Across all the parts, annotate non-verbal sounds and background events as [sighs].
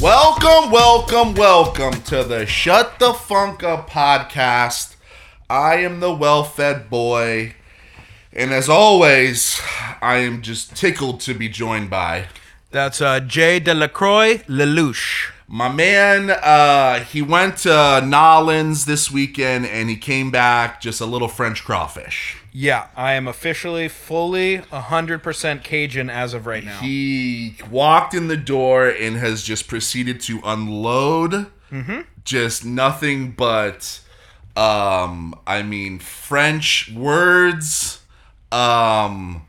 Welcome, welcome, welcome to the Shut the Funk Up podcast. I am the well fed boy, and as always, I am just tickled to be joined by That's uh, Jay Delacroix Lelouch. my man. Uh, he went to Nolans this weekend and he came back just a little French crawfish. Yeah, I am officially fully 100% Cajun as of right now. He walked in the door and has just proceeded to unload Mm-hmm. just nothing but um I mean French words um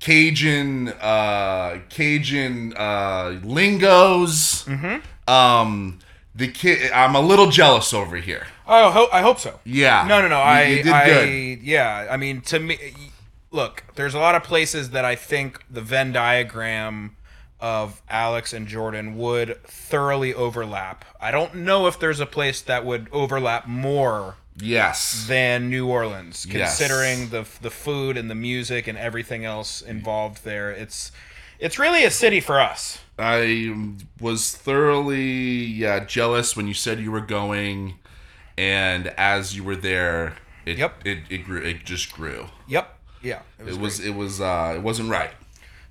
Cajun uh Cajun uh lingos Mm-hmm. um the kid I'm a little jealous over here. Oh, ho- I hope so. Yeah. No, no, no. You- I, you did I, good. yeah. I mean, to me, look, there's a lot of places that I think the Venn diagram of Alex and Jordan would thoroughly overlap. I don't know if there's a place that would overlap more Yes. than New Orleans, Yes. considering the the food and the music and everything else involved there. It's it's really a city for us. I was thoroughly yeah jealous when you said you were going, and as you were there, it Yep. it, it grew. It just grew. Yep. Yeah. It was it was uh it wasn't right.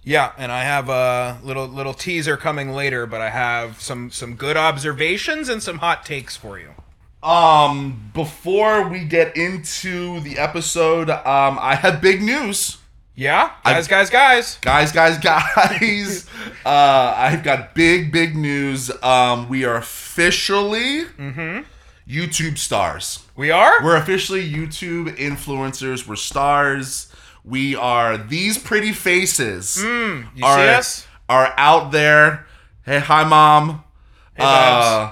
Yeah, and I have a little little teaser coming later, but I have some some good observations and some hot takes for you. Um, before we get into the episode, um, I have big news. Yeah, guys, guys, guys. guys guys [laughs] guys uh i've got big big news um we are officially Mm-hmm. youtube stars We are. we're officially youtube influencers we're stars we are these pretty faces Mm, you are, see us? are out there hey hi mom uh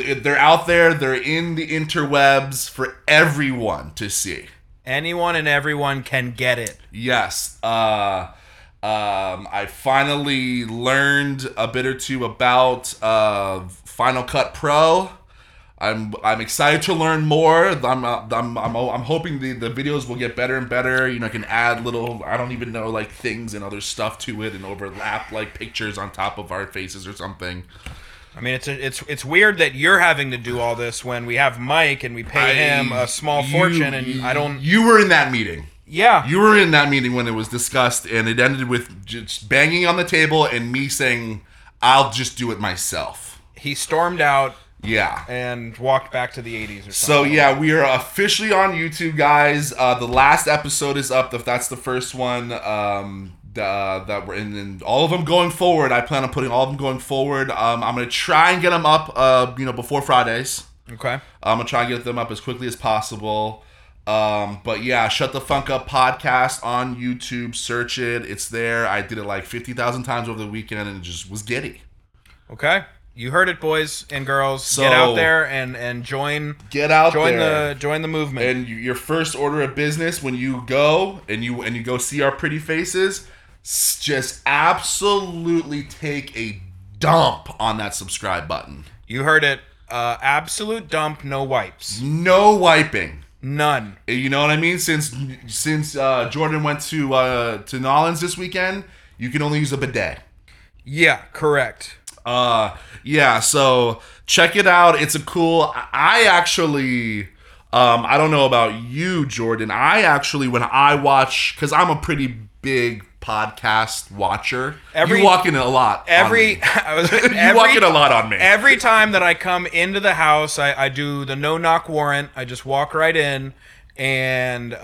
Babs. they're out there they're in the interwebs for everyone to see Anyone and everyone can get it. Yes. Uh, um, I finally learned a bit or two about uh, Final Cut Pro. I'm I'm excited to learn more. I'm uh, I'm I'm, I'm hoping the, the videos will get better and better. You know, I can add little I don't even know like things and other stuff to it and overlap like pictures on top of our faces or something. I mean, it's it's it's weird that you're having to do all this when we have Mike and we pay him I- a small you- fortune, and I don't. You were in that meeting. Yeah, You were in that meeting when it was discussed, and it ended with just banging on the table and me saying, "I'll just do it myself." he stormed out Yeah. and walked back to the 80s or something. So yeah, we are officially on YouTube, guys. Uh, the last episode is up. If that's the first one, um, uh, that we're in, and all of them going forward. I plan on putting all of them going forward. Um, I'm gonna try and get them up. Uh, you know, before Fridays. okay. I'm gonna try and get them up as quickly as possible. Um, but yeah, shut the funk up podcast on YouTube. Search it; it's there. I did it like fifty thousand times over the weekend, and it just was giddy. Okay. You heard it, boys and girls. So- Get out there and and join Get out join there, the join the movement. and you, your first order of business when you go and you and you go see our pretty faces, s- just absolutely take a dump on that subscribe button. you heard it. Uh, absolute dump, no wipes, No wiping. none. You know what I mean? Since since uh, Jordan went to uh, to Nolans this weekend, you can only use a bidet. Yeah, correct. Uh, yeah. So check it out. It's a cool. I I actually. Um, I don't know about you, Jordan. I actually, when I watch, because I'm a pretty big podcast watcher. Every- you walk in a lot. on Every me. [laughs] I was you walk every, in a lot on me. every time that I come into the house, I, I do the no knock warrant. I just walk right in. And uh,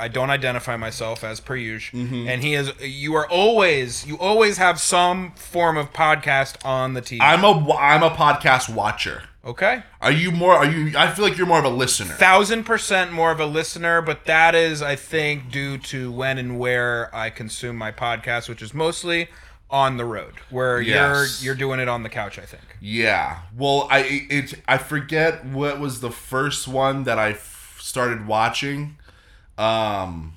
I don't identify myself as per usual. Mm-hmm. And he is. You are always. You always have some form of podcast on the TV. I'm a I'm a podcast watcher. okay. Are you more? Are you? I feel like you're more of a listener. thousand percent more of a listener, but that is, I think, due to when and where I consume my podcast, which is mostly on the road, where Yes. you're you're doing it on the couch. I think. Yeah. Well, I it I forget what was the first one that I f- started watching. Um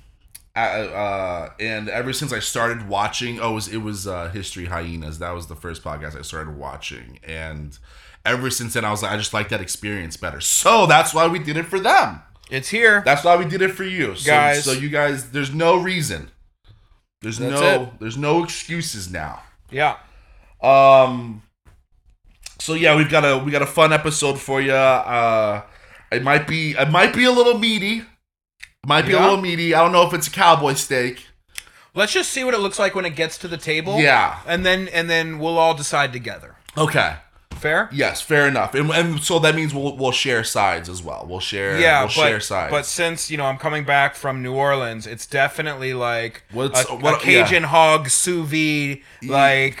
I, uh and ever since I started watching, oh, it was it was uh History Hyenas. That was the first podcast I started watching and ever since then I was like I just like that experience better. So that's why we did it for them. It's here. That's why we did it for you. So, Guys. so you guys there's no reason. There's That's no there's no excuses now. yeah. Um, So yeah, we've got a we got a fun episode for you. Uh, it might be it might be a little meaty. Might be a Yeah. little meaty. I don't know if it's a cowboy steak. Let's just see what it looks like when it gets to the table. Yeah. And then and then we'll all decide together. Okay. Fair? Yes, fair enough. And, and so that means we'll we'll share sides as well. We'll share Yeah, we'll but, share sides. but since you know I'm coming back from New Orleans, it's definitely like What's- a, what- a Cajun hog sous vide, like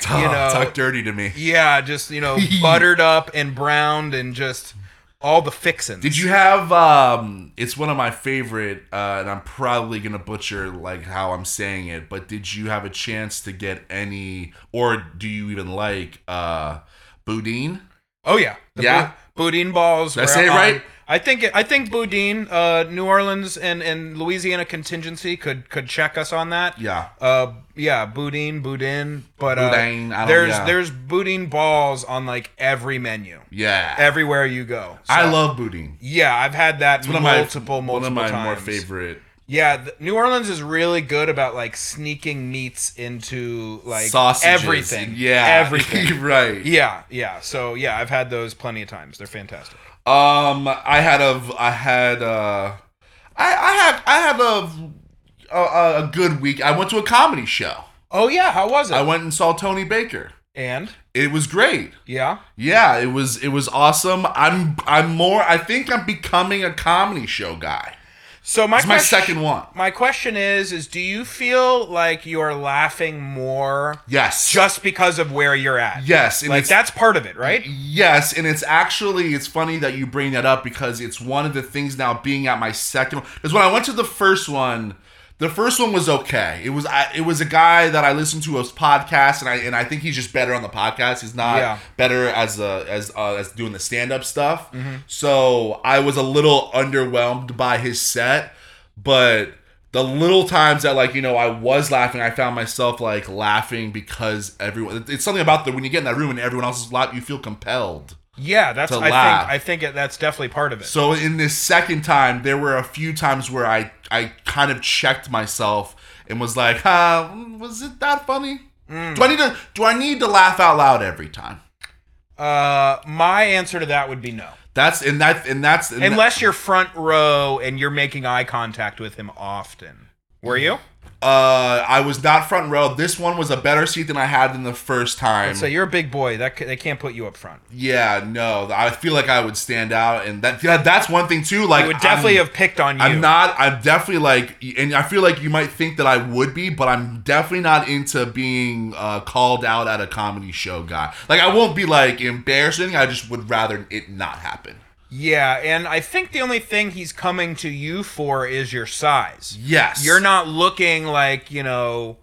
[laughs] Tuck- you know, tuck dirty to me. yeah, just [laughs] you know, buttered up and browned and just all the fixins. Did you have um it's one of my favorite uh and I'm probably going to butcher like how I'm saying it, but did you have a chance to get any or do you even like uh boudin? Oh yeah, the Yeah? Bu- boudin balls. Did I were say it on- right? I think it, I think boudin, uh, New Orleans and, and Louisiana contingency could could check us on that. Yeah. Uh, yeah, boudin, boudin, but uh, Boudin, I don't- there's yeah. there's boudin balls on like every menu, Yeah. everywhere you go. So, I love boudin. Yeah, I've had that One of my multiple, multiple one of my times. more favorite Yeah, th- New Orleans is really good about like sneaking meats into like sausages. everything. Yeah. [laughs] everything. right. Yeah, yeah. So yeah, I've had those plenty of times. They're fantastic. Um, I had a, I had, uh, I, I had, I had a, a, a good week. I went to a comedy show. Oh yeah, how was it? I went and saw Tony Baker. and It was great. yeah, Yeah, it was, it was awesome. I'm, I'm more. I think I'm becoming a comedy show guy. so my It's my quest- second one. My question is: Is do you feel like you're laughing more Yes. just because of where you're at? yes. And like it's- that's part of it, right? Yes, and it's actually it's funny that you bring that up because it's one of the things now being at my second because when I went to the first one, the first one was okay. It was I, it was a guy that I listened to his podcast and I and I think he's just better on the podcast. He's not Yeah. better as a as uh, as doing the stand up stuff. So I was a little underwhelmed by his set, but the little times that like you know I was laughing, I found myself like laughing because everyone. It's something about the when you get in that room and everyone else is laughing, you feel compelled. Yeah, that's. To I laugh. think. I think it, that's definitely part of it. So in this second time, there were a few times where I I kind of checked myself and was like, huh, was it that funny? Do I need to do I need to laugh out loud every time? Uh, my answer to that would be no. That's and that and that's and Unless you're front row and you're making eye contact with him often. Were you? Uh, I was not front row. This one was a better seat than I had than the first time. So you're a big boy. That c- they can't put you up front. yeah, no, I feel like I would stand out, and that, that that's one thing too. Like I would definitely I'm, have picked on you. I'm not. I'm definitely like, and I feel like you might think that I would be, but I'm definitely not into being uh, called out at a comedy show, guy. Like I won't be like embarrassing. I just would rather it not happen. Yeah, and I think the only thing he's coming to you for is your size. Yes, You're not looking like, you know,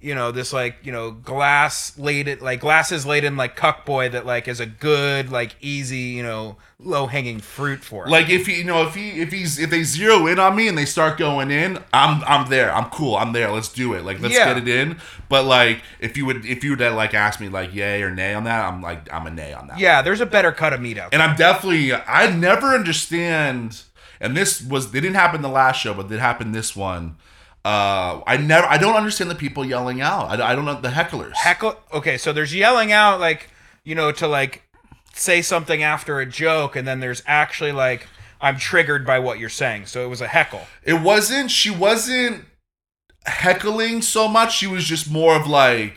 you know, this like, you know, glass laden like glasses laden like cuck boy that like is a good, like easy, you know, low hanging fruit for him. Like if he, you know, if he, if he's, if they zero in on me and they start going in, I'm, I'm there. I'm cool. I'm there. Let's do it. Like let's Yeah. get it in. But like if you would, if you would uh, like ask me like yay or nay on that, I'm like I'm a nay on that. yeah, there's a better cut of meat out there. And I'm definitely. I never understand. And this was it didn't happen the last show, but it happened this one. Uh, I never. I don't understand the people yelling out. I, I don't know the hecklers. heckle okay so there's yelling out like you know to like say something after a joke and then there's actually like i'm triggered by what you're saying so it was a heckle it wasn't she wasn't heckling so much she was just more of like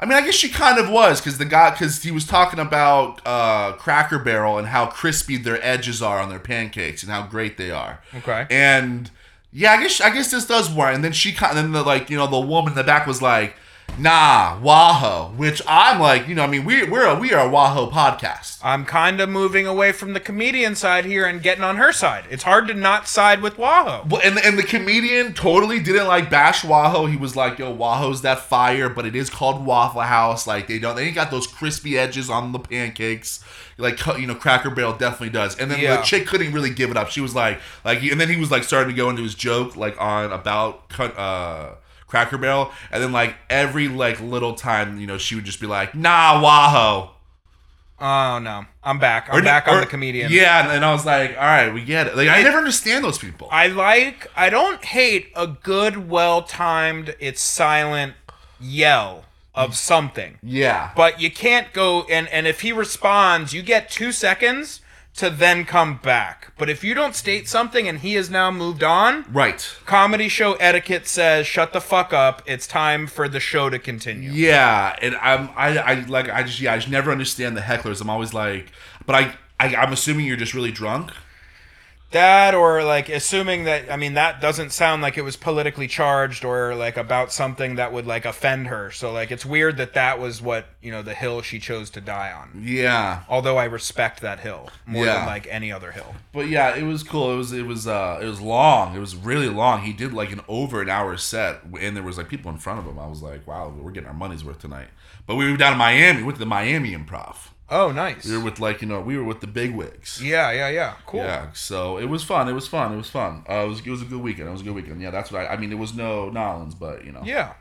i mean i guess she kind of was because the guy because he was talking about uh cracker barrel and how crispy their edges are on their pancakes and how great they are okay and yeah i guess i guess this does work and then she kind then the like you know the woman in the back was like nah wahoo which i'm like you know i mean we, we're a we are a wahoo podcast i'm kind of moving away from the comedian side here and getting on her side it's hard to not side with wahoo Well, and and the comedian totally didn't like bash Wahoo. He was like, "Yo, Wahoo's that fire, but it is called Waffle House. Like they don't, they ain't got those crispy edges on the pancakes. Like cu- you know, Cracker Barrel definitely does." And then Yeah. the chick couldn't really give it up. She was like, like, and then he was like starting to go into his joke like on about cu- uh, Cracker Barrel, and then like every like little time, you know, she would just be like, "Nah, Wahoo." oh no i'm back i'm Or- back or- on the comedian Yeah, and, and I was like, "All right, we get it." Like I never understand those people. i like i don't hate a good well-timed it's silent yell of something. Yeah. But you can't go and and if he responds, you get 2 seconds to then come back. But if you don't state something and he has now moved on, right. comedy show etiquette says shut the fuck up. It's time for the show to continue. Yeah, and I'm I, I like I just yeah I just never understand the hecklers. I'm always like, but I, I I'm assuming you're just really drunk. That or like assuming that I mean that doesn't sound like it was politically charged or like about something that would like offend her. So like it's weird that that was what, you know, the hill she chose to die on. Yeah, Although I respect that hill more Yeah. than like any other hill. but yeah, it was cool. It was it was uh it was long. It was really long. He did like an over an hour set, and there was like people in front of him. I was like, wow, we're getting our money's worth tonight. But we were down in Miami. We went to the Miami Improv. Oh, nice. We were with like you know we were with the big wigs. Yeah, yeah, yeah. Cool. Yeah, so it was fun. It was fun. It was fun. Uh, it was it was a good weekend. It was a good weekend. Yeah, that's what I. I mean, it was no Nolans, but you know, Yeah.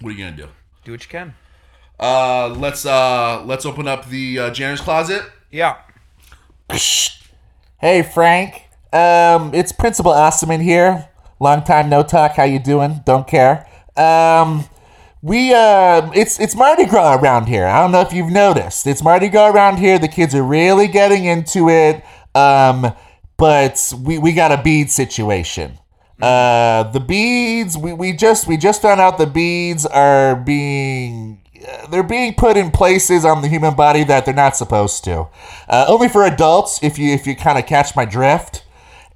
what are you gonna do? Do what you can. Uh, let's uh, let's open up the uh, janitor's closet. Yeah. Hey Frank, um, it's Principal Osterman here. Long time no talk. How you doing? Don't care. Um, we uh, it's it's Mardi Gras around here. I don't know if you've noticed. It's Mardi Gras around here. The kids are really getting into it. Um, but we we got a bead situation. Uh, the beads we, we just we just found out the beads are being uh, they're being put in places on the human body that they're not supposed to uh, only for adults if you if you kind of catch my drift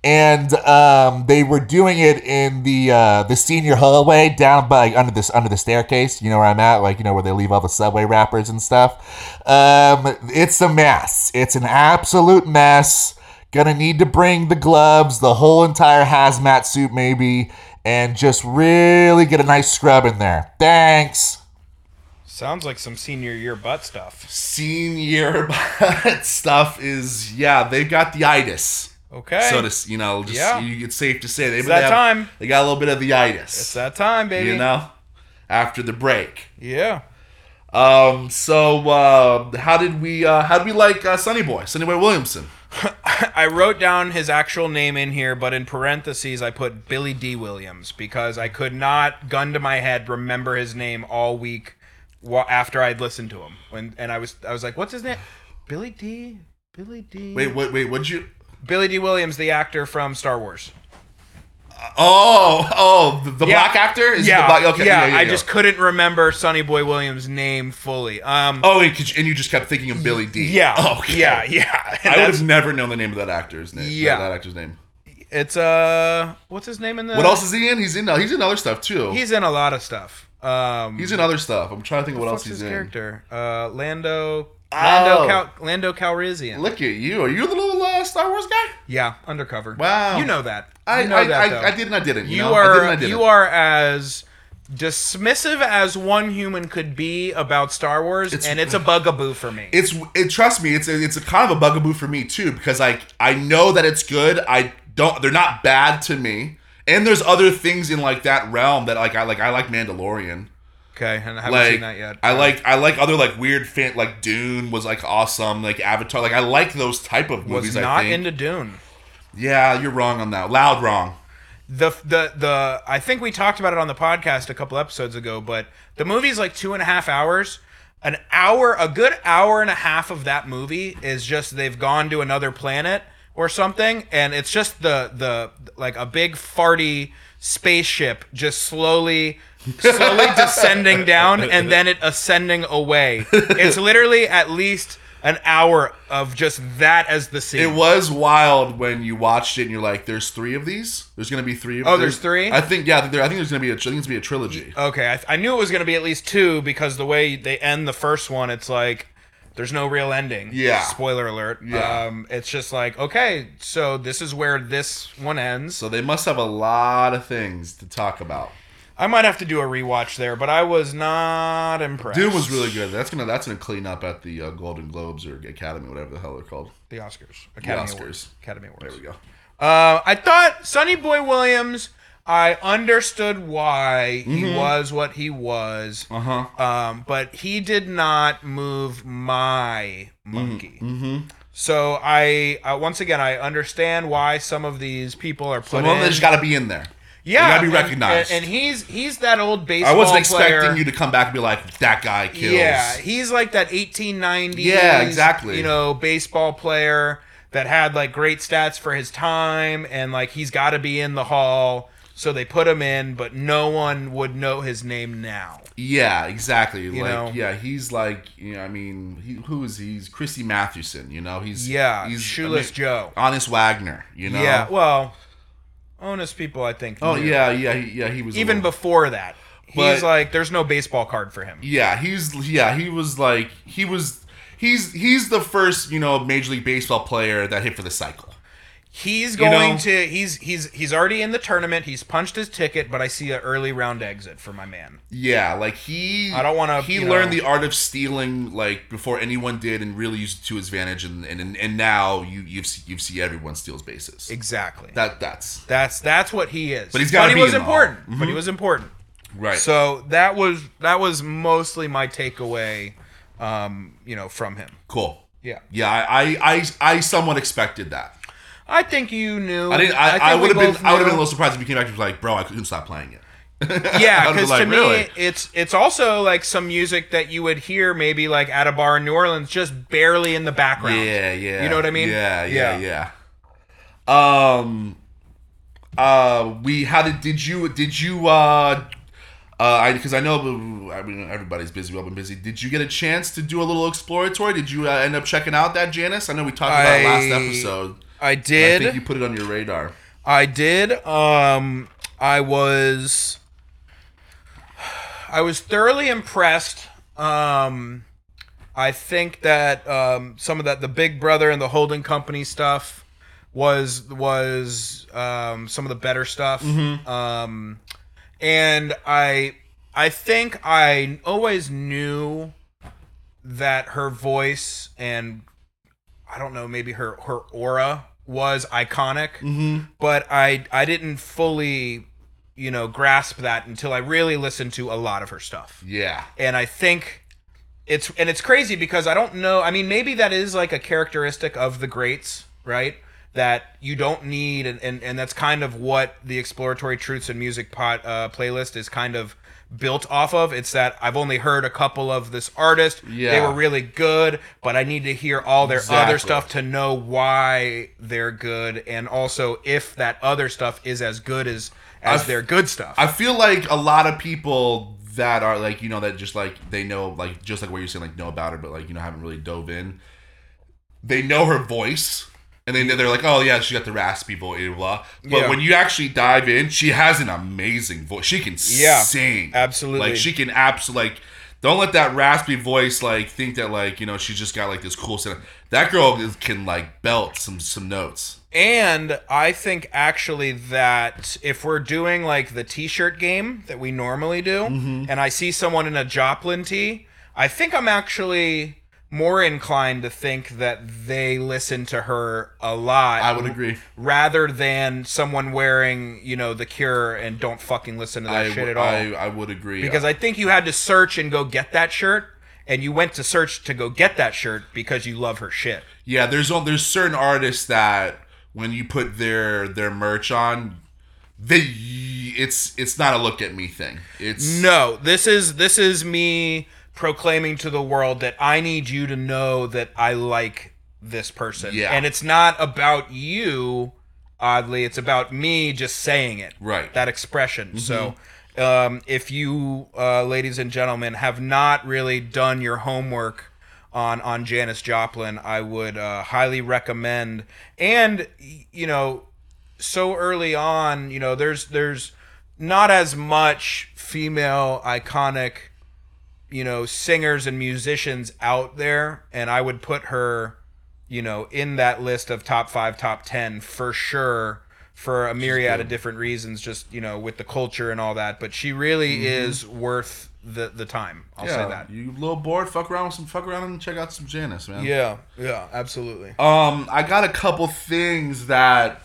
and um, they were doing it in the uh, the senior hallway down by under this under the staircase. You know where I'm at, like you know where they leave all the subway wrappers and stuff. Um, it's a mess. It's an absolute mess. Gonna need to bring the gloves, the whole entire hazmat suit, maybe, and just really get a nice scrub in there. Thanks. Sounds like some senior year butt stuff. Senior [laughs] stuff is yeah, they've got the itis. Okay. So to s- you know, just Yeah. you, it's safe to say they, it's that they have- time. They got a little bit of the itis. it's that time, baby. you know, after the break. Yeah. Um, so uh, how did we uh, how did we like uh, Sunny Boy, Sunny Boy Williamson? I wrote down his actual name in here, but in parentheses I put Billy D. Williams because I could not, gun to my head, remember his name all week wa- after I'd listened to him. And, and I was I was like, what's his name? Billy D. Billy D. Wait, wait, wait. What'd you? Billy D. Williams, the actor from Star Wars. Oh, oh, the, the Yeah. black actor is he yeah, the black. Okay, yeah, yeah, yeah, I yeah. just couldn't remember Sonny Boy Williams' name fully. Um, Oh, and, could you- and you just kept thinking of Billy D. yeah, Oh, [laughs] okay. yeah, yeah. I would That's- have never known the name of that actor's name. Yeah. Yeah, that actor's name. It's uh, what's his name in the? What else is he in? He's in. uh, He's in other stuff too. He's, He's in a lot of stuff. Um, in other stuff. I'm trying to think of what what's else his he's in. character? Uh, Lando. Oh. Lando, Cal- Lando Calrissian. Look at you. Are you the little uh, Star Wars guy? yeah, undercover. Wow. you know that. I you know I, that, though. I, I did and I didn't. You, You, know? I did are and I didn't. you are as dismissive as one human could be about Star Wars, and it's a bugaboo for me. It's it. Trust me. It's a, it's a kind of a bugaboo for me too because I I know that it's good. I don't. They're not bad to me. And there's other things in like that realm that like I like. I like Mandalorian. okay, and I haven't like seen that yet. I like I like other like weird fan like Dune was like awesome like Avatar like I like those type of movies. was I not think. into Dune. yeah, you're wrong on that. Loud wrong. the the the I think we talked about it on the podcast a couple episodes ago, but the movie's like two and a half hours. An hour, a good hour and a half of that movie is just they've gone to another planet or something, and it's just the the like a big farty spaceship just slowly slowly descending down and then it ascending away. It's literally at least an hour of just that as the scene. It was wild when you watched it and you're like, "There's three of these. There's gonna be three. Of Oh, there's three? I think yeah. I think There, I think there's gonna be a. I think it's gonna be a trilogy. Okay, I, I knew it was going to be at least two because the way they end the first one, it's like there's no real ending. Yeah. Spoiler alert. Yeah. Um, it's just like okay, so this is where this one ends. so they must have a lot of things to talk about. I might have to do a rewatch there, but I was not impressed. Dune was really good. That's gonna that's gonna clean up at the uh, Golden Globes or Academy, whatever the hell they're called. the Oscars, Academy Oscars. Awards, Academy Awards. There we go. Uh, I thought Sonny Boy Williams. I understood why Mm-hmm. he was what he was, Uh huh. um, but he did not move my monkey. Mm-hmm. So I uh, once again I understand why some of these people are put But one in. that's got to be in there. Yeah, gotta be and- recognized. And, and he's he's that old baseball. I wasn't expecting player. you to come back and be like, that guy kills. Yeah, he's like that 1890s. Yeah, exactly. You know, baseball player that had like great stats for his time, and like he's got to be in the hall. So they put him in, but no one would know his name now. Yeah, exactly. like, know? yeah, he's like, you know, I mean, he, who is he? He's Christy Mathewson, you know? He's Yeah, he's I Shoeless mean, Joe. Honest Wagner, you know? Yeah, well, honest people, I think. oh knew. yeah, yeah, he- yeah. He was a Even little- before that, he's But- like, there's no baseball card for him. Yeah, he's yeah, he was like he was he's he's the first, you know, major league baseball player that hit for the cycle. He's You know? going to. He's he's he's already in the tournament. He's punched his ticket, but I see an early round exit for my man. Yeah, like he I don't wanna, he you learned know- the art of stealing like before anyone did and really used it to his advantage and and, and now you you've see- you've see everyone steals bases. Exactly. That that's That's that's what he is. But he's gotta he be was in the hall. Mm-hmm. important. But he was important. right. So that was that was mostly my takeaway, um, you know, from him. cool. Yeah, Yeah, I, I I I somewhat expected that. I think you knew. I didn't. I, think I, we would have been. both I would have been a knew. little surprised if you came back and was like, "Bro, I couldn't stop playing it." [laughs] Yeah, I'd be because like, to me, "Really?" it's it's also like some music that you would hear maybe like at a bar in New Orleans, just barely in the background. Yeah, yeah. You know what I mean? Yeah, yeah, yeah. Um uh we how did did you did you uh uh, I because I know I mean everybody's busy. We've all been busy. Did you get a chance to do a little exploratory? Did you uh, end up checking out that Janice? I know we talked about it I last episode. I I did. think you put it on your radar. I did. Um, I was, I was thoroughly impressed. Um, I think that um, some of that the Big Brother and the holding company stuff was was um, some of the better stuff. Um, and I I think I always knew that her voice and I don't know maybe her her aura was iconic but I I didn't fully you know grasp that until I really listened to a lot of her stuff. Yeah, And I think it's and it's crazy because I don't know, I mean maybe that is like a characteristic of the greats, right? That you don't need and and, and that's kind of what the exploratory truths and music pot uh, playlist is kind of built off of it's that i've only heard a couple of this artist they Yeah. were really good but i need to hear all their other Exactly. stuff to know why they're good and also if that other stuff is as good as as I've- their good stuff. I feel like a lot of people that are like you know that just like they know like just like what you're saying like know about her but like you know haven't really dove in. They know her voice and they they're like oh yeah she got the raspy voice blah, blah. But Yeah. when you actually dive in, she has an amazing voice. She can Yeah, sing absolutely. Like she can absolutely like. Don't let that raspy voice like think that like you know she's just got like this cool sound. That girl is- can like belt some some notes. and I think actually that if we're doing like the t-shirt game that we normally do Mm-hmm. and I see someone in a Joplin tee, I think I'm actually more inclined to think that they listen to her a lot. I would agree. rather than someone wearing, you know, The Cure and don't fucking listen to that I, shit at all. I I would agree because I think you had to search and go get that shirt, and you went to search to go get that shirt because you love her shit. Yeah, there's all there's certain artists that when you put their their merch on, they it's it's not a look at me thing. It's No, this is this is me proclaiming to the world that I need you to know that I like this person, Yeah. and it's not about you. Oddly, it's about me just saying it. Right. That expression. So. Um, if you, uh, ladies and gentlemen, have not really done your homework on on Janis Joplin, I would uh, highly recommend. And y- you know, so early on, you know, there's there's not as much female iconic, you know, singers and musicians out there, and I would put her, you know, in that list of top five, top ten for sure for a myriad of different reasons, just you know, with the culture and all that. But she really is worth the the time. I'll Mm-hmm. yeah, say that. you a little bored, fuck around with some fuck around and check out some Janice, man. Yeah, yeah, absolutely. Um, I got a couple things that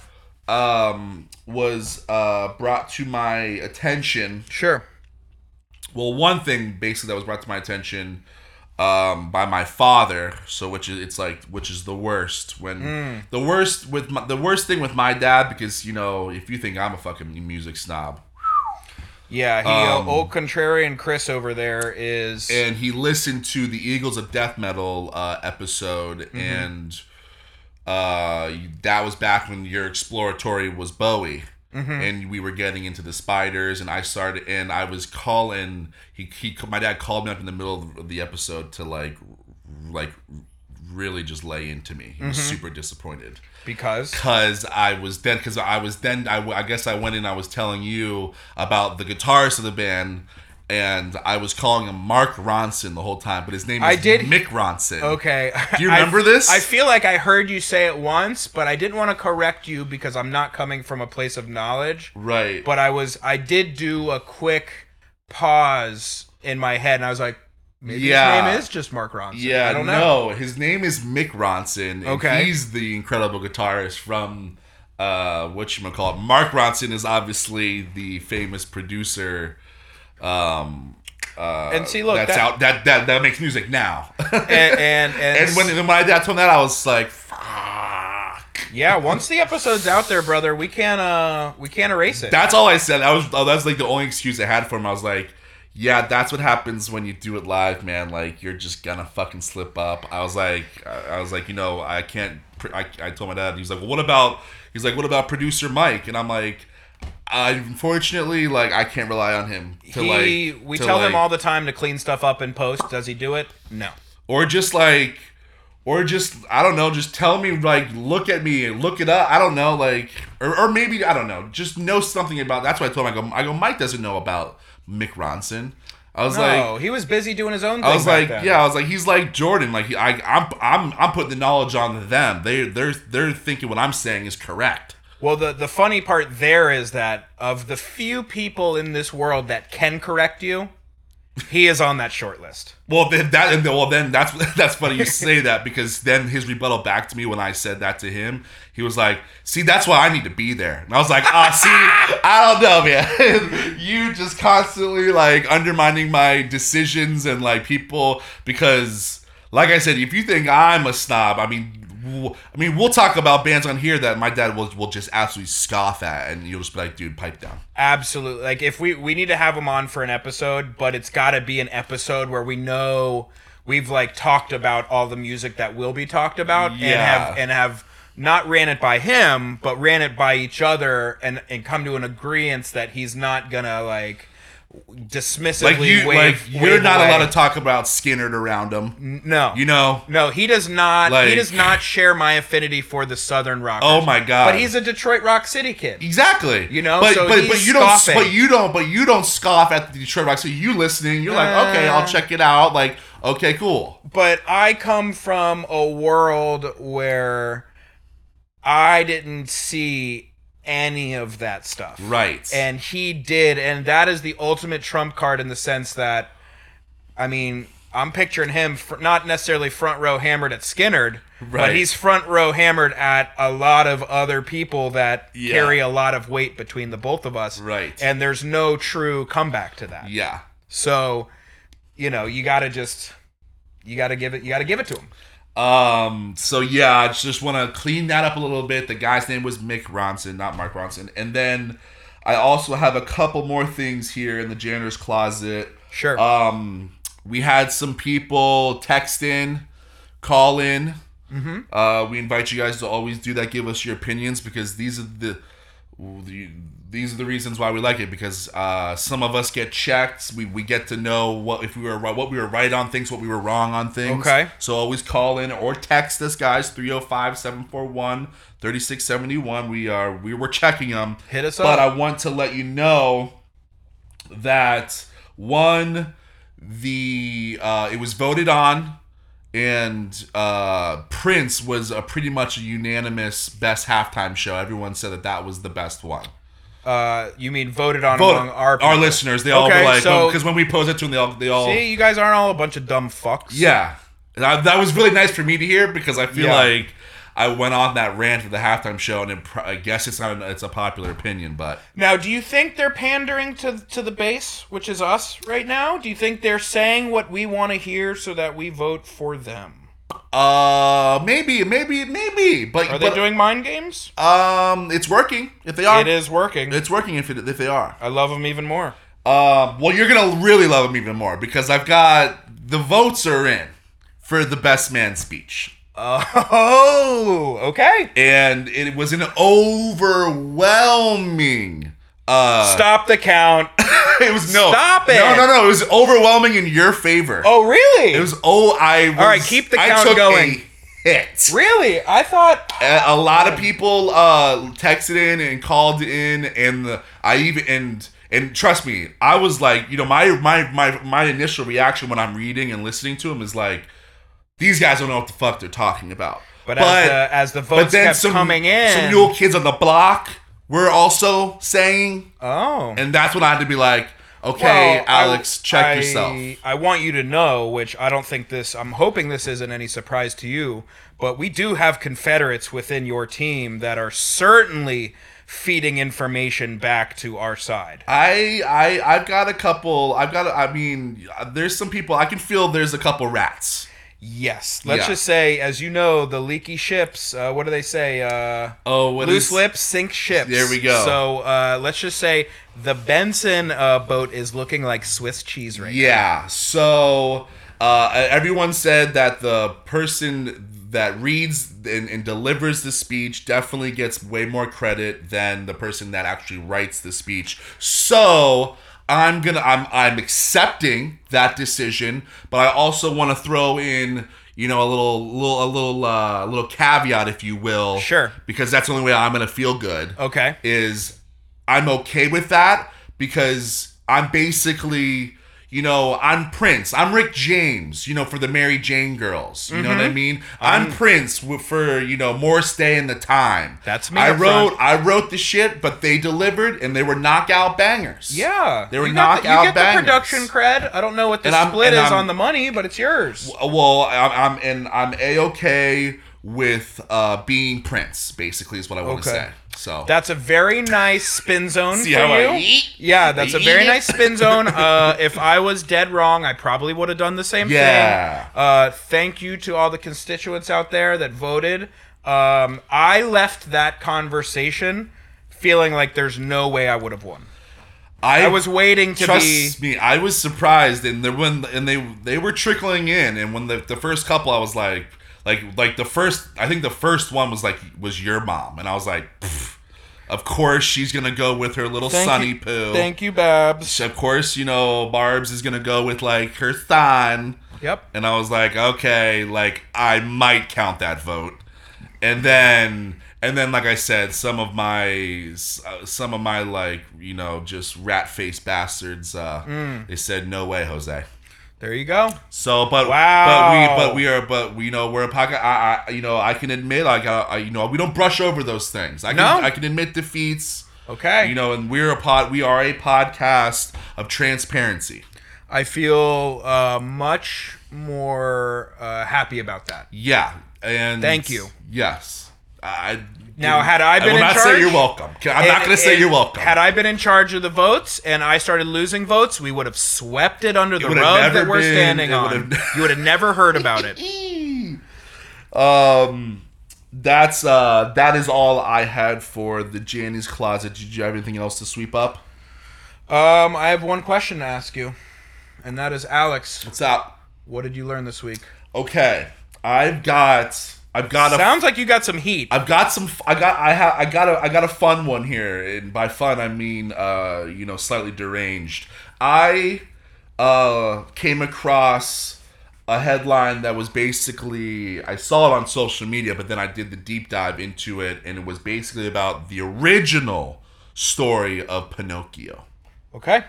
um was uh brought to my attention Sure. well one thing basically that was brought to my attention um, by my father. So which is it's like which is the worst when the worst with my, the worst thing with my dad because you know if you think I'm a fucking music snob Yeah, he uh, old contrarian Chris over there is Um, and he listened to the Eagles of Death Metal uh, episode and uh, that was back when your exploratory was Bowie. And we were getting into the spiders, and I started, and I was calling. He, he, my dad called me up in the middle of the episode to like, like, really just lay into me. He was super disappointed because because I was then because I was then I, w- I guess I went in I was telling you about the guitarist of the band and I was calling him Mark Ronson the whole time but his name is I did- Mick Ronson okay. [laughs] Do you I- remember this? I feel like I heard you say it once, but I didn't want to correct you because I'm not coming from a place of knowledge. right But I was I did do a quick pause in my head and I was like maybe Yeah. his name is just Mark Ronson. yeah I don't no know. his name is Mick Ronson and Okay. he's the incredible guitarist from uh what you call it Mark Ronson is obviously the famous producer um uh, And see, look, that's that- out that that that makes music now [laughs] And and, and, [laughs] And when, when my dad told me that, I was like, "Fuck." yeah, once the episode's out there, brother, we can't uh we can't erase it. That's all I said. That was oh, that's like the only excuse I had for him. I was like, "Yeah, that's what happens when you do it live, man. Like you're just gonna fucking slip up." I was like, I I was like, you know, I can't. pr- I, I told my dad. He's like, well, "What about?" He's like, "What about producer Mike?" And I'm like. Unfortunately, like I can't rely on him to he, like. we to, tell like, him all the time to clean stuff up in post. Does he do it? No. or just like, or just I don't know, just tell me like, look at me and look it up. I don't know, like, or, or maybe I don't know, just know something about. That's why I told him. I go, I go. Mike doesn't know about Mick Ronson. I was like, no, he was busy doing his own thing. I was back like, then. yeah, I was like, he's like Jordan. Like, he, I, I'm, I'm, I'm putting the knowledge on them. They, they're, they're thinking what I'm saying is correct. Well, the the funny part there is that of the few people in this world that can correct you, he is on that short list. Well, then that and then- well then that's [laughs] that's funny you say that because then his rebuttal back to me when I said that to him, he was like, "See, that's why I need to be there." And I was like, "Ah, [laughs] see, I don't know, man. [laughs] you just constantly like undermining my decisions and like people because, like I said, if you think I'm a snob, I mean." w- I mean, we'll talk about bands on here that my dad will will just absolutely scoff at, and you'll just be like, "Dude, pipe down." Absolutely. Like if we we need to have him on for an episode, but it's got to be an episode where we know we've like talked about all the music that will be talked about and Yeah. have and have not ran it by him, but ran it by each other and and come to an agreement that he's not going to like dismissively Like you, wave, like you're wave not away. allowed to talk about Skinner around him. No. You know, No, he does not. he Like- does not share my affinity for the Southern rock. Oh my god! But he's a Detroit Rock City kid. exactly You know, but so but, he's but you don't scoffing. but you don't but you don't scoff at the Detroit Rock. So you listening, you're like, okay, Uh. I'll check it out. Like, okay, cool. But I come from a world where I didn't see any of that stuff. Right. And he did, and that is the ultimate trump card in the sense that, I mean, I'm picturing him fr- not necessarily front row hammered at Skinnerd, but Right. he's front row hammered at a lot of other people that Yeah. carry a lot of weight between the both of us. Right. And there's no true comeback to that. yeah. So, you know, you got to just. You gotta give it. You gotta give it to him. Um. So yeah, I just want to clean that up a little bit. The guy's name was Mick Ronson, not Mark Ronson. And then I also have a couple more things here in the janitor's closet. Sure. Um. We had some people text in, call in. Uh, we invite you guys to always do that. Give us your opinions because these are the, the these are the reasons why we like it. Because uh, some of us get checked. We, we get to know what if we were right, what we were right on things, what we were wrong on things. Okay. So always call in or text us guys 305-741-3671. We are we were checking them. Hit us But up. I want to let you know that one the uh, it was voted on and uh, Prince was a pretty much a unanimous best halftime show. Everyone said that that was the best one. Uh, you mean voted on Vote- among our our people. listeners, they all Okay, were like, so- because when we posed it to them, they all, they all See, you guys aren't all a bunch of dumb fucks. yeah. And I- that was really nice for me to hear because I feel Yeah. like I went on that rant for the halftime show, and it, pro- I guess it's not an, it's a popular opinion, but Now, do you think they're pandering to to the base, which is us right now? Do you think they're saying what we want to hear so that we vote for them? uh, maybe, maybe, maybe. But Are they but, doing mind games? Um, it's working. If they are, it is working. It's working if it, if they are. I love them even more. Um, well, you're gonna really love him even more because I've got the votes are in for the best man speech, Oh, okay. and it was an overwhelming. Uh, Stop the count. it was no, Stop it. no, no, no. It was overwhelming in your favor. Oh, really? it was. Oh, I. Was, right, keep the I count took going. A hit. really. I thought A, a lot of people uh, texted in and called in, and the, I even and and trust me, I was like, you know, my my my my initial reaction when I'm reading and listening to him is like, these guys don't know what the fuck they're talking about. But, as, the, as the votes kept coming in, some new kids on the block were also saying, oh, and that's when I had to be like, okay, Well, Alex, I- check I- yourself. I want you to know, which I don't think this. I'm hoping this isn't any surprise to you, but we do have Confederates within your team that are certainly feeding information back to our side. I I I've got a couple. I've got. A, I mean, there's some people I can feel. There's a couple rats. Yes, let's Yeah. just say, as you know, the leaky ships. Uh, what do they say? Uh, Oh, what Loose is- lips sink ships. There we go. So uh, let's just say the Benson uh, boat is looking like Swiss cheese right Yeah. So uh, everyone said that the person that reads and, and delivers the speech definitely gets way more credit than the person that actually writes the speech. So I'm gonna I'm I'm accepting that decision, but I also want to throw in you know a little little a little uh, little caveat, if you will. Sure. Because that's the only way I'm gonna feel good now. Okay. is I'm okay with that because I'm basically, you know, I'm Prince. I'm Rick James, you know, for the Mary Jane girls. You know what I Mm-hmm. mean? Mm. I'm, Prince w- for, you know, Morris Day and the Time. That's me I up wrote front. I wrote the shit, but they delivered and they were knockout bangers. Yeah, They were you got the- knockout You get bangers. the production cred. I don't know what the And I'm- split and is I'm- on the money, but it's yours. Uh, Well, I'm, I'm and I'm a okay with uh being Prince. Basically, is what I want to Okay. say. So That's a very nice spin zone See for how you. I eat? Yeah, that's a Eat very it. nice spin [laughs] zone. Uh, if I was dead wrong, I probably would have done the same Yeah. thing. Uh, thank you to all the constituents out there that voted. Um, I left that conversation feeling like there's no way I would have won. I was waiting to be. Trust me, I was surprised, and there when and they they were trickling in, and when the, the first couple, I was like, like like the first, I think the first one was like was your mom, and I was like, "Pfft, of course she's gonna go with her little Thank sunny you- poo. Thank you, Babs. of course, you know Barb's is gonna go with like her thon, Yep. and I was like, okay, like I might count that vote, and then. And then, like I said, some of my, uh, some of my, like you know, just rat faced bastards, uh, Mm. they said, "No way, Jose." There you go. So, but Wow. but we but we are but we you know we're a podcast. I, I you know I can admit like I, I you know we don't brush over those things. I can No. I can admit defeats. Okay. You know, and we're a pod. We are a podcast of transparency. I feel uh, much more uh, happy about that. Yeah, and Thank you. Yes, I. Now, had I been I will in not charge- say you're welcome. I'm not And- going to say and you're welcome. Had I been in charge of the votes and I started losing votes, we would have swept it under the would've rug never that we're been- standing it on. would've- [laughs] you would have never heard about it. um, that's uh, that is all I had for the Janie's closet. Did you have anything else to sweep up? Um, I have one question to ask you, and that is, Alex, What's up? what did you learn this week? Okay, I've got I've got a Sounds like you got some heat. I've got some. I got. I have. I got a. I got a fun one here, and by fun I mean, uh, you know, slightly deranged. I uh, came across a headline that was basically. I saw it on social media, but then I did the deep dive into it, and it was basically about the original story of Pinocchio. Okay.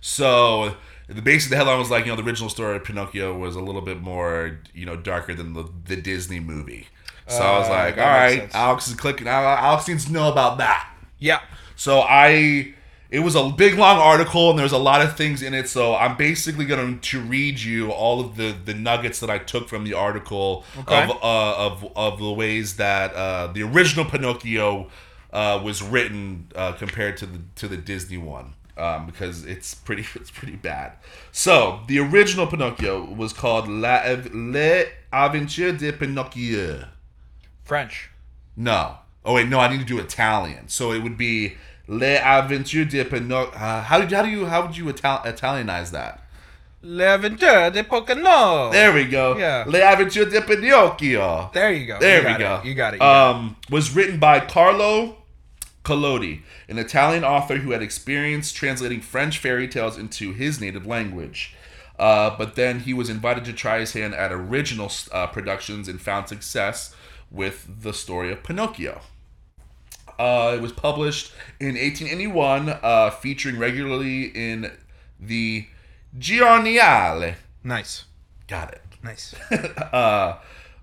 So the basically the headline was like, you know, the original story of Pinocchio was a little bit more, you know, darker than the, the Disney movie. So I was Uh, like, all that makes right, sense. Alex is clicking. Al- Alex needs to know about that. Yeah. So I, It was a big long article and there's a lot of things in it, so I'm basically going to read you all of the, the nuggets that I took from the article Okay. of, uh, of of the ways that uh, the original Pinocchio uh, was written uh, compared to the to the Disney one um, because it's pretty [laughs] it's pretty bad. So the original Pinocchio was called La Le Aventure de Pinocchio. French. No. Oh wait, no, I need to do Italian. So it would be Le Aventure de Pinocchio. Uh, how did how do you how would you Ital- Italianize that? L'avventure de Pocono. There There, we go. Yeah. Le Aventure de Pinocchio. you go. There we You got go. It. You got it. You got Um, was written by Carlo Collodi, an Italian author who had experience translating French fairy tales into his native language. Uh, but then he was invited to try his hand at original uh, productions and found success with the story of Pinocchio. Uh, it was published in 1881, uh, featuring regularly in the Giornale. it. Nice. Got it Nice. uh,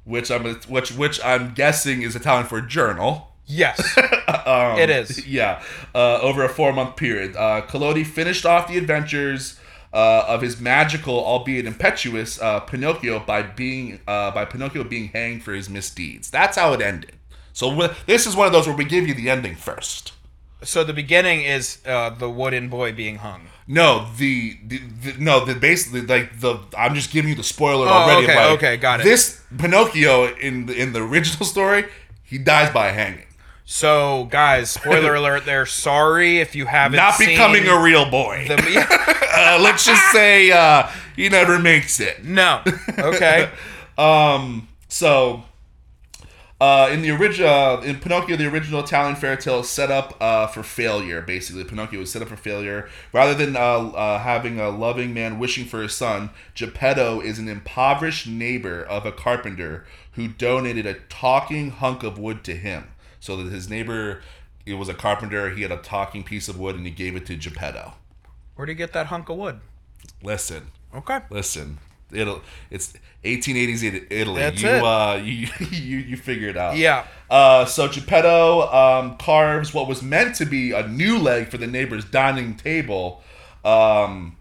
which I'm which which I'm guessing is Italian for journal. Yes. [laughs] Um, It is. yeah. Uh, over a four month period, uh, Collodi finished off the adventures uh, of his magical, albeit impetuous, uh, Pinocchio by being uh, by Pinocchio being hanged for his misdeeds. That's how it ended. So wh- this is one of those where we give you the ending first. So the beginning is uh, the wooden boy being hung. No, the, the, the no, the basically like the I'm just giving you the spoiler Oh, already. okay, like, okay, got it. This Pinocchio in the, in the original story, he dies by hanging, So guys, [laughs] spoiler alert! There. Sorry if you haven't not seen becoming a real boy. [laughs] the- yeah. uh, let's just say uh, he never makes it. [laughs] no. [laughs] Okay. Um, so uh, in the original uh, in Pinocchio, the original Italian fairy tale is set up uh, for failure. Basically, Pinocchio was set up for failure. Rather than uh, uh, having a loving man wishing for his son, Geppetto is an impoverished neighbor of a carpenter who donated a talking hunk of wood to him. So that his neighbor, it was a carpenter. He had a talking piece of wood, and he gave it to Geppetto. Where do you get that hunk of wood? Listen, Okay. Listen, it'll it's 1880s It- Italy. That's you it. uh [laughs] you you you figure it out. Yeah. Uh, so Geppetto um, carves what was meant to be a new leg for the neighbor's dining table, um,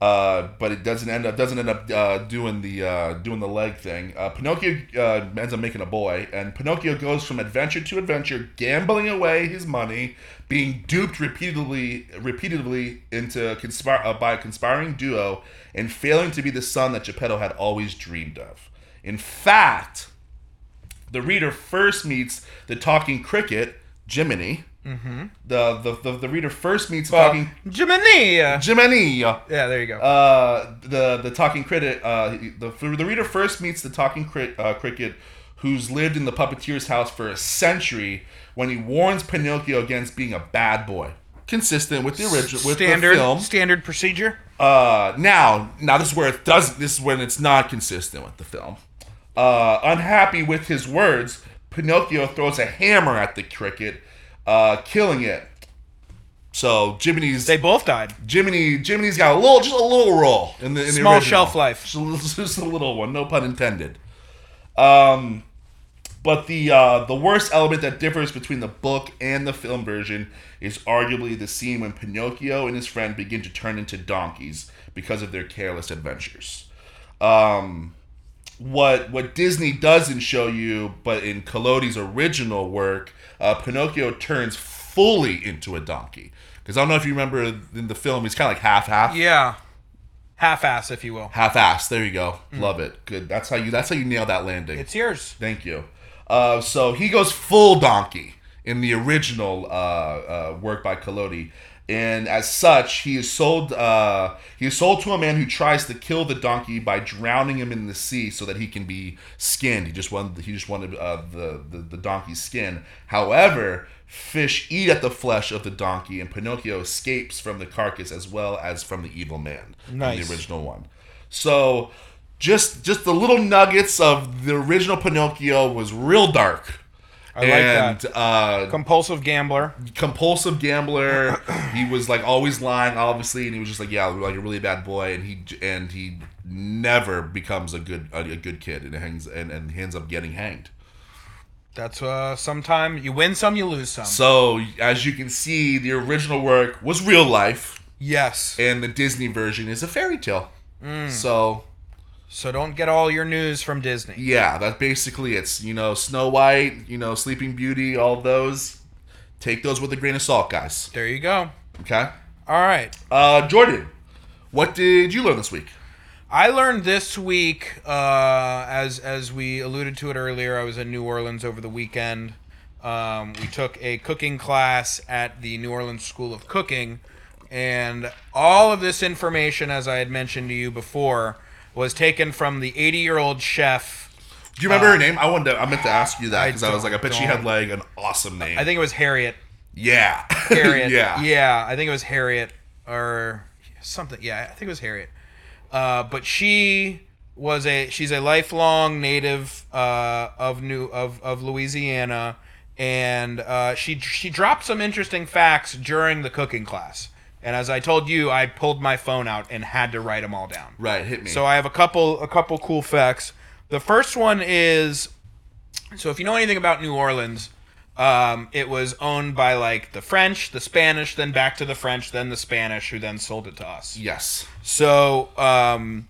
uh, but it doesn't end up doesn't end up uh, doing the uh, doing the leg thing. Uh, Pinocchio uh, ends up making a boy, and Pinocchio goes from adventure to adventure, gambling away his money, being duped repeatedly repeatedly into conspire uh, by a conspiring duo, and failing to be the son that Geppetto had always dreamed of. In fact. The reader first meets the talking cricket, Jiminy. The, the, the the reader first meets the Well, talking Um, Jiminy. Yeah, Jiminy. there you go. Uh, the the talking cricket. Uh, the the reader first meets the talking cri- uh, cricket, who's lived in the puppeteer's house for a century. When he warns Pinocchio against being a bad boy, consistent with the original with standard the film. standard procedure. Uh, now, now this is where it does. This is when it's not consistent with the film. Uh, unhappy with his words, Pinocchio throws a hammer at the cricket, uh, killing it. So Jiminy's They both died. Jiminy Jiminy's got a little, just a little roll in the in the Small original. shelf life. Just a, little- [laughs] just a little one, no pun intended. Um, but the uh, the worst element that differs between the book and the film version is arguably the scene when Pinocchio and his friend begin to turn into donkeys because of their careless adventures. Um, what what Disney doesn't show you, but in Collodi's original work, uh, Pinocchio turns fully into a donkey. Because I don't know if you remember in the film, he's kind of like half half, Yeah. Half ass, if you will. half ass. There you go, love it. Good. That's how you. That's how you nail that landing. Mm. It's yours. Thank you. Uh, so he goes full donkey in the original uh, uh, work by Collodi, and as such, he is sold. Uh, he is sold to a man who tries to kill the donkey by drowning him in the sea so that he can be skinned. He just wanted. He just wanted uh, the, the the donkey's skin. However. Fish eat at the flesh of the donkey, and Pinocchio escapes from the carcass as well as from the evil man in Nice. the original one. So just just the little nuggets of the original Pinocchio was real dark. I like and, Uh, Compulsive gambler. compulsive gambler. he was like always lying, obviously, and he was just like, yeah, like a really bad boy, and he and he never becomes a good a, a good kid, and hangs and, and he ends up getting hanged. That's uh, sometime you win some, you lose some. So, as you can see, the original work was real life, yes. and the Disney version is a fairy tale. So, So don't get all your news from Disney. yeah, that's basically it's you know Snow White, you know Sleeping Beauty, all those. Take those with a grain of salt, guys. There you go. Okay. All right. Uh, Jordan, what did you learn this week? I learned this week, uh, as as we alluded to it earlier, I was in New Orleans over the weekend. Um, we took a cooking class at the New Orleans School of Cooking, and all of this information, as I had mentioned to you before, was taken from the 80 year old chef. Do you remember her name? I wanted to, I meant to ask you that Uh, I because I, was don't- like, I bet she had don't. like an awesome name. I think it was Harriet. [laughs] yeah, [laughs] Harriet. yeah, Yeah, I think it was Harriet or something. Yeah, I think it was Harriet. Uh, but she was a she's a lifelong native uh, of New of of Louisiana, and uh, she she dropped some interesting facts during the cooking class. And as I told you, I pulled my phone out and had to write them all down. Right, hit me. So I have a couple a couple cool facts. The first one is so if you know anything about New Orleans, um, it was owned by like the French, the Spanish, then back to the French, then the Spanish, who then sold it to us. yes, So, um,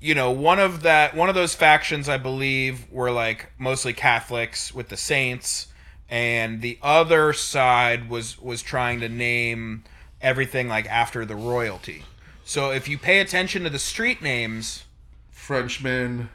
you know, one of that one of those factions, I believe, were like mostly Catholics with the Saints, and the other side was was trying to name everything like after the royalty. So, if you pay attention to the street names, Frenchman.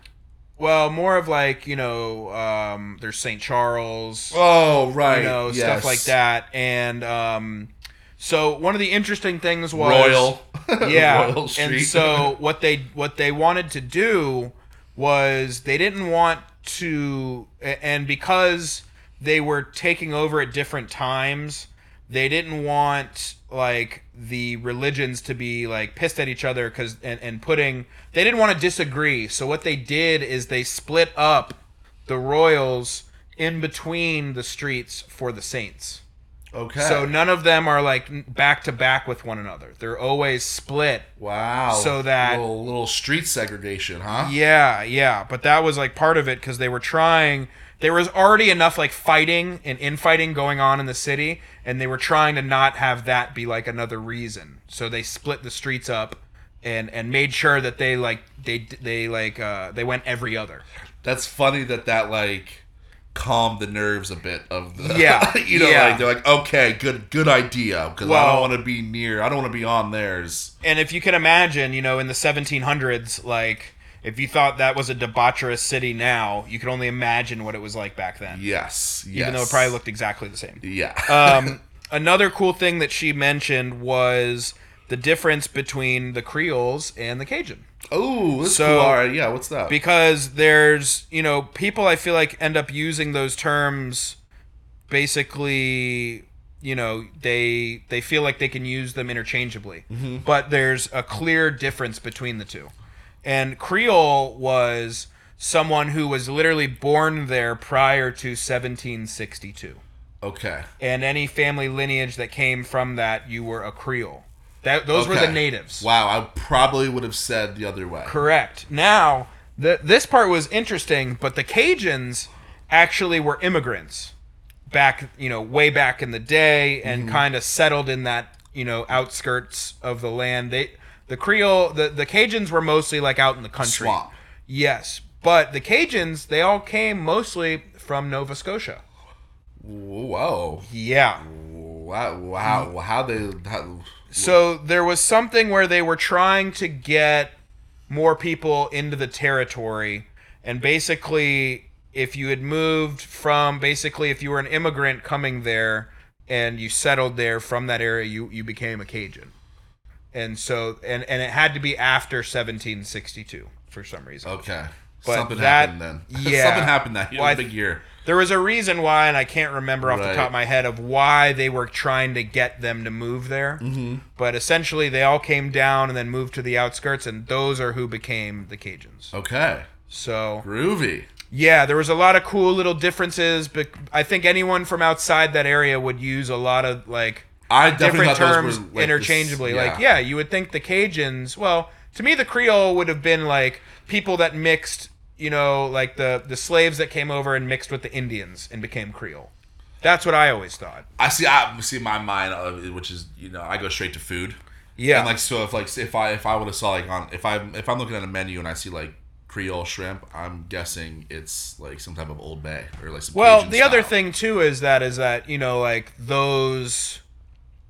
well, more of like you know, um, there's Saint Charles Oh right, you know, yes. stuff like that. And um, so one of the interesting things was Royal, [laughs] [laughs] yeah. Royal Street. And so what they what they wanted to do was they didn't want to, a- and because they were taking over at different times, they didn't want like the religions to be like pissed at each other because and, and putting they didn't want to disagree. So what they did is they split up the royals in between the streets for the saints. Okay. So none of them are like n- back to back with one another. They're always split. wow. so that- little, little street segregation, huh? Yeah, yeah. But that was like part of it because they were trying. There was already enough like fighting and infighting going on in the city, and they were trying to not have that be like another reason. So they split the streets up. And, and made sure that they like they they like uh, they went every other. That's funny that that like calmed the nerves a bit of the [laughs] Yeah, you know yeah. like they're like okay good good idea because I Well- don't want to be near I don't want to be on theirs and if you can imagine, you know, in the 1700s, like if you thought that was a debaucherous city now, you could only imagine what it was like back then. yes yes Even though it probably looked exactly the same. yeah [laughs] Um, another cool thing that she mentioned was the difference between the Creoles and the Cajun oh that's so- cool all right yeah what's that because there's you know people i feel like end up using those terms basically you know they they feel like they can use them interchangeably but there's a clear difference between the two and creole was someone who was literally born there prior to 1762 okay and any family lineage that came from that you were a creole that those were the Okay. natives wow I probably would have said the other way Correct. Now, th- this part was interesting, but the Cajuns actually were immigrants back, you know, way back in the day and Mm-hmm. kind of settled in that, you know, outskirts of the land. They the Creole, the, the Cajuns were mostly like out in the country. Swamp. Yes, but the Cajuns, they all came mostly from Nova Scotia. whoa Yeah. wow wow Mm. how they how, So there was something where they were trying to get more people into the territory. And basically, if you had moved from basically, if you were an immigrant coming there and you settled there from that area, you, you became a Cajun. And so, and, and it had to be after 1762 for some reason. okay But something that- happened then [laughs] yeah. something happened that year Well, I- big year There was a reason why, and I can't remember off the Right. top of my head of why they were trying to get them to move there. Mm-hmm. But essentially, they all came down and then moved to the outskirts, and those are who became the Cajuns. okay So, groovy yeah, there was a lot of cool little differences. But I think anyone from outside that area would use a lot of like I definitely different thought those terms were, like, this- interchangeably. Like, yeah, you would think the Cajuns. Well, to me, the Creole would have been like people that mixed you know, like the the slaves that came over and mixed with the Indians and became Creole. That's what I always thought. I see. I see my mind, uh, which is you know, I go straight to food. Yeah. And like so, if like if I if I would have saw like on if I if I'm looking at a menu and I see like Creole shrimp, I'm guessing it's like some type of Old Bay or like some. Well, Cajun the other style. thing too is that is that you know like those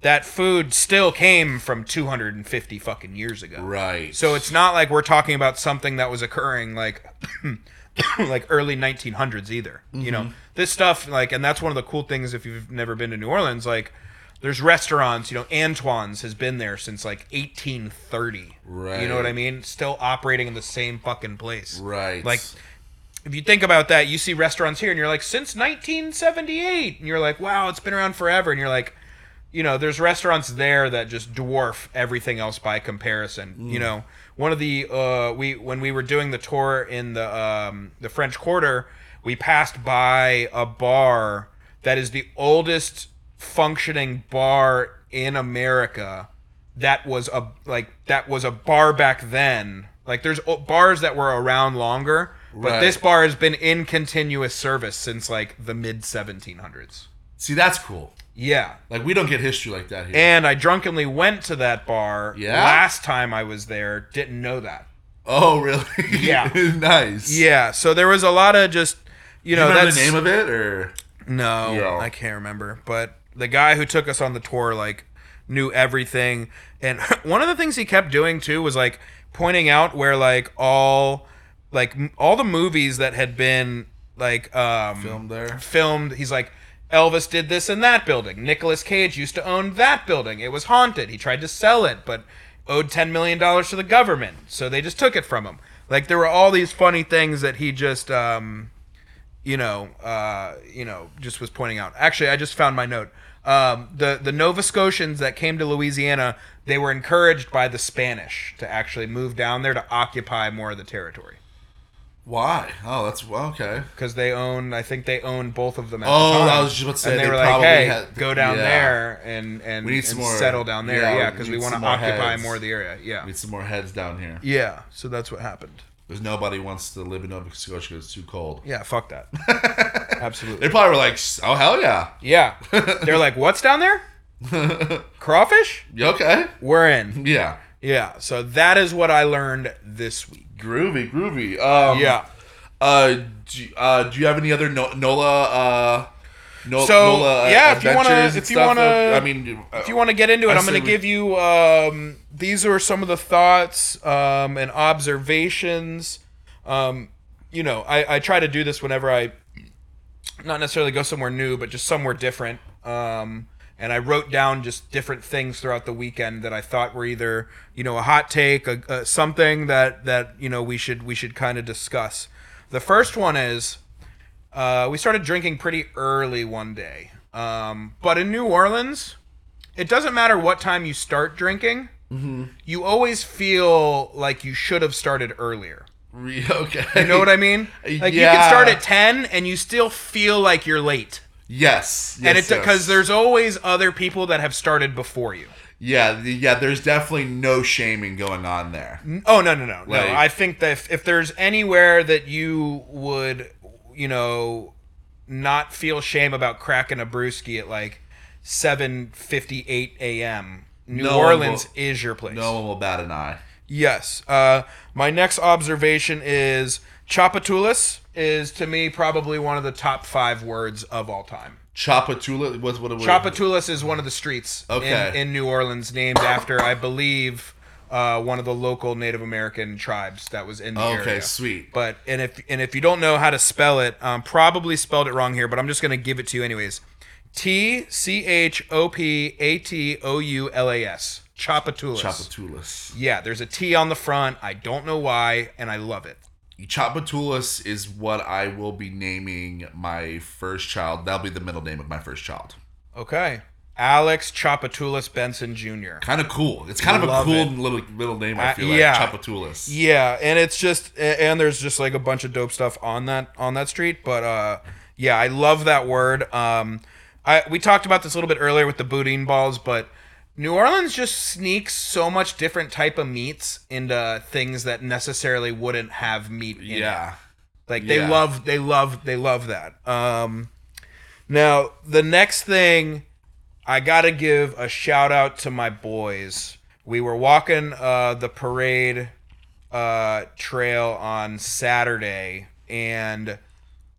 that food still came from 250 fucking years ago. right? So it's not like we're talking about something that was occurring like [coughs] like early 1900s either. You know, Mm-hmm. this stuff like and that's one of the cool things if you've never been to New Orleans like there's restaurants, you know, Antoine's has been there since like 1830. You know what I Right. mean? Still operating in the same fucking place. right. Like if you think about that, you see restaurants here and you're like, since 1978. And you're like, wow, it's been around forever. And you're like, you know, there's restaurants there that just dwarf everything else by comparison. You know, one of the, uh, we, when we were doing the tour in the, um, the French Quarter, we passed by a bar that is the oldest functioning bar in America that was a like that was a bar back then. Like there's o- bars that were around longer, but Right. this bar has been in continuous service since like the mid 1700s. see, that's cool. Yeah. Like we don't get history like that here. And I drunkenly went to that bar Yeah? last time I was there, didn't know that. oh, really? Yeah. [laughs] nice. Yeah, so there was a lot of just you Do you know remember that's the name of it or No, Yeah. I can't remember. But the guy who took us on the tour like knew everything. And [laughs] one of the things he kept doing too was like pointing out where like all like m- all the movies that had been like um film there? filmed. He's like, Elvis did this in that building. Nicolas Cage used to own that building. It was haunted. He tried to sell it, but owed $10 million to the government. So they just took it from him. Like, there were all these funny things that he just, um, you know, uh, you know, just was pointing out. Actually, I just found my note. Um, the the Nova Scotians that came to Louisiana, they were encouraged by the Spanish to actually move down there to occupy more of the territory Why? Oh, that's well, okay. because they own. I think they own both of them. At Oh, the time. I was just about to say, and they, they were like, probably "Hey, had- go down yeah. there and and, We need some and more- settle down there, yeah, yeah, we because we need want to some more occupy heads. more of the area, yeah, Need some more heads down here. yeah." So that's what happened. Because nobody wants to live in Nova Scotia. It's too cold. Yeah, [laughs] fuck that. Absolutely. They probably were like, "Oh hell yeah, Yeah, they're like, "What's down there? [laughs] Crawfish? You okay, We're in." yeah, Yeah. So that is what I learned this week. groovy, groovy." Um, Yeah. Uh, do, uh, do you have any other no- Nola? Uh, no- So, uh, yeah, if you wanna- adventures and if you stuff? wanna- Uh, I mean, if you want to get into it, I I am say going to we- give you. Um, these are some of the thoughts um, and observations. Um, you know, I, I try to do this whenever I, not necessarily go somewhere new, but just somewhere different. Um, and I wrote down just different things throughout the weekend that I thought were either you know a hot take, a, a, something that that you know we should we should kind of discuss. The first one is uh, we started drinking pretty early one day. Um, but in New Orleans, it doesn't matter what time you start drinking, you always feel like you should have started earlier. re- [laughs] okay, You know what I [laughs] mean? Like you can Yeah. start at 10 and you still feel like you're late. Yes, and yes, it because yes. there's always other people that have started before you. yeah, the- yeah, there's definitely no shaming going on there. Oh no no no Like- no! I think that if, if there's anywhere that you would, you know, not feel shame about cracking a brewski at like seven fifty eight a.m. New No one Orleans will- is your place. No one will bat an eye. Yes. Uh, my next observation is Chapatoulas is to me probably one of the top five words of all time. Chapatula, what's what it was? Chapatoulas is one of the streets Okay. in, in New Orleans named after, I believe, uh, one of the local Native American tribes that was in the area. Okay, sweet. But and if and if you don't know how to spell it, um, probably spelled it wrong here, but I'm just gonna give it to you anyways. T C H O P A T O U L A S. Chapatoulas. Chapatulas. Yeah, there's a T on the front. I don't know why, and I love it. Chapatulas is what I will be naming my first child. That'll be the middle name of my first child. Okay. Alex Chapatoulas Benson Jr. Kind of cool. It's kind of a Love cool it. little middle name. Uh, I feel yeah. like Chapatulas. Yeah, and it's just a- and there's just like a bunch of dope stuff on that on that street, but uh yeah, I love that word. Um I we talked about this a little bit earlier with the boudin balls, but New Orleans just sneaks so much different type of meats into things that necessarily wouldn't have meat in it. Yeah. Like they Yeah. love they love they love that. Um now the next thing I gotta give a shout out to my boys. We were walking uh the parade uh trail on Saturday and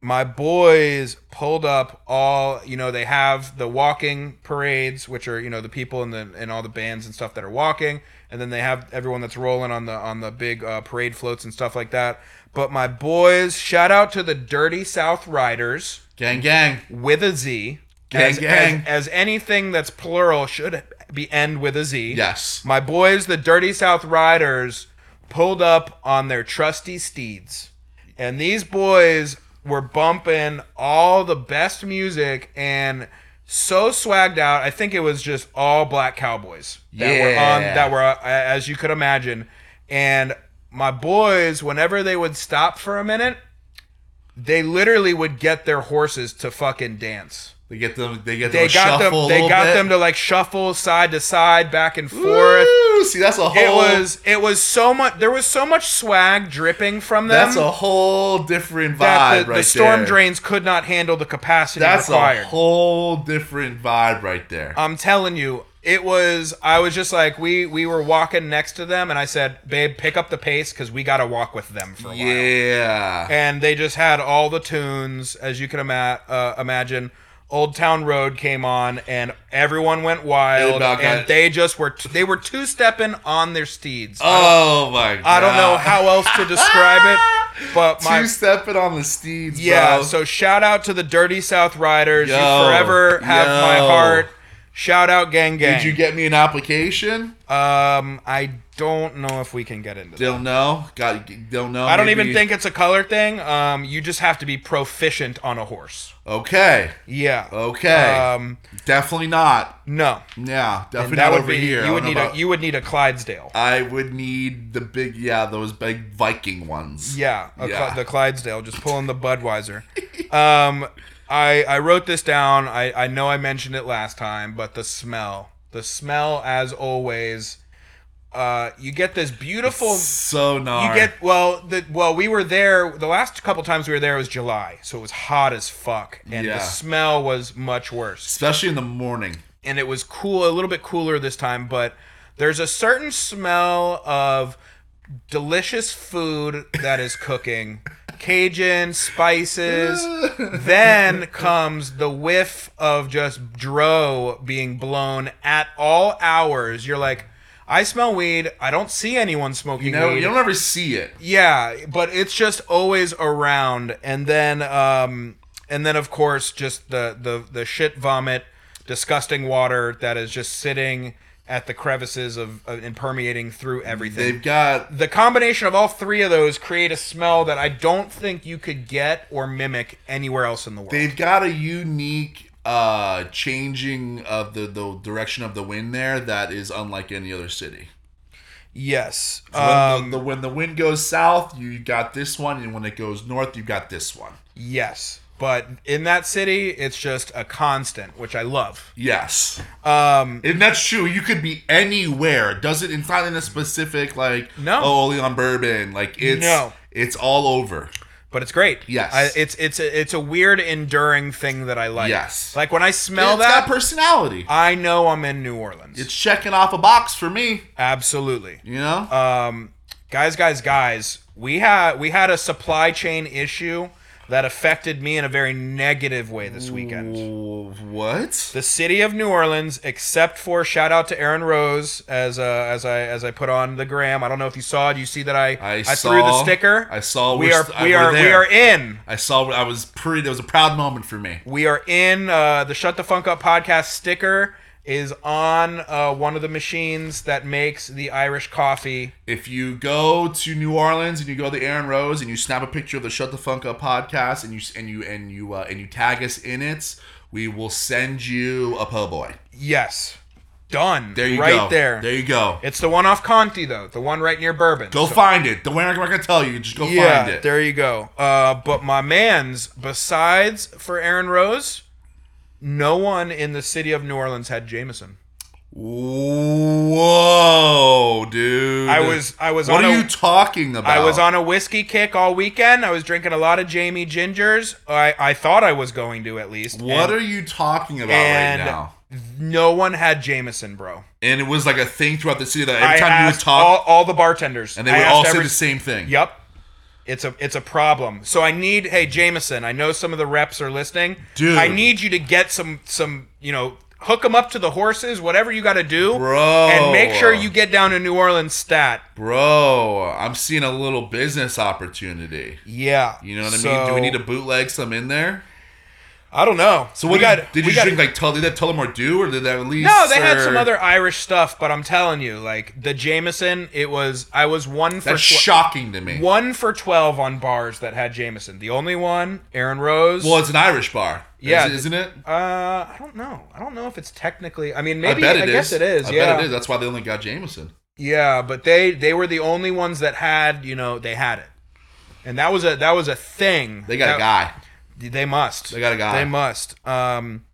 my boys pulled up all you know they have the walking parades which are you know the people and the and all the bands and stuff that are walking and then they have everyone that's rolling on the on the big uh, parade floats and stuff like that but my boys shout out to the dirty south riders Gang, gang. with a z Gang, as, gang. As, as anything that's plural should be end with a z Yes. my boys, the Dirty South Riders, pulled up on their trusty steeds. And these boys were bumping all the best music and so swagged out. I think it was just all black cowboys that were on Yeah. that were uh, as you could imagine. And my boys, whenever they would stop for a minute, they literally would get their horses to fucking dance They get them. They get they them. got shuffle a them they little got bit. them to like shuffle side to side back and forth Woo! See, that's a whole. it was it was so much there was so much swag dripping from them That's a whole different vibe that the, right the storm there. drains could not handle the capacity That's required Uh, a whole different vibe right there. i'm telling you it was i was just like we we were walking next to them and i said babe pick up the pace because we gotta walk with them for a while yeah. and they just had all the tunes as you can ima- uh, imagine. Old Town Road came on, and everyone went They wild, about got- and they just were t- they were two stepping on their steeds. Oh my god. I don't know how else to describe it, but [laughs] my Two stepping on the steeds, yeah. bro. So shout out to the Dirty South Riders. Yo, you forever have my yo. heart. Shout out, gang, gang. Did you get me an application? um, I don't know if we can get into. that. Don't know. Got don't know. I don't even Maybe- think it's a color thing. Um, you just have to be proficient on a horse. Okay. Yeah. Okay. Um, definitely not. no. Yeah. Definitely And that not would over be here. you would I don't need know a about- you would need a Clydesdale. I would need the big yeah those big Viking ones. Yeah, a Cl- Yeah. the Clydesdale, just pulling the Budweiser. um, I I wrote this down. I I know I mentioned it last time, but the smell, the smell as always. Uh, you get this beautiful. So gnarly. You get well. The well, we were there. The last couple times we were there was July, so it was hot as fuck, and Yeah. the smell was much worse. especially in the morning. and it was cool a little bit cooler this time but there's a certain smell of delicious food that is cooking [laughs] cajun spices then comes the whiff of just dro being blown at all hours you're like i smell weed i don't see anyone smoking You know, weed you don't ever see it. yeah, but it's just always around, and then um, and then of course just the the the shit vomit, disgusting water that is just sitting at the crevices of, of and permeating through everything. They've got the combination of all three of those create a smell that I don't think you could get or mimic anywhere else in the world. they've got a unique uh changing of the the direction of the wind there that is unlike any other city. yes. When, Um, the, the, when the wind goes south, you got this one, and when it goes north, you got this one. yes. But in that city, it's just a constant, which I love. Yes, Um, and that's true. You could be anywhere. It Doesn't it's not in a specific like No. oh only on bourbon. Like it's No. it's all over. but it's great. Yes. I, it's it's a, it's a weird enduring thing that I like. Yes. like when I smell it's that, got personality. I know I'm in New Orleans. It's checking off a box for me. Absolutely, You know. um, guys, guys, guys. We had we had a supply chain issue that affected me in a very negative way this weekend. W- what? The city of New Orleans, except for shout out to Aaron Rose as uh, as I as I put on the gram. I don't know if you saw it. You see that I I threw the saw- sticker. I saw we we're are st- we we're are we there. are in. I saw. I was pretty. It was a proud moment for me. We are in uh, the Shut the Funk Up podcast sticker is on uh, one of the machines that makes the Irish coffee. If you go to New Orleans and you go to Aaron Rose and you snap a picture of the Shut the Funk Up podcast and you s- and you and you uh, and you tag us in it, we will send you a po' boy. Yes, done. There you right go. there. There you go. It's the one off Conti though, the one right near Bourbon. go So- find it. The way I'm not gonna tell you, just go yeah, find it. there you go. Uh, but my man's besides for Aaron Rose, no one in the city of New Orleans had Jameson. Whoa, dude! I was- I was What on are a- you talking about? I was on a whiskey kick all weekend. I was drinking a lot of Jamie Gingers. I, I thought I was going to at least. What and, are you talking about and right now? no one had Jameson, bro. And it was like a thing throughout the city that every I time you would asked talk, all, all the bartenders, and they I would asked all say every- the same thing. Yep. It's a it's a problem. So I need hey Jameson, I know some of the reps are listening. Dude. I need you to get some some, you know, hook them up to the horses, whatever you got to do. Bro. And make sure you get down to New Orleans stat. Bro, I'm seeing a little business opportunity. Yeah. You know what I mean? Do we need to bootleg some in there? I don't know. So what we got did, you, did we you got drink like Tully that Tullamore Dew or did that at least? No, they had some or- other Irish stuff, but I'm telling you, like the Jameson, it was I was one for That's twe- shocking to me. one for 12 on bars that had Jameson. The only one, Aaron Rose. Well, it's an Irish bar. is- Yeah. isn't it? Uh, I don't know. I don't know if it's technically. I mean, maybe I I, bet it is. guess it is. I yeah, bet it is. That's why they only got Jameson. yeah. But they they were the only ones that had you know they had it, and that was a that was a thing. They got that, a guy. They must. They got a guy. They must. Um,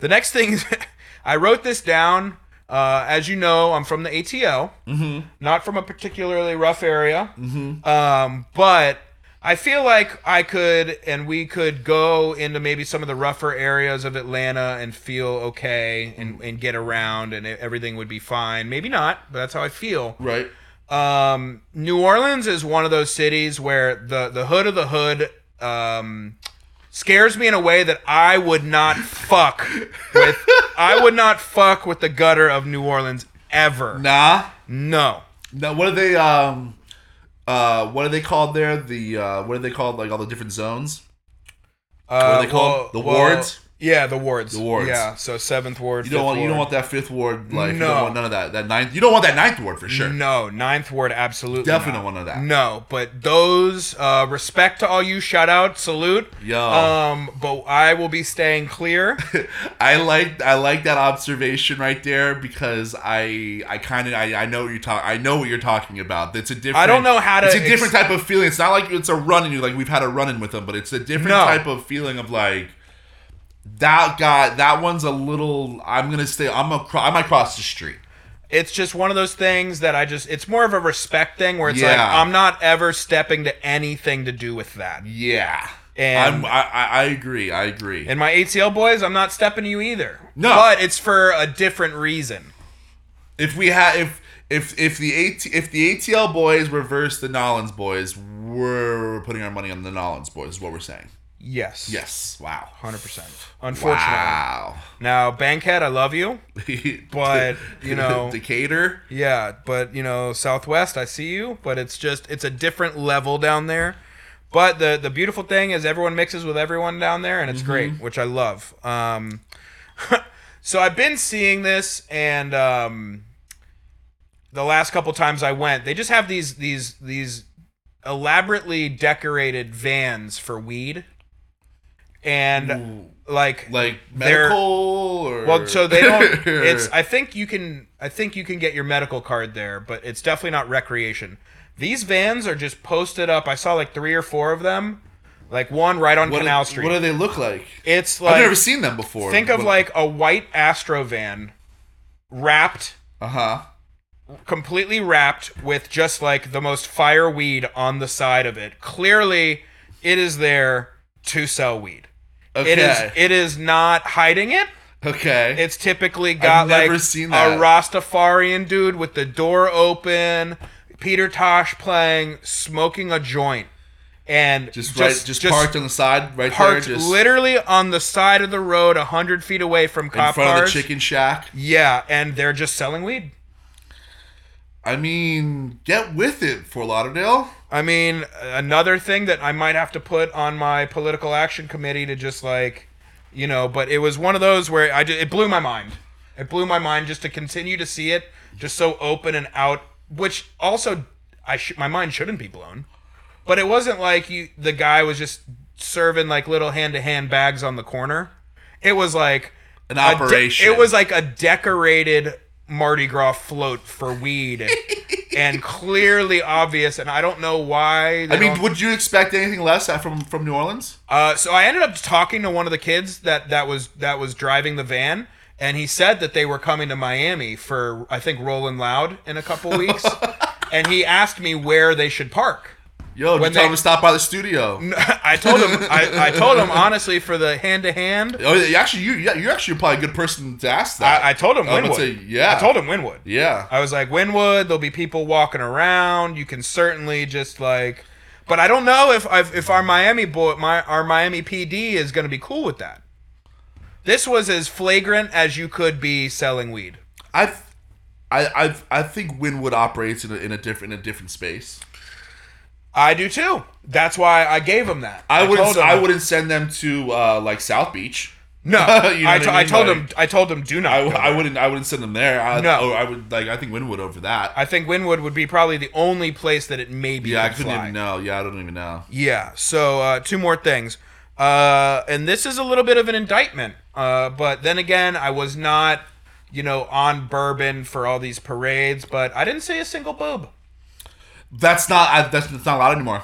the next thing is, [laughs] I wrote this down. Uh, as you know, I'm from the ATL, mm-hmm. not from a particularly rough area, mm-hmm. um, but I feel like I could and we could go into maybe some of the rougher areas of Atlanta and feel okay and, and get around and everything would be fine. Maybe not, but that's how I feel. Right. Um, New Orleans is one of those cities where the the hood of the hood um, scares me in a way that I would not fuck with. [laughs] I would not fuck with the gutter of New Orleans ever. No. Nah. Now what are they um uh what are they called there? The uh what are they called like all the different zones? Uh, are they called? well- The well, wards? Yeah, the wards. The wards. Yeah. So seventh ward. You don't fifth want you don't want ward. that fifth ward like you don't No. want none of that. That ninth you don't want that ninth ward for sure. No, ninth ward, absolutely. Definitely not. don't wanna do that. No, but those uh, respect to all you. Shout out, salute. Yo. Um, but I will be staying clear. I like I like that observation right there because I I kind of I, I know what you're talking I know what you're talking about. It's a different I don't know how to It's a different ex- type of feeling. It's not like it's a run in you like we've had a run in with them, but it's a different No. type of feeling of like that guy that one's a little I'm gonna stay I'm a I might cross the street. it's just one of those things that I just it's more of a respect thing where it's like Yeah. I'm not ever stepping to anything to do with that. Yeah, And- I'm, I I I agree I agree. And my ATL boys, I'm not stepping to you either. No. But it's for a different reason. if we had if if if the AT, if the ATL boys reverse the Nolans boys, we're putting our money on the Nolans boys. Is what we're saying. Yes. Yes. Wow. 100%. Unfortunately. Wow. Now, Bankhead, I love you, [laughs] but you know, Decatur. yeah, but you know, Southwest, I see you, but it's just it's a different level down there. But the the beautiful thing is everyone mixes with everyone down there, and it's great, which I love. Um, [laughs] so I've been seeing this, and um, the last couple times I went, they just have these these these elaborately decorated vans for weed, and like Like They're- medical or well, so [laughs] they don't. It's. I think you can. I think you can get your medical card there, but it's definitely not recreation. These vans are just posted up. I saw like three or four of them, like one right on what, Canal do- Street. What do they look like? it's I've like never seen them before. think of like a white Astro van, wrapped uh huh. completely wrapped with just like the most fire weed on the side of it. Clearly, it is there to sell weed. Okay. It is. It is not hiding it. okay. It's typically got never like seen a that. Rastafarian dude with the door open, Peter Tosh playing, smoking a joint, and just, right. Just, parked on the side, right parked there, just literally on the side of the road, a hundred feet away from cop in front cars. of the chicken shack. Yeah, and they're just selling weed. I mean, get with it, Fort Lauderdale. I mean, another thing that I might have to put on my political action committee to just like, you know, but it was one of those where I ju- it blew my mind. It blew my mind just to continue to see it just so open and out, which also I sh- my mind shouldn't be blown. But it wasn't like you the guy was just serving like little hand-to-hand bags on the corner. It was like An a de- operation. it was like a decorated Mardi Gras float for [laughs] weed, and clearly obvious. And I don't know why. they I mean, don't- would you expect anything less uh, from from New Orleans? uh, so I ended up talking to one of the kids that that was that was driving the van, and he said that they were coming to Miami for I think Rolling Loud in a couple [laughs] weeks, and he asked me where they should park. [laughs] Yo, did you When tell they- him to stop by the studio. I told him I, I told him honestly for the hand to hand. Oh, yeah, actually, you yeah, you're actually probably a good person to ask that. I I told him I would Winwood. say, yeah. I told him Winwood. yeah. I was like, Winwood, there'll be people walking around. You can certainly just like, but I don't know if I've, if our Miami boy, my our Miami PD is going to be cool with that. This was as flagrant as you could be selling weed. I, I, I, I think Winwood operates in a, in a different in a different space. I do too. That's why I gave him that. I, told wouldn't. him- I [laughs] wouldn't send them to uh, like South Beach. No, You know I, what to- I I mean? told Like- him. I told him do not. I, go w- there. I wouldn't. I wouldn't send them there. I, No. or I would like. I think Winwood over that. I think Winwood would be probably the only place that it may be. yeah, I could couldn't fly. even know. Yeah, I don't even know. Yeah. So uh, two more things, uh, and this is a little bit of an indictment. Uh, but then again, I was not, you know, on bourbon for all these parades. But I didn't see a single boob That's not. I, that's, that's not allowed anymore.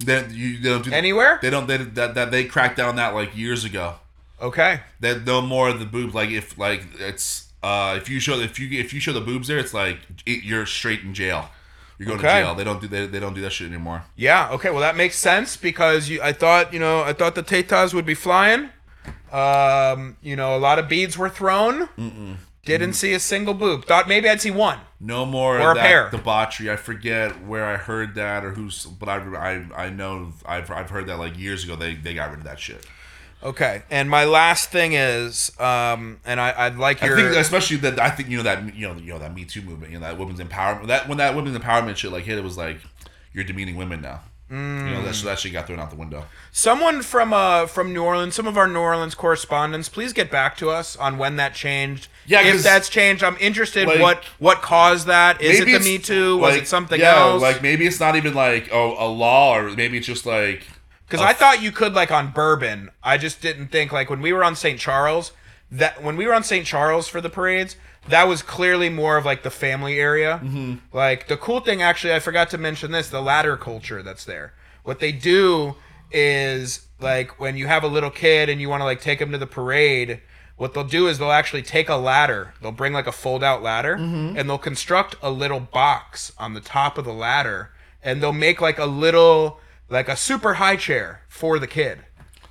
They, you, they don't do anywhere. They don't. They, that, that they cracked down on that like years ago. Okay. That no more of the boobs. Like if like it's uh if you show if you if you show the boobs there, it's like it, you're straight in jail. You're going Okay. to jail. They don't do they, they don't do that shit anymore. Yeah. Okay. Well, that makes sense because you, I thought, you know, I thought the tetas would be flying. Um, you know, a lot of beads were thrown. Didn't see a single boob. Thought maybe I'd see one. No more Or a of that pair. debauchery. I forget where I heard that or who's, but I I, I know I've, I've heard that like years ago. They they got rid of that shit. Okay. And my last thing is, um, and I, I'd like your. I think especially that I think you know that you know you know that Me Too movement, you know that women's empowerment. That when that women's empowerment shit like hit, it was like you're demeaning women now. You know Mm. that, so that shit got thrown out the window. Someone from uh from New Orleans, some of our New Orleans correspondents, please get back to us on when that changed. Yeah, if 'cause, that's changed, I'm interested. like, what what caused that? Is it Maybe the it's, Me Too? Was like, it something yeah, else? Like maybe it's not even like oh, a law, or maybe it's just like Because I thought you could like on bourbon. I just didn't think like when we were on St. Charles that when we were on St. Charles for the parades, that was clearly more of like the family area. Like the cool thing, actually, I forgot to mention this: the ladder culture that's there. What they do is like when you have a little kid and you want to like take them to the parade. What they'll do is they'll actually take a ladder. They'll bring like a fold-out ladder, and they'll construct a little box on the top of the ladder, and they'll make like a little like a super high chair for the kid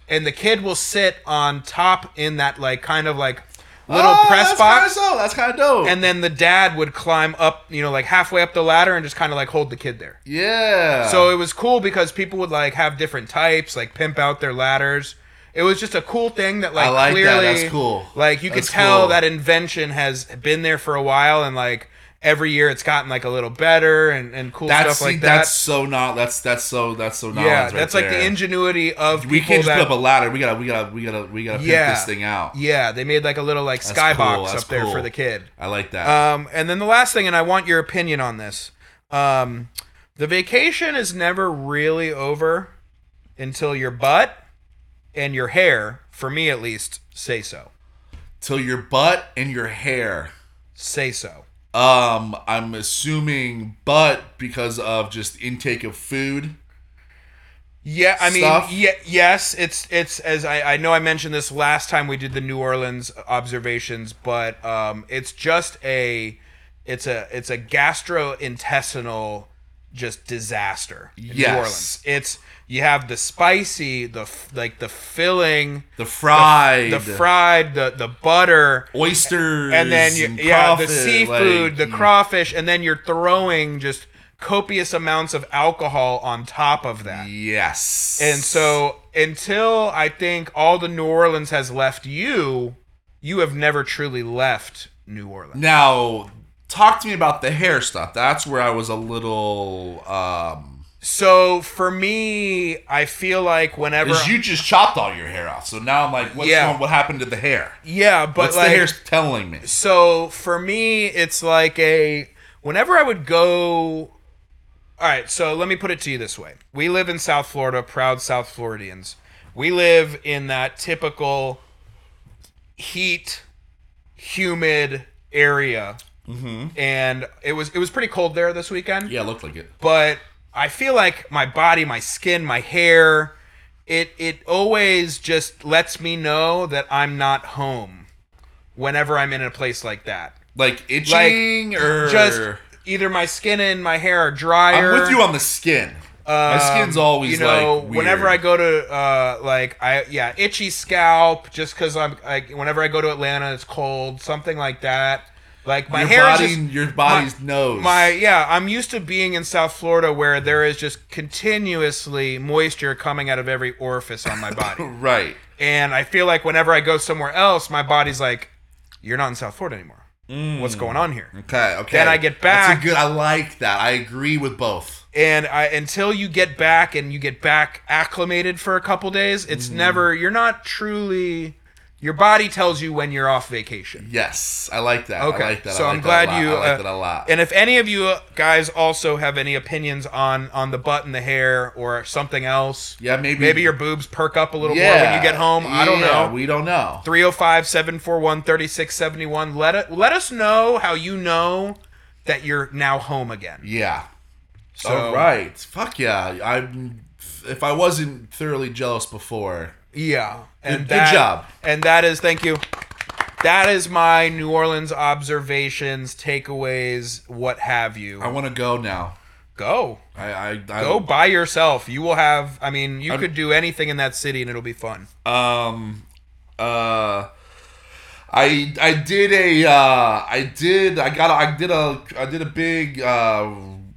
and the kid will sit on top in that like kind of like little oh, press that's Kinda box so that's kind of dope. and then the dad would climb up you know like halfway up the ladder and just kind of like hold the kid there yeah. so it was cool because people would like have different types like pimp out their ladders it was just a cool thing that like, I like that. clearly That's cool. like you could That's tell cool. that invention has been there for a while and like every year it's gotten like a little better and, and cool that's stuff like see, that that's so not that's that's so that's so knowledge yeah right that's like there. the ingenuity of We people can't just that, put up a ladder. We gotta we gotta we gotta we gotta Yeah. pick this thing out. Yeah, they made like a little like That's cool, skybox that's up there for cool. the kid. I like that. Um, and then the last thing, and I want your opinion on this. Um, the vacation is never really over until your butt and your hair, for me at least, say so. Till your butt and your hair. Say so. Um, I'm assuming butt because of just intake of food. Yeah, I mean, Stuff? yeah, yes, it's it's as I, I know I mentioned this last time we did the New Orleans observations, but um, it's just a it's a it's a gastrointestinal just disaster. in Yes. New Orleans. It's you have the spicy, the f- like the filling, The fried, the fried, the the butter, oysters, and then you, yeah, the seafood, the crop. crawfish, and then you're throwing just copious amounts of alcohol on top of that. Yes. And so until I think all the New Orleans has left you, you have never truly left New Orleans. now, talk to me about the hair stuff. That's where I was a little. um So for me, I feel like whenever 'cause you just chopped all your hair off, so now I'm like, what's Yeah. going? What happened to the hair? Yeah, but What's like the hair telling me? so for me it's like a whenever i would go all right so let me put it to you this way we live in south florida proud south floridians we live in that typical heat humid area and it was it was pretty cold there this weekend Yeah, it looked like it. but I feel like my body, my skin, my hair, it it always just lets me know that I'm not home. whenever I'm in a place like that. Like itching or Just either my skin and my hair are drier. um, I'm with you on the skin. My skin's always you know, like weird. whenever I go to uh, like I yeah, itchy scalp just because I'm like whenever I go to Atlanta, it's cold, something like that. Like my your hair is body, just- your body's my- nose. My yeah, I'm used to being in South Florida where there is just continuously moisture coming out of every orifice on my [laughs] [laughs] body, right. and I feel like whenever I go somewhere else, my body's like, "You're not in South Florida anymore. What's going on here?" Okay. Okay. Then I get That's back. a good. I like that. I agree with both. and I, until you get back and you get back acclimated for a couple days, it's never you're not truly your body tells you when you're off vacation. Yes, I like that. Okay, I like that. so I like I'm that glad a lot. you. I like uh, that a lot. And if any of you guys also have any opinions on on the butt and the hair or something else, yeah, maybe maybe your boobs perk up a little yeah, more when you get home. I don't yeah, know. We don't know. 305-741-3671. Let it, let us know how you know that you're now home again. Yeah. So, All right. Fuck yeah. I'm. If I wasn't thoroughly jealous before, Yeah. And good job. And that is thank you. That is my New Orleans observations, takeaways, what have you. I want to go now. Go. I. I, I Go by yourself. You will have I mean, you could do anything in that city and it'll be fun. um uh I I did a uh I did I got a, I did a I did a big uh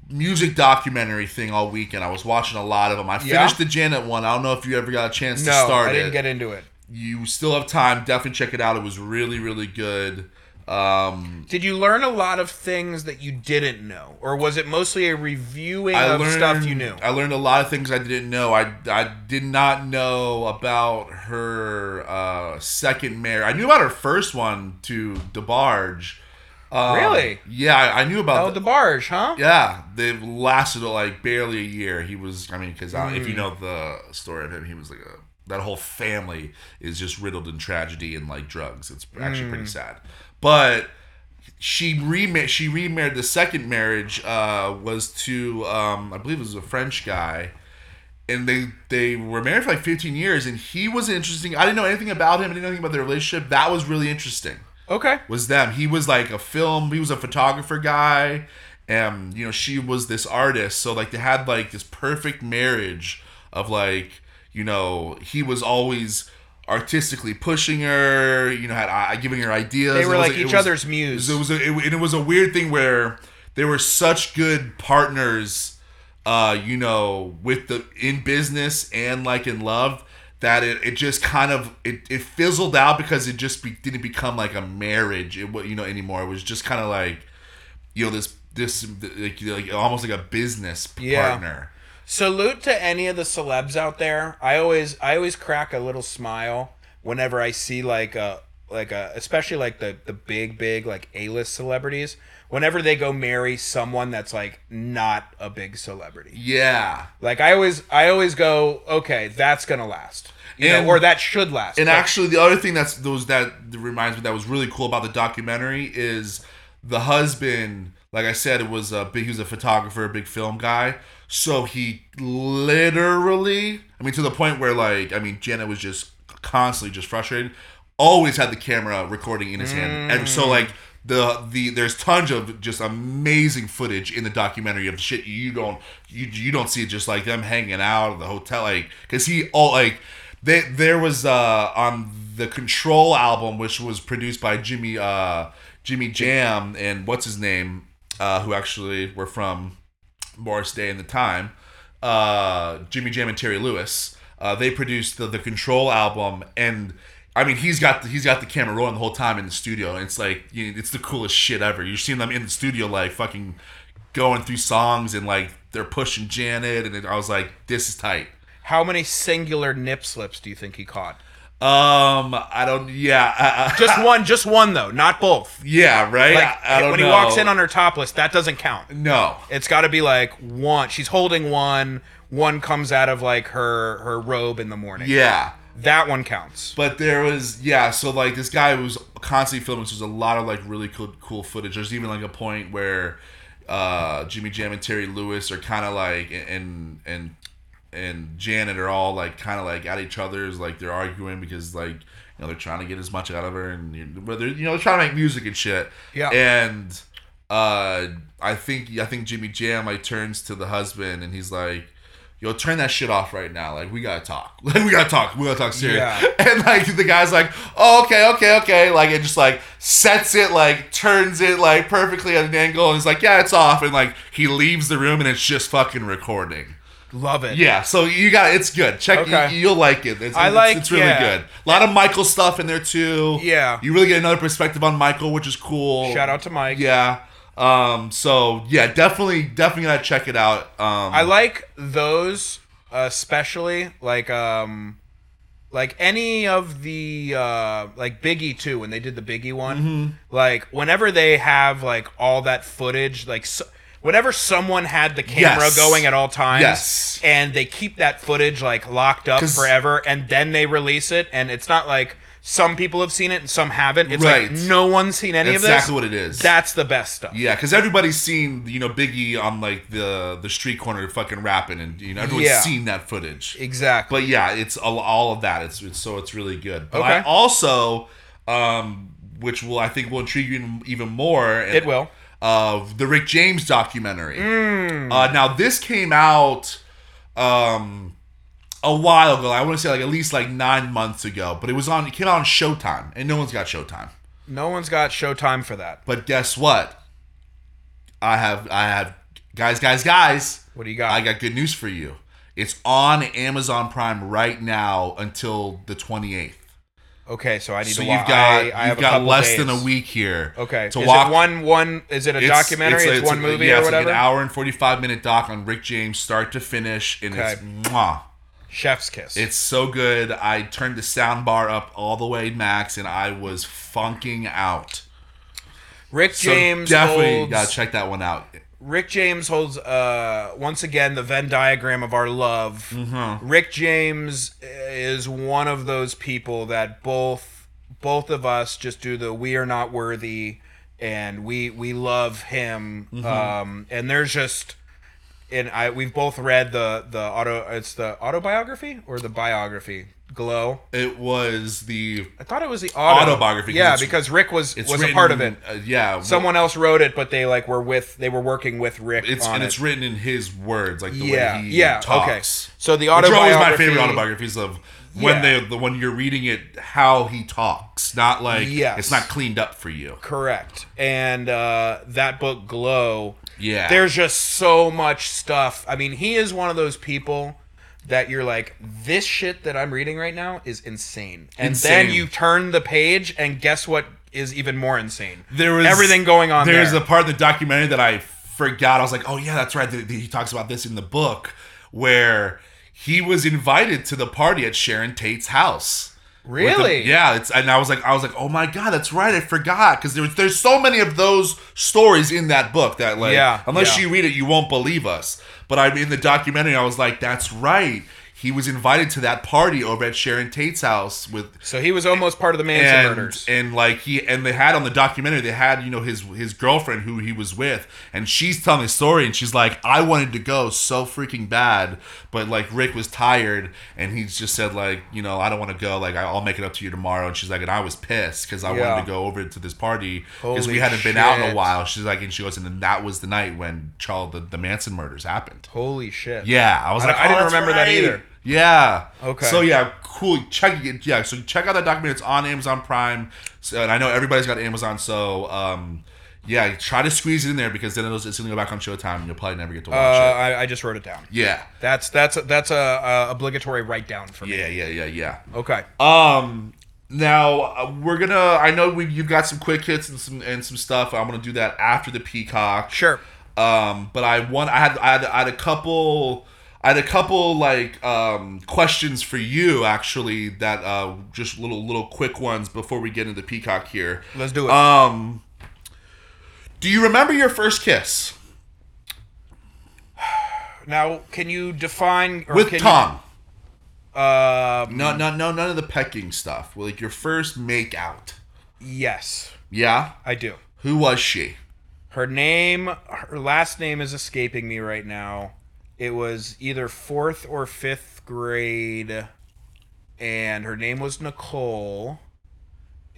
music documentary thing all weekend. I was watching a lot of them. I Yeah? finished the Janet one. I don't know if you ever got a chance No, to start I didn't it. get into it. you still have time. Definitely check it out. It was really really good. Um Did you learn a lot of things that you didn't know? Or was it mostly a reviewing I of learned stuff you knew? I learned a lot of things I didn't know. I I did not know about her uh second marriage. I knew about her first one to DeBarge. Um, Really? Yeah, I, I knew about Oh, that. DeBarge, huh? yeah, they lasted like barely a year. He was, I mean, because if you know the story of him, he was like a that whole family is just riddled in tragedy and like drugs. It's actually pretty sad. But she remar- she remarried. The second marriage uh, was to um, I believe it was a French guy and they they were married for like 15 years and he was interesting i didn't know anything about him i didn't know anything about their relationship that was really interesting Okay. was them he was like a film he was a photographer guy and you know she was this artist so like they had like this perfect marriage of like you know he was always artistically pushing her you know had I giving her ideas They It were was, like it each was- other's it muse. was a, it, and it was a weird thing where they were such good partners, uh, you know, with the in business and like in love that it, it just kind of it, it fizzled out because it just be, didn't become like a marriage it wa- you know anymore it was just kind of like you know this this like, like almost like a business Yeah. partner salute to any of the celebs out there i always i always crack a little smile whenever i see like a like a especially like the the big big like a-list celebrities whenever they go marry someone that's like not a big celebrity yeah like i always i always go okay that's gonna last you And- know, or that should last And Like, actually, the other thing that's those that reminds me that was really cool about the documentary is the husband. Like I said, it was a big. He was a photographer, a big film guy. So he literally, I mean, to the point where like, I mean, Janet was just constantly just frustrated. Always had the camera recording in his hand, and so like the the there's tons of just amazing footage in the documentary of shit you don't you you don't see just like them hanging out at the hotel like because he all like they, there was uh, on the Control album, which was produced by Jimmy uh, Jimmy Jam and what's his name, uh, who actually were from Morris Day and the Time, uh, Jimmy Jam and Terry Lewis. Uh, they produced the, the Control album, and I mean he's got the, he's got the camera rolling the whole time in the studio. And it's like you it's the coolest shit ever. You've seen them in the studio like fucking going through songs and like they're pushing Janet, and it, I was like, this is tight. how many singular nip slips do you think he caught Um, I don't. Yeah, I, I, just one just one though not both yeah, right. like I, I don't when know. he walks in on her topless that doesn't count no, It's got to be like one. She's holding one. One comes out of like her her robe in the morning. yeah, That one counts. but there was yeah. So like this guy was constantly filming. So there's a lot of like really cool, cool footage. There's even like a point where uh Jimmy Jam and Terry Lewis are kind of like and and and Janet are all like kind of like at each other's like they're arguing because like You know, they're trying to get as much out of her, and you- but they're you know they're trying to make music and shit. Yeah. And uh, I think I think Jimmy Jam like turns to the husband and he's like, "Yo, turn that shit off right now. Like we gotta talk. [laughs] Like we gotta talk. We gotta talk serious." Yeah. [laughs] And like the guy's like, "Oh, okay, okay, okay." Like it just like sets it, like turns it like perfectly at an angle, and he's like, "Yeah, it's off." And like he leaves the room, and it's just fucking recording. Love it. Yeah, so you got it's good. Check Okay. you, will like it. It's, I it's- like- it's really yeah. good. A lot of Michael stuff in there too. Yeah. you really get another perspective on Michael, which is cool. Shout out to Mike. Yeah. Um. So yeah, definitely, definitely gotta check it out. Um. I like those especially like um like any of the uh like Biggie too when they did the Biggie one Mm-hmm. like whenever they have like all that footage like so, whenever someone had the camera Yes. going at all times Yes. and they keep that footage like locked up 'Cause- forever and then they release it and it's not like some people have seen it and some haven't it's Right. like no one's seen any that's of this exactly what it is. that's the best stuff yeah, because everybody's seen you know Biggie on like the the street corner fucking rapping, and you know everyone's Yeah. seen that footage. exactly but yeah, it's all, all of that. It's, it's so it's really good. But I Okay. also, um, which will I think will intrigue you even more. and- It will. Of the Rick James documentary. Mm. Uh, now this came out um, a while ago. I want to say like at least like nine months ago, but it was on. It came out on Showtime, and no one's got Showtime. no one's got showtime for that But guess what? I have I have guys, guys, guys. What do you got? I got good news for you. It's on Amazon Prime right now until the 28th. Okay, so I need So to. you've wa- got I, I have you've a got couple less days. than a week here. Okay, to is walk it one one? Is it a it's- documentary? It's, a- one a- movie yeah, or it's like whatever. an hour and 45 minute doc on Rick James, start to finish, and it's Okay. mwah. Chef's kiss. It's so good. I turned the sound bar up all the way max, and I was funking out. Rick So James definitely holds. gotta check that one out. Rick James holds. Uh, once again, the Venn diagram of our love. Mm-hmm. Uh-huh. Rick James is one of those people that both both of us just do the we are not worthy, and we we love him. Mm-hmm. Um, and there's just. And I, we've both read the the auto. It's the autobiography or the biography. Glow. It was the I thought it was the auto. Autobiography, 'cause Yeah, it's- because Rick was it's was a written- part of it. uh, yeah, Someone else wrote it, but they like were with they were working with Rick It's on and it. it's written in his words, like the yeah, way he yeah, talks. okay. So the Which are autobiography. always my favorite autobiographies of when Yeah. they the when you're reading it, how he talks, not like Yes. it's not cleaned up for you. Correct, and uh, that book Glow. Yeah. there's just so much stuff. I mean, he is one of those people that you're like, this shit that I'm reading right now is insane, and Insane. then you turn the page, and guess what is even more insane? There was everything going on. There's there. a part in the documentary that I forgot. I was like, oh yeah, that's right. Th- th- He talks about this in the book where he was invited to the party at Sharon Tate's house. with the- really yeah, it's and I was like, I was like, oh my god, that's right, I forgot because there's there's so many of those stories in that book that like, Yeah, unless yeah. you read it, you won't believe us. But I in the documentary, I was like, that's right, he was invited to that party over at Sharon Tate's house with. So he was almost part of the Manson And, murders. and like he and they had on the documentary they had you know his his girlfriend who he was with and she's telling his story and she's like I wanted to go so freaking bad but like Rick was tired and he just said like you know I don't want to go like I- I'll make it up to you tomorrow and she's like and I was pissed because I Yeah. wanted to go over to this party because we Holy hadn't been out in a shit. while she's like and she goes and then that was the night when Charles the, the Manson murders happened Holy shit. yeah, I was I- like, I "Oh, didn't that's remember that right." either. Yeah. Okay. So yeah, cool. Check it. Yeah, so check out that documentary. It's on Amazon Prime, so, and I know everybody's got Amazon. So um, yeah, try to squeeze it in there because then it'll, it's gonna go back on Showtime, and you'll probably never get to watch Uh, it. I, I just wrote it down. Yeah. That's that's a, that's a, a obligatory write down for me. Yeah. Yeah. Yeah. Yeah. Okay. Um. Now uh, we're gonna. I know we you've got some quick hits and some and some stuff. I'm gonna do that after the Peacock. Sure. Um, but I want I had I had, I had a couple I had a couple like um, questions for you actually that uh, just little little quick ones before we get into Peacock here. Let's do it. Um, do you remember your first kiss now, can you define or with can Tom? You, um, No, no, no, none of the pecking stuff. Like your first make out. yes, Yeah. I do. Who was she? Her name, her last name is escaping me right now. It was either fourth or fifth grade, and her name was Nicole.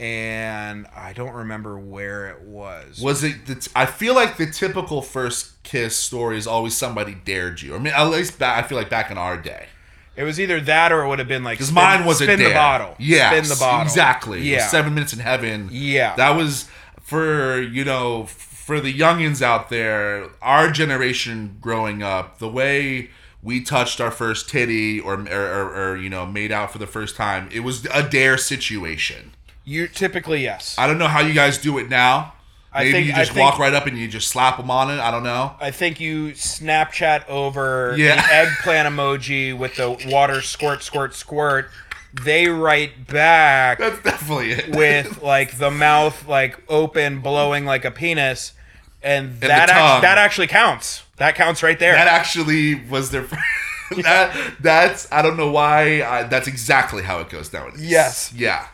and I don't remember where it was. Was it? The t- I feel like the typical first kiss story is always somebody dared you. I mean, at least back, I feel like back in our day, It was either that or it would have been like because spin- mine was spin a dare. the bottle. Yeah, spin the bottle. Exactly. It was Yeah, Seven minutes in heaven. Yeah. That was for you know for the youngins out there, our generation growing up, the way we touched our first titty or or, or, or you know made out for the first time, it was a dare situation. you typically yes. I, I don't know how you guys do it now. I Maybe think- you I just think- walk right up and you just slap them on it. I don't know. think you Snapchat over Yeah. [laughs] the eggplant emoji with the water squirt squirt squirt. They write back That's definitely it. with like the mouth like open, blowing like a penis, and the that tongue. act- that actually counts. That counts right there. that actually was their. [laughs] that that's I don't know why. I, that's exactly how it goes nowadays. Yes. Yeah.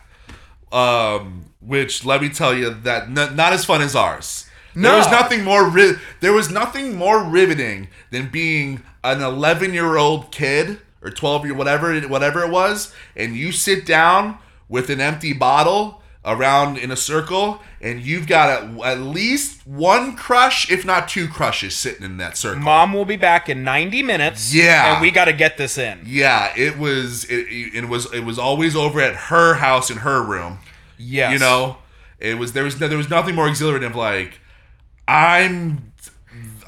Um. Which let me tell you that n- not as fun as ours. No. There was nothing more. Ri- there was nothing more riveting than being an 11 year old kid or 12 year whatever it- whatever it was, and you sit down with an empty bottle around in a circle, and you've got at, at least one crush, if not two crushes, sitting in that circle. Mom will be back in 90 minutes. Yeah. and we got to get this in. Yeah, it was it, it was it was always over at her house in her room. Yes, You know, it was there was no, there was nothing more exhilarating of like I'm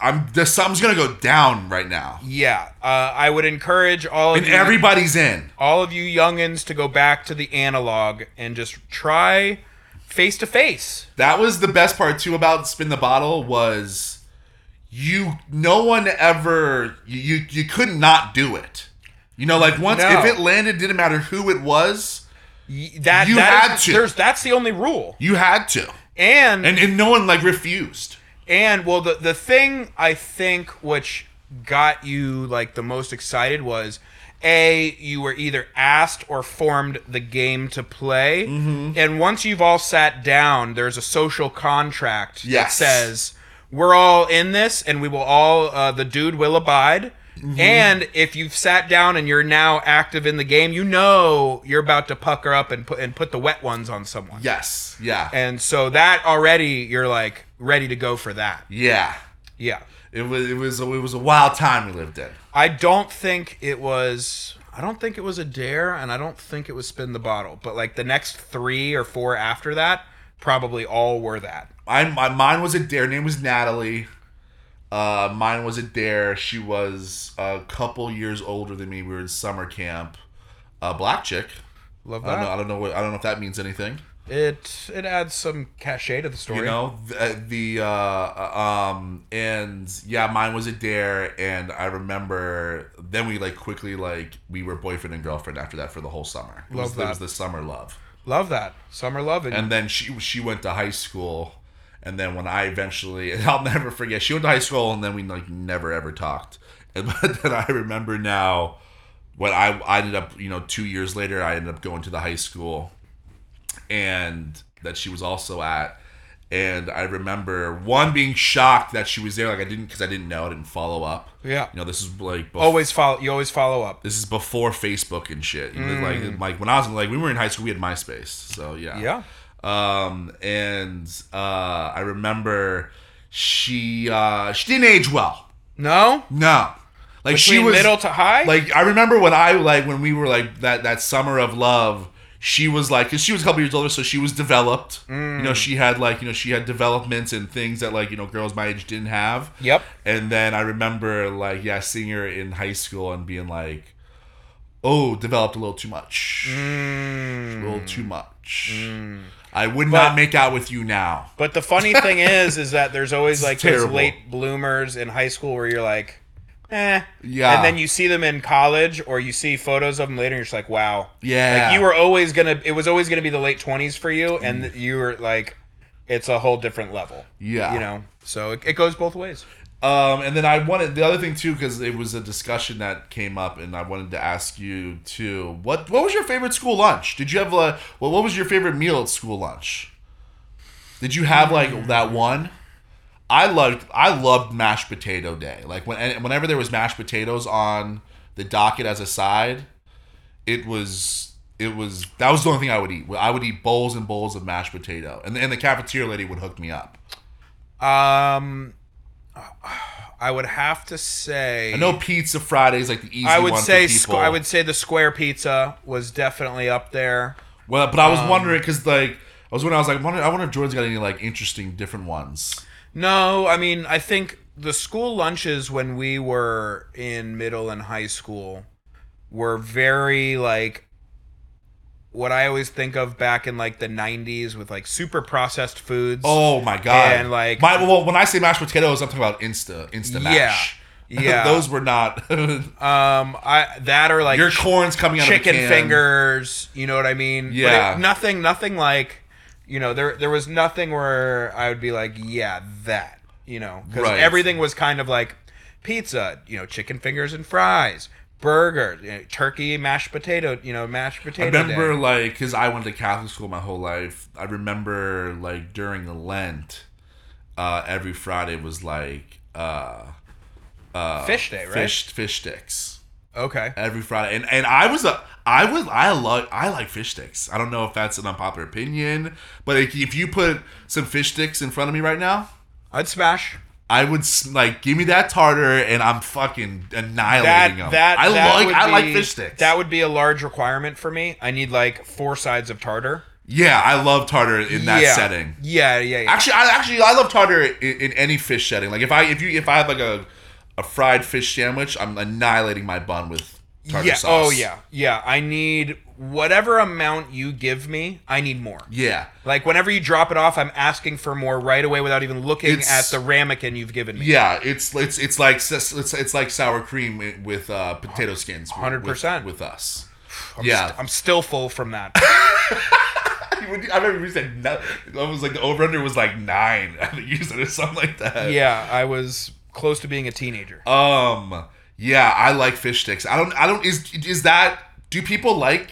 I'm there's something's gonna go down right now, Yeah, uh, I would encourage all of and you, everybody's in. all of you youngins to go back to the analog and just try face to face. That was the best part too about spin the bottle was you no one ever you you, you could not do it. You know, like once No. if it landed, didn't matter who it was, Y- That You that is- had to. There's that's the only rule. you had to, And and and no one like refused. And well, the the thing I think which got you like the most excited was a you were either asked or formed the game to play, Mm-hmm. and once you've all sat down, there's a social contract Yes. that says we're all in this, and we will all uh, the dude will abide. Mm-hmm. And if you've sat down and you're now active in the game, you know you're about to pucker up and put and put the wet ones on someone. Yes, yeah, And so that already you're like ready to go for that. yeah. Yeah. It was it was it was a wild time we lived in. I don't think it was I don't think it was a dare and I don't think it was spin the bottle, but like the next 3 or 4 after that probably all were that. I my mine was a dare. Her name was Natalie. Uh, mine was a dare. She was a couple years older than me. We were in summer camp. A black chick. Love I don't know. I that. don't know. What, I don't know if that means anything. It it adds some cachet to the story. You know the, the uh, um and yeah, mine was a dare, and I remember then we like quickly like we were boyfriend and girlfriend after that for the whole summer. It was, Love It was that. the summer love. Love that. Summer love and and then she she went to high school and then when i eventually [laughs] and i'll never forget she went to high school and then we like never ever talked [laughs] and but then i remember now when i i ended up you know two years later i ended up going to the high school and that she was also at and i remember one being shocked that she was there like i didn't because i didn't know i didn't follow up Yeah. Oh, you know this is like before, always follow you always follow up. this is before facebook and shit You know, like like when i was like we were in high school we had myspace so yeah Yeah. um, and uh, I remember she uh, she didn't age well. No? No, like she Between was middle to high? like I remember when I like when we were like that that summer of love. She was like, cause she was a couple years older, so she was developed. You know, she had like, you know, she had developments and things that like, you know, girls my age didn't have. Yep. And then I remember like, yeah, seeing her in high school and being like, oh, developed a little too much, Mm. a little too much. I would But- not make out with you now. But [laughs] the funny thing is, is that there's always like those terrible. late bloomers in high school where you're like, eh. Yeah. And then you see them in college or you see photos of them later and you're just like, wow. Yeah. Like you were always going to, it was always going to be the late 20s for you. And you were like, it's a whole different level. Mm. Yeah. You know? So it, it goes both ways. Um, and then I wanted the other thing too because it was a discussion that came up, and I wanted to ask you too. What what was your favorite school lunch? Did you have a well, what was your favorite meal at school lunch? Did you have like that one? I loved I loved mashed potato day. Like when and whenever there was mashed potatoes on the docket as a side, it was it was that was the only thing I would eat. I would eat bowls and bowls of mashed potato, and and the cafeteria lady would hook me up. Um, I would have to say. I know Pizza Fridays like the easy I would one say for squ- people. I would say the square pizza was definitely up there. Well, but I um, was wondering because like I was when I was like, wondering, I wonder if Jordan's got any like interesting different ones. No, I mean I think the school lunches when we were in middle and high school were very like what I always think of back in like the 90s with like super processed foods. Oh my god! And, like- my well, when I say mashed potatoes, I'm talking about Insta Insta mash. [laughs] Yeah. Yeah. those were not [laughs] Um I that or like your ch- corns coming out chicken of a can. fingers. You know what I mean? But it- Yeah. nothing, nothing like, you know, there there was nothing where I would be like, yeah, that. You know, because Right. everything was kind of like pizza. You know, chicken fingers and fries, burger, you know, turkey, mashed potato. You know, mashed I potato. remember day. like because I went to Catholic school my whole life. I remember like during Lent, uh, every Friday was like uh, fish day, right? fish fish sticks. Okay. every Friday. And and I was a I was I like I like fish sticks. I don't know if that's an unpopular opinion, but like, if you put some fish sticks in front of me right now, I'd smash. I would s- like give me that tartar and I'm fucking annihilating That them. that I that like would I like be- fish sticks. That would be a large requirement for me. I need like four sides of tartar yeah, I love tartar in that Yeah. setting. Yeah, yeah, yeah. Actually, I actually I love tartar in, in any fish setting. Like if I if you if I have like a a fried fish sandwich, I'm annihilating my bun with tartar yeah. sauce. Oh yeah. Yeah. I need whatever amount you give me, I need more. Yeah. Like whenever you drop it off, I'm asking for more right away without even looking It's- at the ramekin you've given me. Yeah, it's it's it's like it's, it's like sour cream with uh, potato skins. with- with, 100%. with us. yeah, I'm still full from that. [laughs] I remember you said no, it was like the over under was like nine. [laughs] I think you said or something like that. yeah, I was close to being a teenager. Um. Yeah, I like fish sticks. I don't. I don't. Is is that? Do people like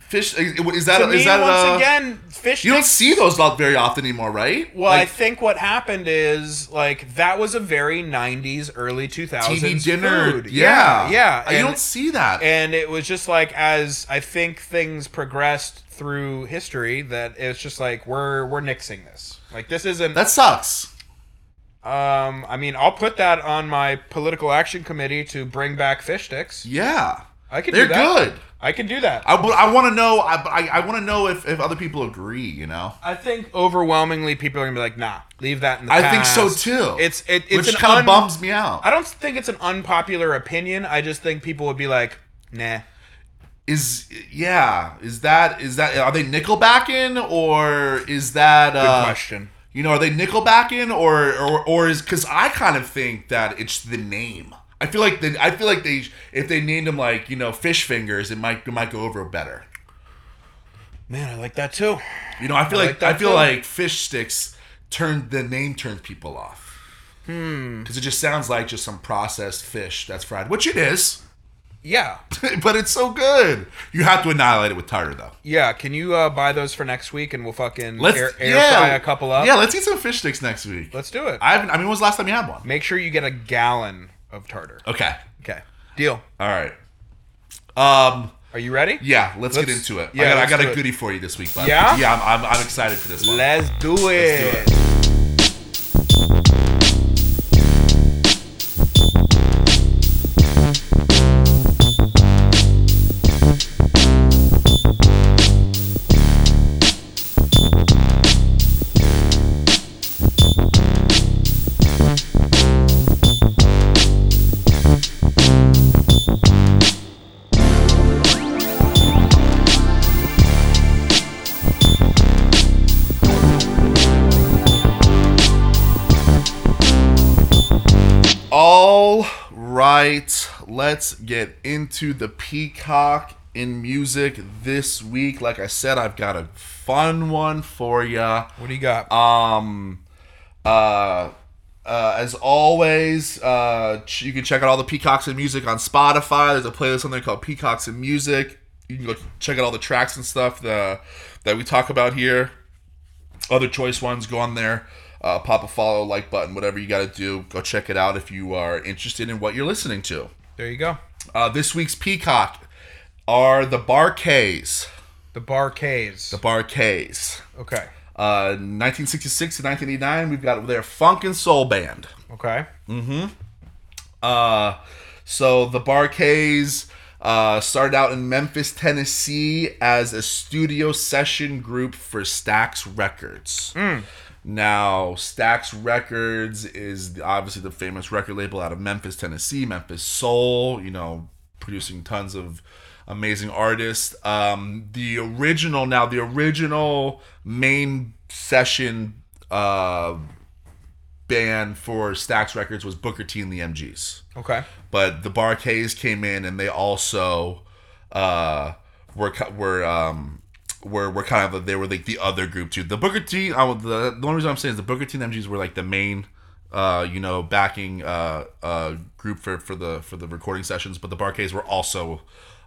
fish? Is, is that? to is me, that? once uh, again, fish. you don't sticks- see those not very often anymore, right? Well, I like, think what happened is like that was a very '90s, early 2000s TV dinner. food. Yeah, Uh, yeah. you and- don't see that. and it was just like as I think things progressed through history that it's just like we're we're nixing this. Like this isn't. that sucks. um, I mean, I'll put that on my political action committee to bring back fish sticks. Yeah, I can. they're do that. good. I can do that. I, I, but I want to know. I, I, I want to know if, if other people agree. You know, think overwhelmingly people are gonna be like, nah, leave that in the. I think so past. too. It's it, it's which an kind of un- bums me out. I don't think it's an unpopular opinion. I just think people would be like, nah. Is yeah? Is that is that are they Nickelbacking or is that Good uh, question. You know, are they Nickelbacking or or or is because I kind of think that it's the name. I feel like they, I feel like they if they named him like you know fish fingers, it might it might go over better. Man, I like that too. You know, I feel I like, like that I feel too. like fish sticks turned the name turned people off. Hmm. Because it just sounds like just some processed fish that's fried, which it is, [laughs] Yeah, but it's so good. You have to annihilate it with tartar though. yeah. Can you uh, buy those for next week and we'll fucking Let's air, air yeah, fry a couple up? Yeah, let's eat some fish sticks next week. Let's do it. I haven't. I mean, when was the last time you had one? Make sure you get a gallon of tartar. Okay. Okay. Deal. All right. Um. Are you ready? Yeah. Let's, get Let's- into it. I yeah, got, I let's got do a it. goodie for you this week, bud. Yeah? Yeah. I'm, I'm, I'm excited for this one. Let's do it. Let's do All right, let's get into the peacock in music this week. Like I said, I've got a fun one for ya. What do you got? Um, uh, uh, as always, uh, ch- you can check out all the Peacocks and Music on Spotify. There's a playlist on there called Peacocks and Music. You can go check out all the tracks and stuff the, that we talk about here. Other choice ones, go on there, uh, pop a follow, like button, whatever you got to do. Go check it out if you are interested in what you're listening to. there you go. Uh, this week's Peacock are the Barquets. The Barques. The Barques. okay. Uh, 1966 to 1989, we've got their funk and soul band. Okay. Uh, so the Barques uh, started out in Memphis, Tennessee, as a studio session group for Stax Records. Now, Stax Records is obviously the famous record label out of Memphis, Tennessee, Memphis Soul, you know, producing tons of amazing artists. Um, the original, now, the original main session uh, band for Stax Records was Booker T and the MGs Okay. but the Barques came in and they also uh, were ki- were um, were were kind of they were like the other group too. The Booker T. I, would- the, the only reason I'm saying is the Booker T. and MGs were like the main. Uh, you know, backing uh, uh, group for, for the for the recording sessions, but the Barques were also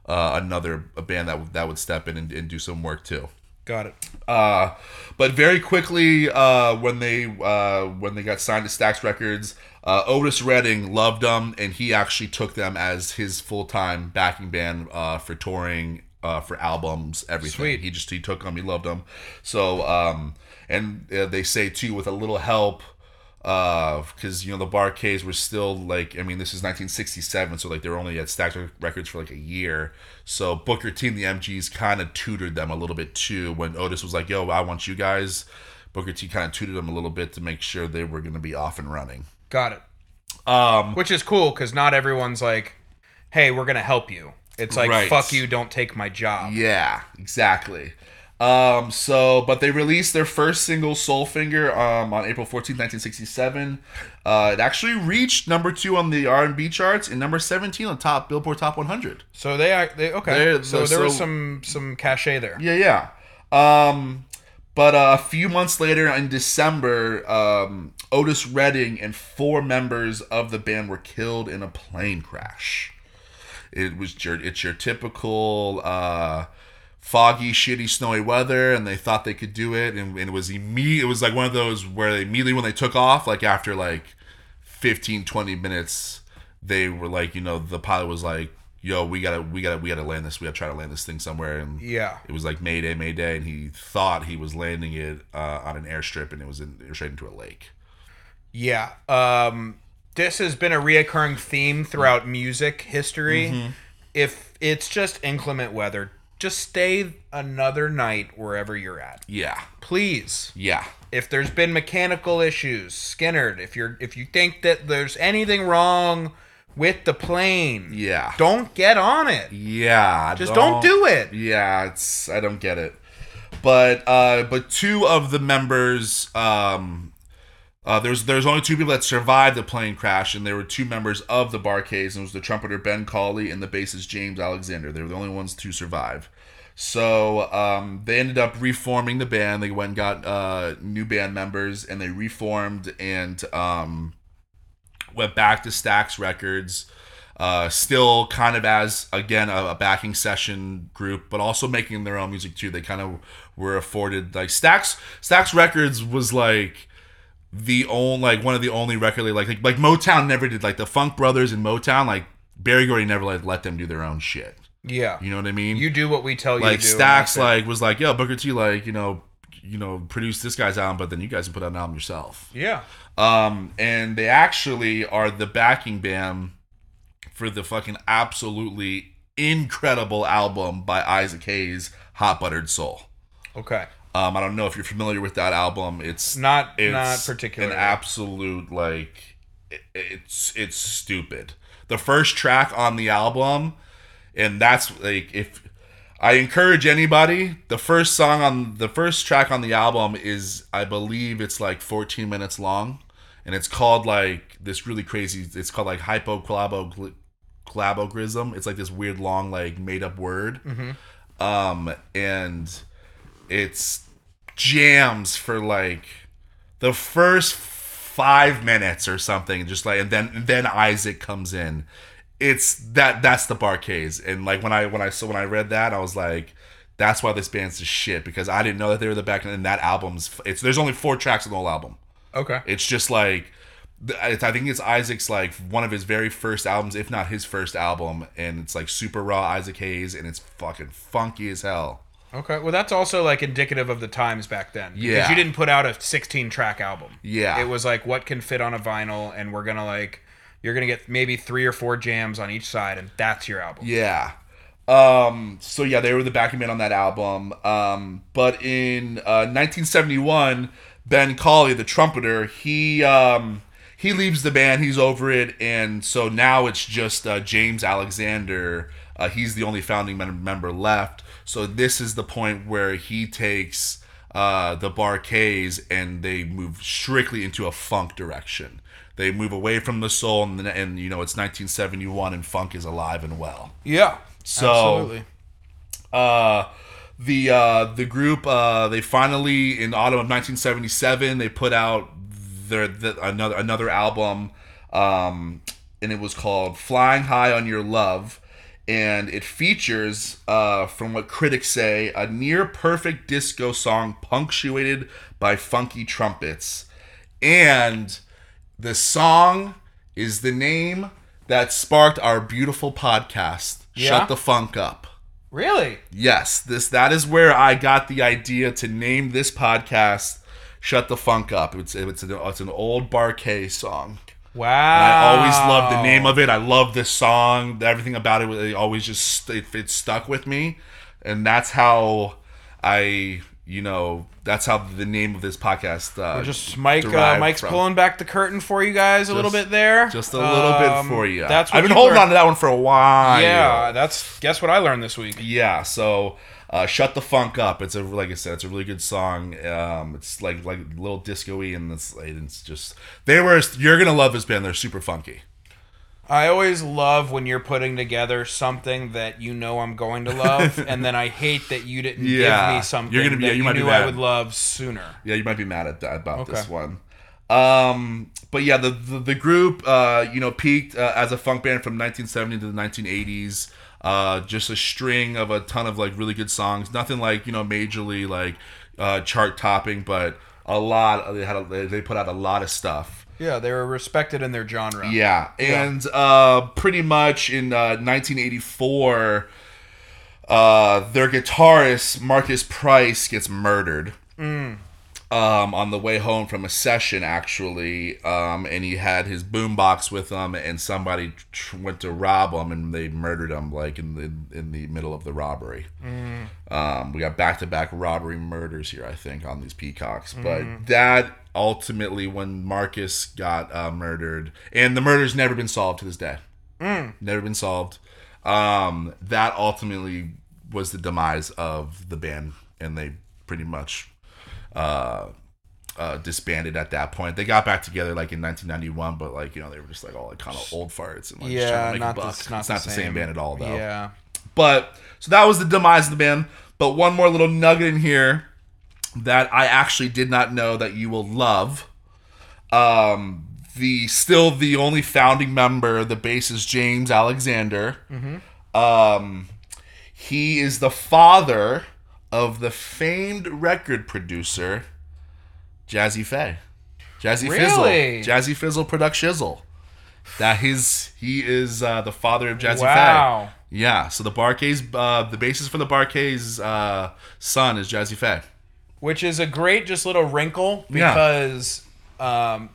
uh, another a band that would- that would step in and, and do some work too. Got it. Uh, but very quickly, uh, when they uh, when they got signed to Stax Records, uh, Otis Redding loved them, and he actually took them as his full time backing band uh, for touring, uh, for albums, everything. Sweet. He just he took them, he loved them. So um, and uh, they say too, with a little help. Because you know the Barques were still like I mean this is 1967 so like they were only at Stax Records for like a year so Booker T and the MGs kind of tutored them a little bit too when Otis was like yo I want you guys Booker T kind of tutored them a little bit to make sure they were going to be off and running Got it. um Which is cool because not everyone's like, "Hey, we're gonna help you." It's like, Right. "Fuck you, don't take my job." Yeah, exactly. Um, so, but they released their first single, Soulfinger, um, on April 14, 1967. Uh, it actually reached number two on the R&B charts and number 17 on top Billboard Top 100. So they are they okay. They're- so there so- was some some cachet there. Yeah, yeah. Um, but uh, a few months later, in December, um, Otis Redding and four members of the band were killed in a plane crash. It was your, it's your typical uh, foggy, shitty, snowy weather, and they thought they could do it, and, and it was immediate. It was like one of those where they immediately when they took off, like after like 15 20 minutes they were like you know the pilot was like yo we gotta we gotta we gotta land this we gotta try to land this thing somewhere and Yeah. it was like mayday mayday and he thought he was landing it uh, on an airstrip and it was in, straight into a lake Yeah. Um, this has been a reoccurring theme throughout music history. Mm-hmm. If it's just inclement weather, just stay another night wherever you're at. yeah Please. yeah If there's been mechanical issues, Skinnerd, if you're if you think that there's anything wrong with the plane, yeah don't get on it. yeah Just don't do it. yeah it's i don't get it but uh but two of the members um uh, there's there's only two people that survived the plane crash, and there were two members of the Barques, and it was the trumpeter Ben Colley and the bassist James Alexander. They were the only ones to survive. So um, they ended up reforming the band. They went and got uh, new band members, and they reformed and um, went back to Stax Records, uh, still kind of as again a, a backing session group, but also making their own music too. They kind of were afforded like Stax Stax Records was like the only like one of the only record label- like, like like Motown never did like the Funk Brothers and Motown like Barry Gordy never like let them do their own shit. Yeah. You know what I mean? You do what we tell you like to do. Stax and that's it. like was like yo Booker T like you know you know produce this guy's album, but then you guys can put out an album yourself. Yeah. Um, and they actually are the backing band for the fucking absolutely incredible album by Isaac Hayes, Hot Buttered Soul. Okay. Um, I don't know if you're familiar with that album. It's Not it's not particularly. an absolute like it- it's it's stupid. The first track on the album, and that's like if I encourage anybody, the first song on the first track on the album is I believe it's like 14 minutes long, and it's called like this really crazy. It's called like hypoclabo glabogrism. It's like this weird long like made up word, Mm-hmm. um, and it's jams for like the first five minutes or something just like and then and then isaac comes in it's that that's the barcades and like when i when i so when i read that i was like that's why this band's the shit because i didn't know that they were the back and that album's it's there's only four tracks on the whole album Okay. it's just like th- it's, I think it's Isaac's like one of his very first albums, if not his first album, and it's like super raw Isaac Hayes, and it's fucking funky as hell. Okay. Well, that's also like indicative of the times back then. because Yeah. you didn't put out a 16 track album. Yeah. It was like what can fit on a vinyl, and we're gonna like you're gonna get maybe three or four jams on each side, and that's your album. Yeah. Um, so yeah, they were the backing band on that album. Um, but in uh, 1971, Ben Colley, the trumpeter, he um, he leaves the band. He's over it, and so now it's just uh, James Alexander. Uh, he's the only founding mem- member left. So this is the point where he takes uh, the Barquets and they move strictly into a funk direction. They move away from the soul, and, and you know it's 1971, and funk is alive and well. Yeah. So uh, the uh, the group uh, they finally in autumn of 1977 they put out their the, another another album, um, and it was called "Flying High on Your Love." And it features, uh, from what critics say, a near perfect disco song punctuated by funky trumpets. And the song is the name that sparked our beautiful podcast, Yeah? Shut the Funk Up. Really? Yes, this that is where I got the idea to name this podcast "Shut the Funk Up." It's it's an, it's an old Barquet song. Wow. I always loved the name of it. I love this song. Everything about it, it always just it, it stuck with me, and that's how I you know that's how the name of this podcast. Uh, Just Mike. Uh, derived Mike's from. pulling back the curtain for you guys a little bit there. just a little Um, bit for you. That's what I've been you holding learned. on to that one for a while. Yeah. That's guess what I learned this week. yeah so uh, shut the funk up it's a like i said it's a really good song um, it's like like a little disco-y and it's, and it's just they were you're gonna love this band they're super funky I always love when you're putting together something that you know I'm going to love, [laughs] and then I hate that you didn't give Yeah. me something You're gonna be- that yeah, you, you might be knew I mad. would love sooner. yeah you might be mad at that about this Okay. one um, but yeah the the, the group uh, you know peaked uh, as a funk band from 1970 to the 1980s uh, just a string of a ton of like really good songs nothing like you know majorly like uh, chart topping but a lot they had a, they- they put out a lot of stuff Yeah, they were respected in their genre. Yeah, and Uh, pretty much in uh, 1984, uh, their guitarist Marcus Price gets murdered um, on the way home from a session, actually, um, and he had his boombox with him, and somebody tr- went to rob him, and they murdered him like in the in the middle of the robbery. Um, we got back to back robbery murders here, I think, on these peacocks. Mm-hmm. But that ultimately, when Marcus got uh, murdered, and the murder's never been solved to this day, Mm. never been solved. Um, that ultimately was the demise of the band, and they pretty much uh, uh, disbanded at that point. They got back together like in 1991, but like you know they were just like all like kind of old farts and like just trying to Yeah, make a not, the, buck. s- not, it's not the same. band at all though. Yeah. But so that was the demise of the band. But one more little nugget in here that I actually did not know that you will love. Um, the still the only founding member, the bassist James Alexander. Mm-hmm. Um, he is the father of the famed record producer Jazzy Faye, Jazzy Really? Fizzle, Jazzy Fizzle, Product Shizzle. That his he is uh, the father of Jazzy Faye. Wow. Yeah, so the Barquet's uh, the basis for the Barquet's uh, son is Jazzy Faye. Which is a great just little wrinkle Yeah. because um,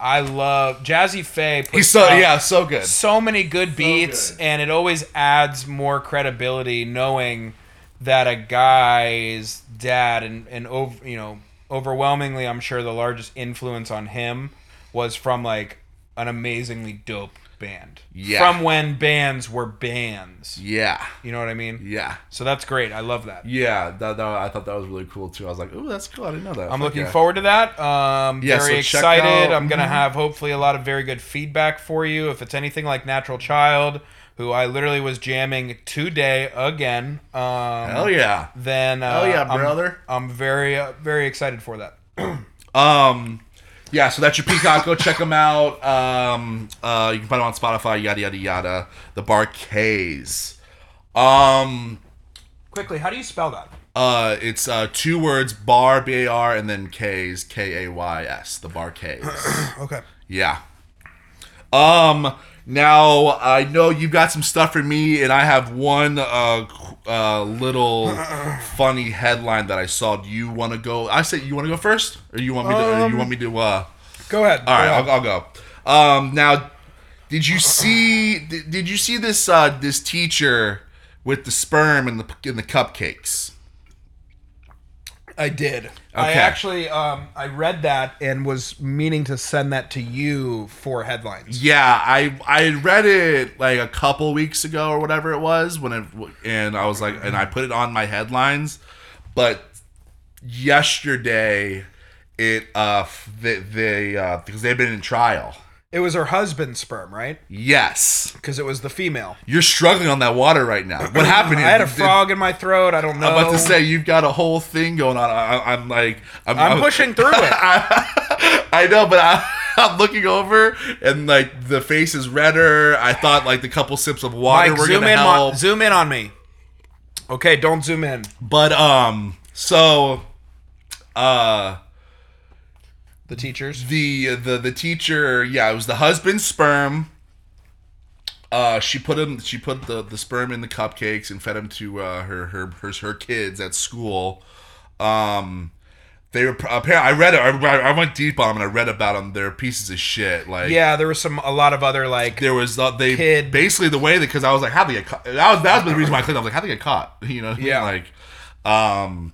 I love Jazzy Faye. puts He's so out yeah, so good. so many good beats, good. and it always adds more credibility knowing that a guy's dad and and over you know overwhelmingly, I'm sure the largest influence on him was from like an amazingly dope band. Yeah. From when bands were bands. Yeah, You know what I mean? yeah, So that's great. I love that. yeah. That, that- I thought that was really cool too. I was like, oh, that's cool. I didn't know that. I'm Fuck looking yeah. forward to that. Um, Yeah, very so check excited. out- I'm gonna have hopefully a lot of very good feedback for you. If it's anything like Natural Child, who I literally was jamming today again, um, Hell yeah. then uh, Hell yeah, I'm- brother. I'm, very uh, very excited for that. Um, yeah, so that's your Peacock. Go check them out. Um, uh, you can find them on Spotify. Yada yada yada. The Barquets. Um, Quickly, how do you spell [clears throat] that? uh, it's uh two words: bar, b a r, and then K's, k a y s. The Barquets. Okay. Yeah. Um. Now I know you've got some stuff for me, and I have one uh, qu- uh, little funny headline that I saw. Do you want to go? I said you want to go first, or you want me to? or you want me to? Uh, Go ahead. all right, I'll, I'll go. Um, now, did you see? Did, did you see this? Uh, this teacher with the sperm and the in the cupcakes. I did. I Okay. actually um, I read that and was meaning to send that to you for headlines. Yeah, I I read it like a couple weeks ago or whatever it was when it and I was like and I put it on my headlines, but yesterday it uh f- they, they uh because they've been in trial. It was her husband's sperm, right? Yes, Because it was the female. you're struggling on that water right now. What happened? I had a frog in my throat. I don't know. I'm about to say you've got a whole thing going on. I, I- I'm like I'm, I'm [laughs] pushing through it. I, I know, but I, [laughs] I'm looking over and like the face is redder. I thought like the couple sips of water Mike, were zoom gonna in, help. on, zoom in on me. Okay, don't zoom in. But um, so uh, The teachers. the the the teacher, yeah, it was the husband's sperm. Uh, she put him. She put the the sperm in the cupcakes and fed him to uh, her her her her kids at school. Um, they were apparently. I read it. I, I went deep on them and I read about them. They're pieces of shit. Like Yeah, there was some a lot of other like There was the, they Kid. basically the way that because I was like how they get caught. That was that was the reason why I clicked. I was like how they get caught. [laughs] You know. what I mean? Yeah. Like, um,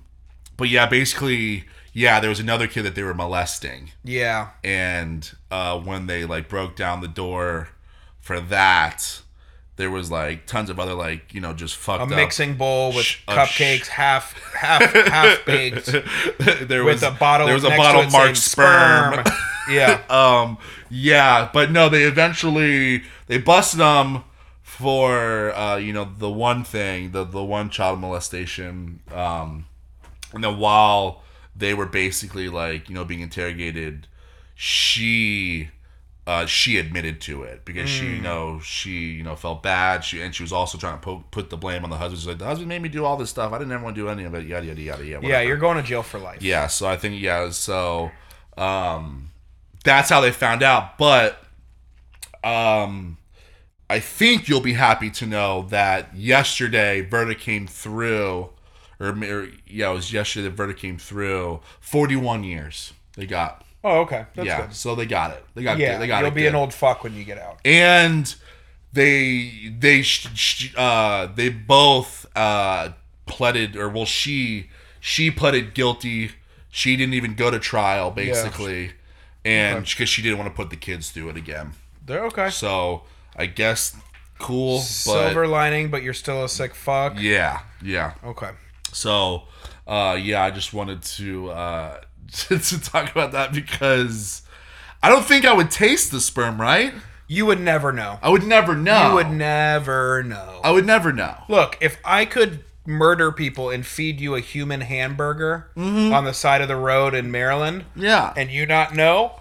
but yeah, basically, yeah, there was another kid that they were molesting, yeah. and uh, when they like broke down the door for that, there was like tons of other like you know just fucked A up mixing bowl with Sh- a sh- cupcakes, half half [laughs] half baked, there with was a bottle. There was a next to bottle it saying marked sperm. [laughs] [laughs] yeah, um yeah but no they eventually they busted them for uh you know the one thing the the one child molestation um and then while they were basically like you know being interrogated she uh she admitted to it because she you know she you know felt bad she and she was also trying to po- put the blame on the husband she's like the husband made me do all this stuff i didn't ever want to do any of it yada yada yada yada yeah. whatever." You're going to jail for life. Yeah, so I think yeah, so um that's how they found out, but um I think you'll be happy to know that yesterday verdict came through or, or yeah, it was yesterday the verdict came through. 41 years they got. Oh, okay. That's yeah, good. so they got it. They got Yeah, they got you'll it be good an old fuck when you get out. and they they sh- sh- uh they both uh pleaded or well she she pleaded guilty she didn't even go to trial basically and because she didn't want to put the kids through it again They're okay. so i guess cool but Silver lining, but you're still a sick [laughs] fuck. yeah yeah Okay. so uh yeah i just wanted to uh [laughs] to talk about that because i don't think i would taste the sperm right You would never know. i would never know You would never know. i would never know Look, if I could murder people and feed you a human hamburger Mm-hmm. on the side of the road in Maryland, yeah and you not know,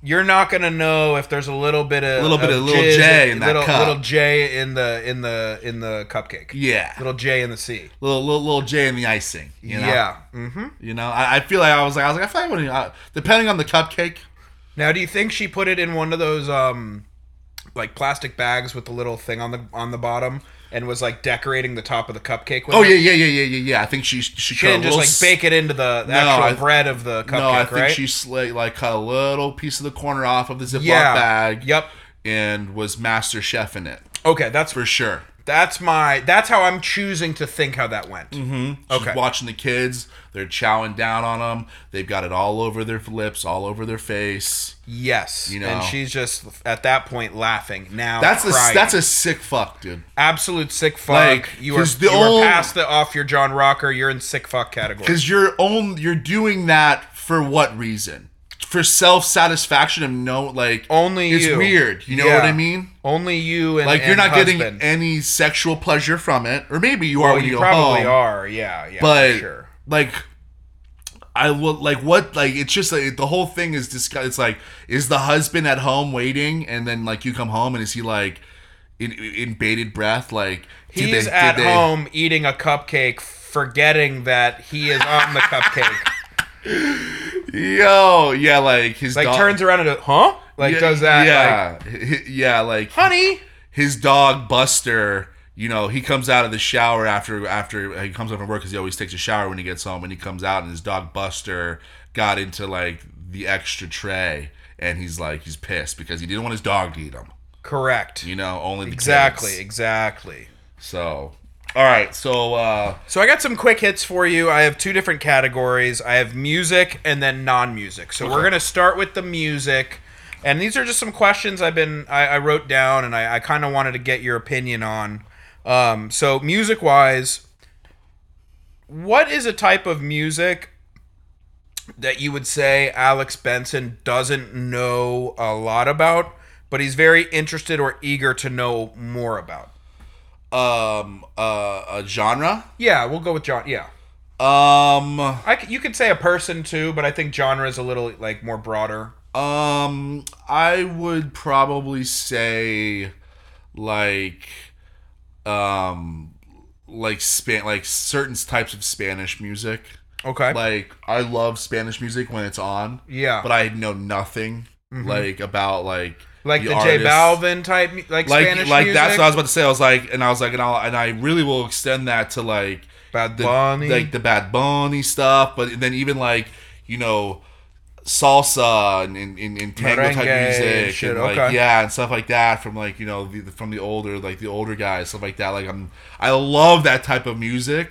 you're not gonna know if there's a little bit of Little bit of little jizz- J in that little, cup. little J in the in the in the cupcake. Yeah, Little J in the C. little little, little J in the icing. You know? Yeah. Mm-hmm. you know. I, I feel like I was like I was like I feel like when you, uh, depending on the cupcake. Now, do you think she put it in one of those um, like plastic bags with the little thing on the on the bottom, and was like decorating the top of the cupcake? With Oh it? yeah, yeah, yeah, yeah, yeah, yeah. I think she she, She cut a didn't just little like s- bake it into the, the actual I- bread of the cupcake, No, I think right? she sla- like cut a little piece of the corner off of the Ziploc yeah. bag. Yep. and was master chef in it Okay, that's for sure. that's my that's how I'm choosing to think how that went. She's Okay. watching the kids. They're chowing down on them. They've got it all over their lips, all over their face. Yes, You know. and she's just at that point laughing. Now That's a crying. that's a sick fuck, dude. absolute sick fuck. Like, you are 'cause the you old- are past the off your John Rocker. You're in sick fuck category. Because you're own you're doing that for what reason? For self satisfaction of no like Only it's you. weird. You know Yeah. what I mean? Only you and Like you're and not getting husband. any sexual pleasure from it, or maybe you are Well, when you, you go probably home. are. Yeah, yeah, but for sure. like. I will like what like it's just like the whole thing is discuss. It's like is the husband at home waiting, and then like you come home, and is he like in, in bated breath? Like did He's they- did at they- home eating a cupcake, forgetting that he is [laughs] on the cupcake. Yo, yeah, like his Like dog- turns around and goes, huh? Like Yeah, does that like Yeah, H- yeah. Like honey? his dog Buster. You know, he comes out of the shower after after he comes home from work because he always takes a shower when he gets home. And he comes out, and his dog Buster got into like the extra tray, and he's like he's pissed because he didn't want his dog to eat him. Correct. You know, only the Exactly, kids. exactly. So, all right. So, uh, So I got some quick hits for you. I have two different categories. I have music and then non-music. So we're gonna start with the music, and these are just some questions I've been I, I wrote down, and I, I kind of wanted to get your opinion on. Um, so music-wise, what is a type of music that you would say Alex Benson doesn't know a lot about, but he's very interested or eager to know more about? um, uh, a genre. Yeah, we'll go with John. Yeah. Um, I c- you could say a person too, but I think genre is a little like more broader. Um, I would probably say like um like span like certain types of Spanish music. Okay. Like I love Spanish music when it's on, yeah. but I know nothing like about like Mm-hmm. like the, J artist. Balvin type, mu- like, Like Spanish like music. that's what I was about to say. I was like and I was like and I and I really will extend that to like Bad the Bunny. like the Bad Bunny stuff, but then even like you know salsa and, and, and, and tango type Merengue music and shit, and like okay. yeah and stuff like that from like you know the, the- from the older like the older guys stuff like that like I'm I love that type of music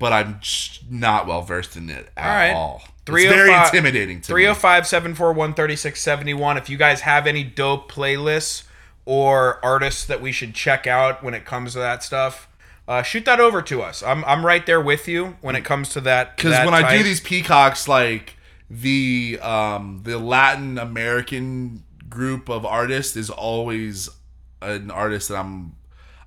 but I'm just not well versed in it at All right. all. It's 305 very intimidating to me. 305 741 3671. If you guys have any dope playlists or artists that we should check out when it comes to that stuff, uh, shoot that over to us. I'm, I'm right there with you when it comes to that. because that when I do type. these peacocks, like the um the Latin American group of artists is always an artist that I'm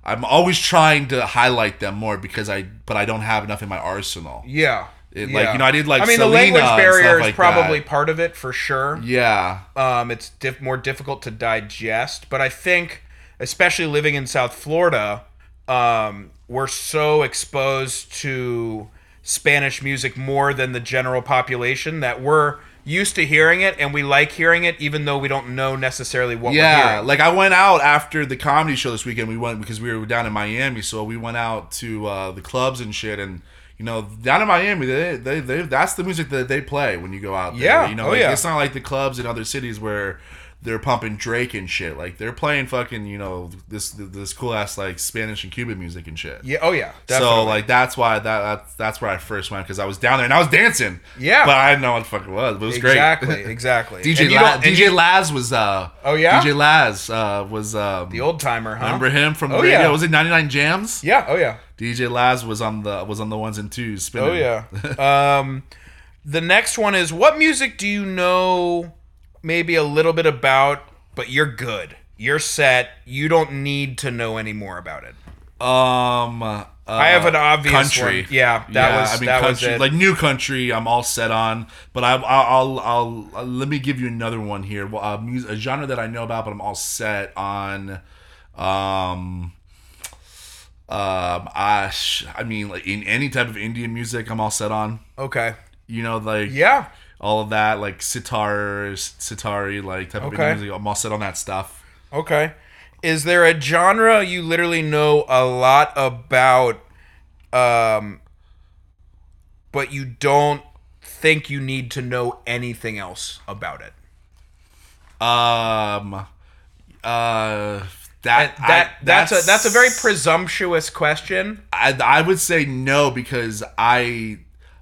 I'm always trying to highlight them more because I but I don't have enough in my arsenal. yeah. It, yeah. like, you know, I did, like, I mean, the Selena language and barrier stuff is like probably that. part of it for sure. Yeah, um, it's diff- more difficult to digest. But I think, especially living in South Florida, um, we're so exposed to Spanish music more than the general population that we're used to hearing it and we like hearing it, even though we don't know necessarily what we're yeah. hearing. Like I went out after the comedy show this weekend. We went because we were down in Miami, so we went out to uh, the clubs and shit. And you know, down in Miami, they, they they that's the music that they play when you go out. There. Yeah. you know, Oh, like, yeah. it's not like the clubs in other cities where they're pumping Drake and shit. Like they're playing fucking you know this this cool ass like Spanish and Cuban music and shit. yeah. Oh yeah. So definitely. like that's why that that's, that's where I first went because I was down there and I was dancing. Yeah. but I didn't know what the fuck it was. But it was great. [laughs] exactly, exactly. DJ And you La- don't- and DJ you- Laz was uh Oh, yeah? DJ Laz uh was um the old timer, huh? remember him from Oh, radio yeah. was it 99 jams Yeah. Oh yeah. DJ Laz was on the was on the ones and twos spinning Oh [laughs] yeah. um, the next one is what music do you know maybe a little bit about, but you're good. You're set. You don't need to know any more about it. um uh, I have an obvious country one. Yeah, that was- that was country, it. like new country I'm all set on but I I'll I'll, I'll, uh, let me give you another one here well, uh, mus a genre that I know about but I'm all set on um um, I, sh- I mean, like in any type of Indian music, I'm all set on. Okay. You know, like Yeah. all of that, like sitar, sitari, like type Okay. of music. I'm all set on that stuff. Okay. Is there a genre you literally know a lot about, um, but you don't think you need to know anything else about it? Um, uh, that That, that's, I, a that's a very presumptuous question. I, I would say no because I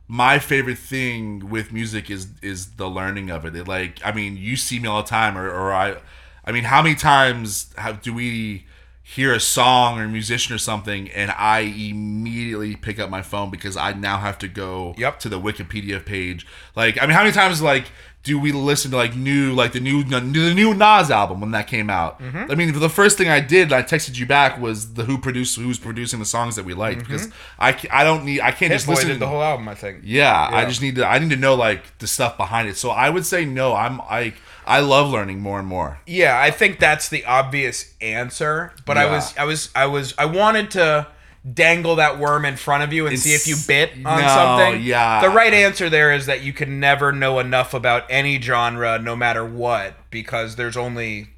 my favorite thing with music is is the learning of it. it like I mean, you see me all the time, or, or I, I mean, how many times have do we hear a song or musician or something, and I immediately pick up my phone because I now have to go Yep. to the Wikipedia page. Like I mean, how many times like. Do we listen to like new, like the new, the new Nas album when that came out? Mm-hmm. I mean, the first thing I did, I texted you back, was the who produced, who's producing the songs that we liked because I, ca- I don't need, I can't just Mm-hmm. Boy listen did the whole album, I think. yeah, I Yeah. just need to. I need to know like the stuff behind it. So I would say no. I'm like I love learning more and more. Yeah, I think that's the obvious answer. But I Yeah. was, I was, I was, I wanted to dangle that worm in front of you and see if you bit on No, something. yeah. The right answer there is that you can never know enough about any genre, no matter what, because there's only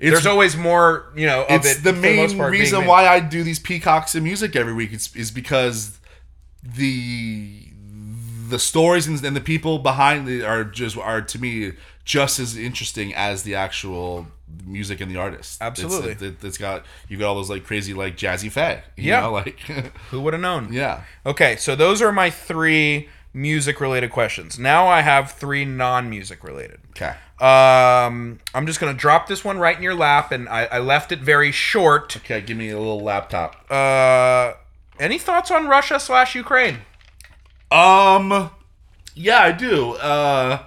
It's- there's always more. You know, of it's it, the for main most part, being reason made. why I do these peacocks and music every week. It's, is because the the stories and, and the people behind it are just are to me just as interesting as the actual music and the artist. Absolutely. it's, it, it's got you've got all those like crazy like jazzy fag. You Yeah. know, like [laughs] Who would have known? yeah. Okay, so those are my three music related questions. Now I have three non music related. Okay. Um, I'm just gonna drop this one right in your lap, and I, I left it very short. Okay, give me a little laptop. Uh, any thoughts on Russia slash Ukraine? Um, yeah, I do. Uh,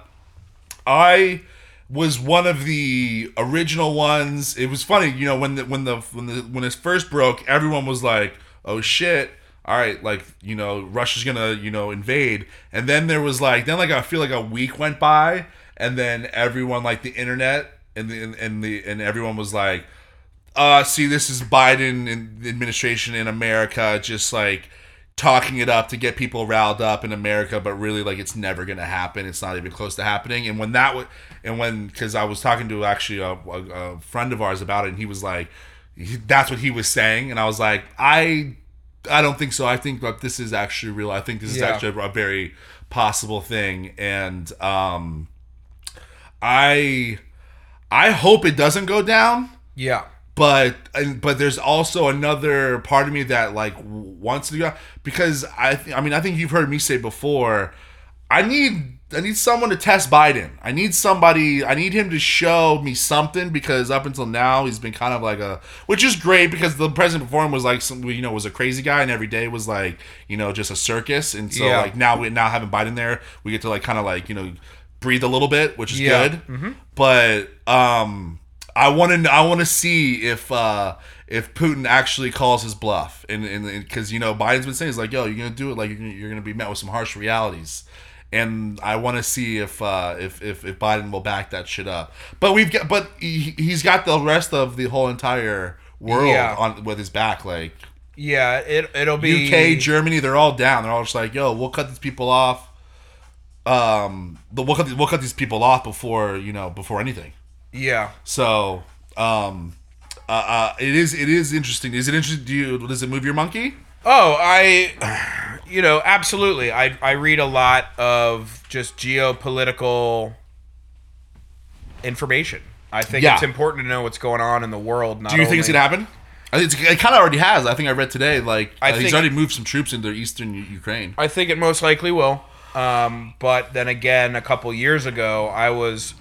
I was one of the original ones. It was funny, you know, when the when the when the when this first broke, everyone was like, "Oh shit." All right, like you know, Russia's gonna you know invade, and then there was like then like I feel like a week went by, and then everyone like the internet and the and the and everyone was like, uh, see, this is Biden and the administration in America just like talking it up to get people riled up in America, but really like it's never gonna happen. It's not even close to happening. And when that was, and when because I was talking to actually a, a, a friend of ours about it, and he was like, he- that's what he was saying, and I was like, I. I don't think so. I think that this is actually real. I think this is Yeah. actually a very possible thing, and um, I I hope it doesn't go down Yeah, but and, but there's also another part of me that like w- wants to go because I th- I mean I think you've heard me say before I need I need someone to test Biden. I need somebody I need him to show me something because up until now he's been kind of like a which is great because the president before him was like some you know was a crazy guy and every day was like you know just a circus and so Yeah. like now we now having Biden there we get to like kind of like you know breathe a little bit which is Yeah. Mm-hmm. good but um I want to I want to see if uh if Putin actually calls his bluff and and because you know Biden's been saying he's like yo you're gonna do it like you're gonna, you're gonna be met with some harsh realities and I want to see if uh if, if if Biden will back that shit up but we've got but he, he's got the rest of the whole entire world Yeah. on with his back like yeah. It it'll be UK Germany they're all down they're all just like yo we'll cut these people off um the, we'll cut we'll cut these people off before you know before anything. Yeah, So, um, uh, uh, it is it is interesting. Is it interesting? Do you does it move your monkey? Oh, I, [sighs] you know, absolutely. I, I read a lot of just geopolitical information. I think Yeah. it's important to know what's going on in the world. Not Do you think it's only- gonna happen? I think it's, it kind of already has. I think I read today like I uh, he's think- already moved some troops into eastern U- Ukraine. I think it most likely will. Um, but then again, a couple years ago, I was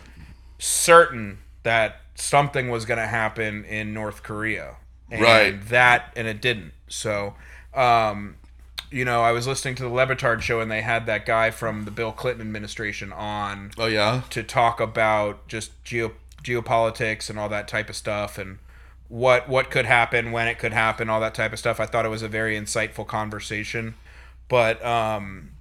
certain that something was going to happen in North Korea. And Right. That, and it didn't. So, um, you know, I was listening to the Levitard show, and they had that guy from the Bill Clinton administration on Oh yeah, to talk about just geo geopolitics and all that type of stuff and what what could happen when it could happen all that type of stuff i thought it was a very insightful conversation but um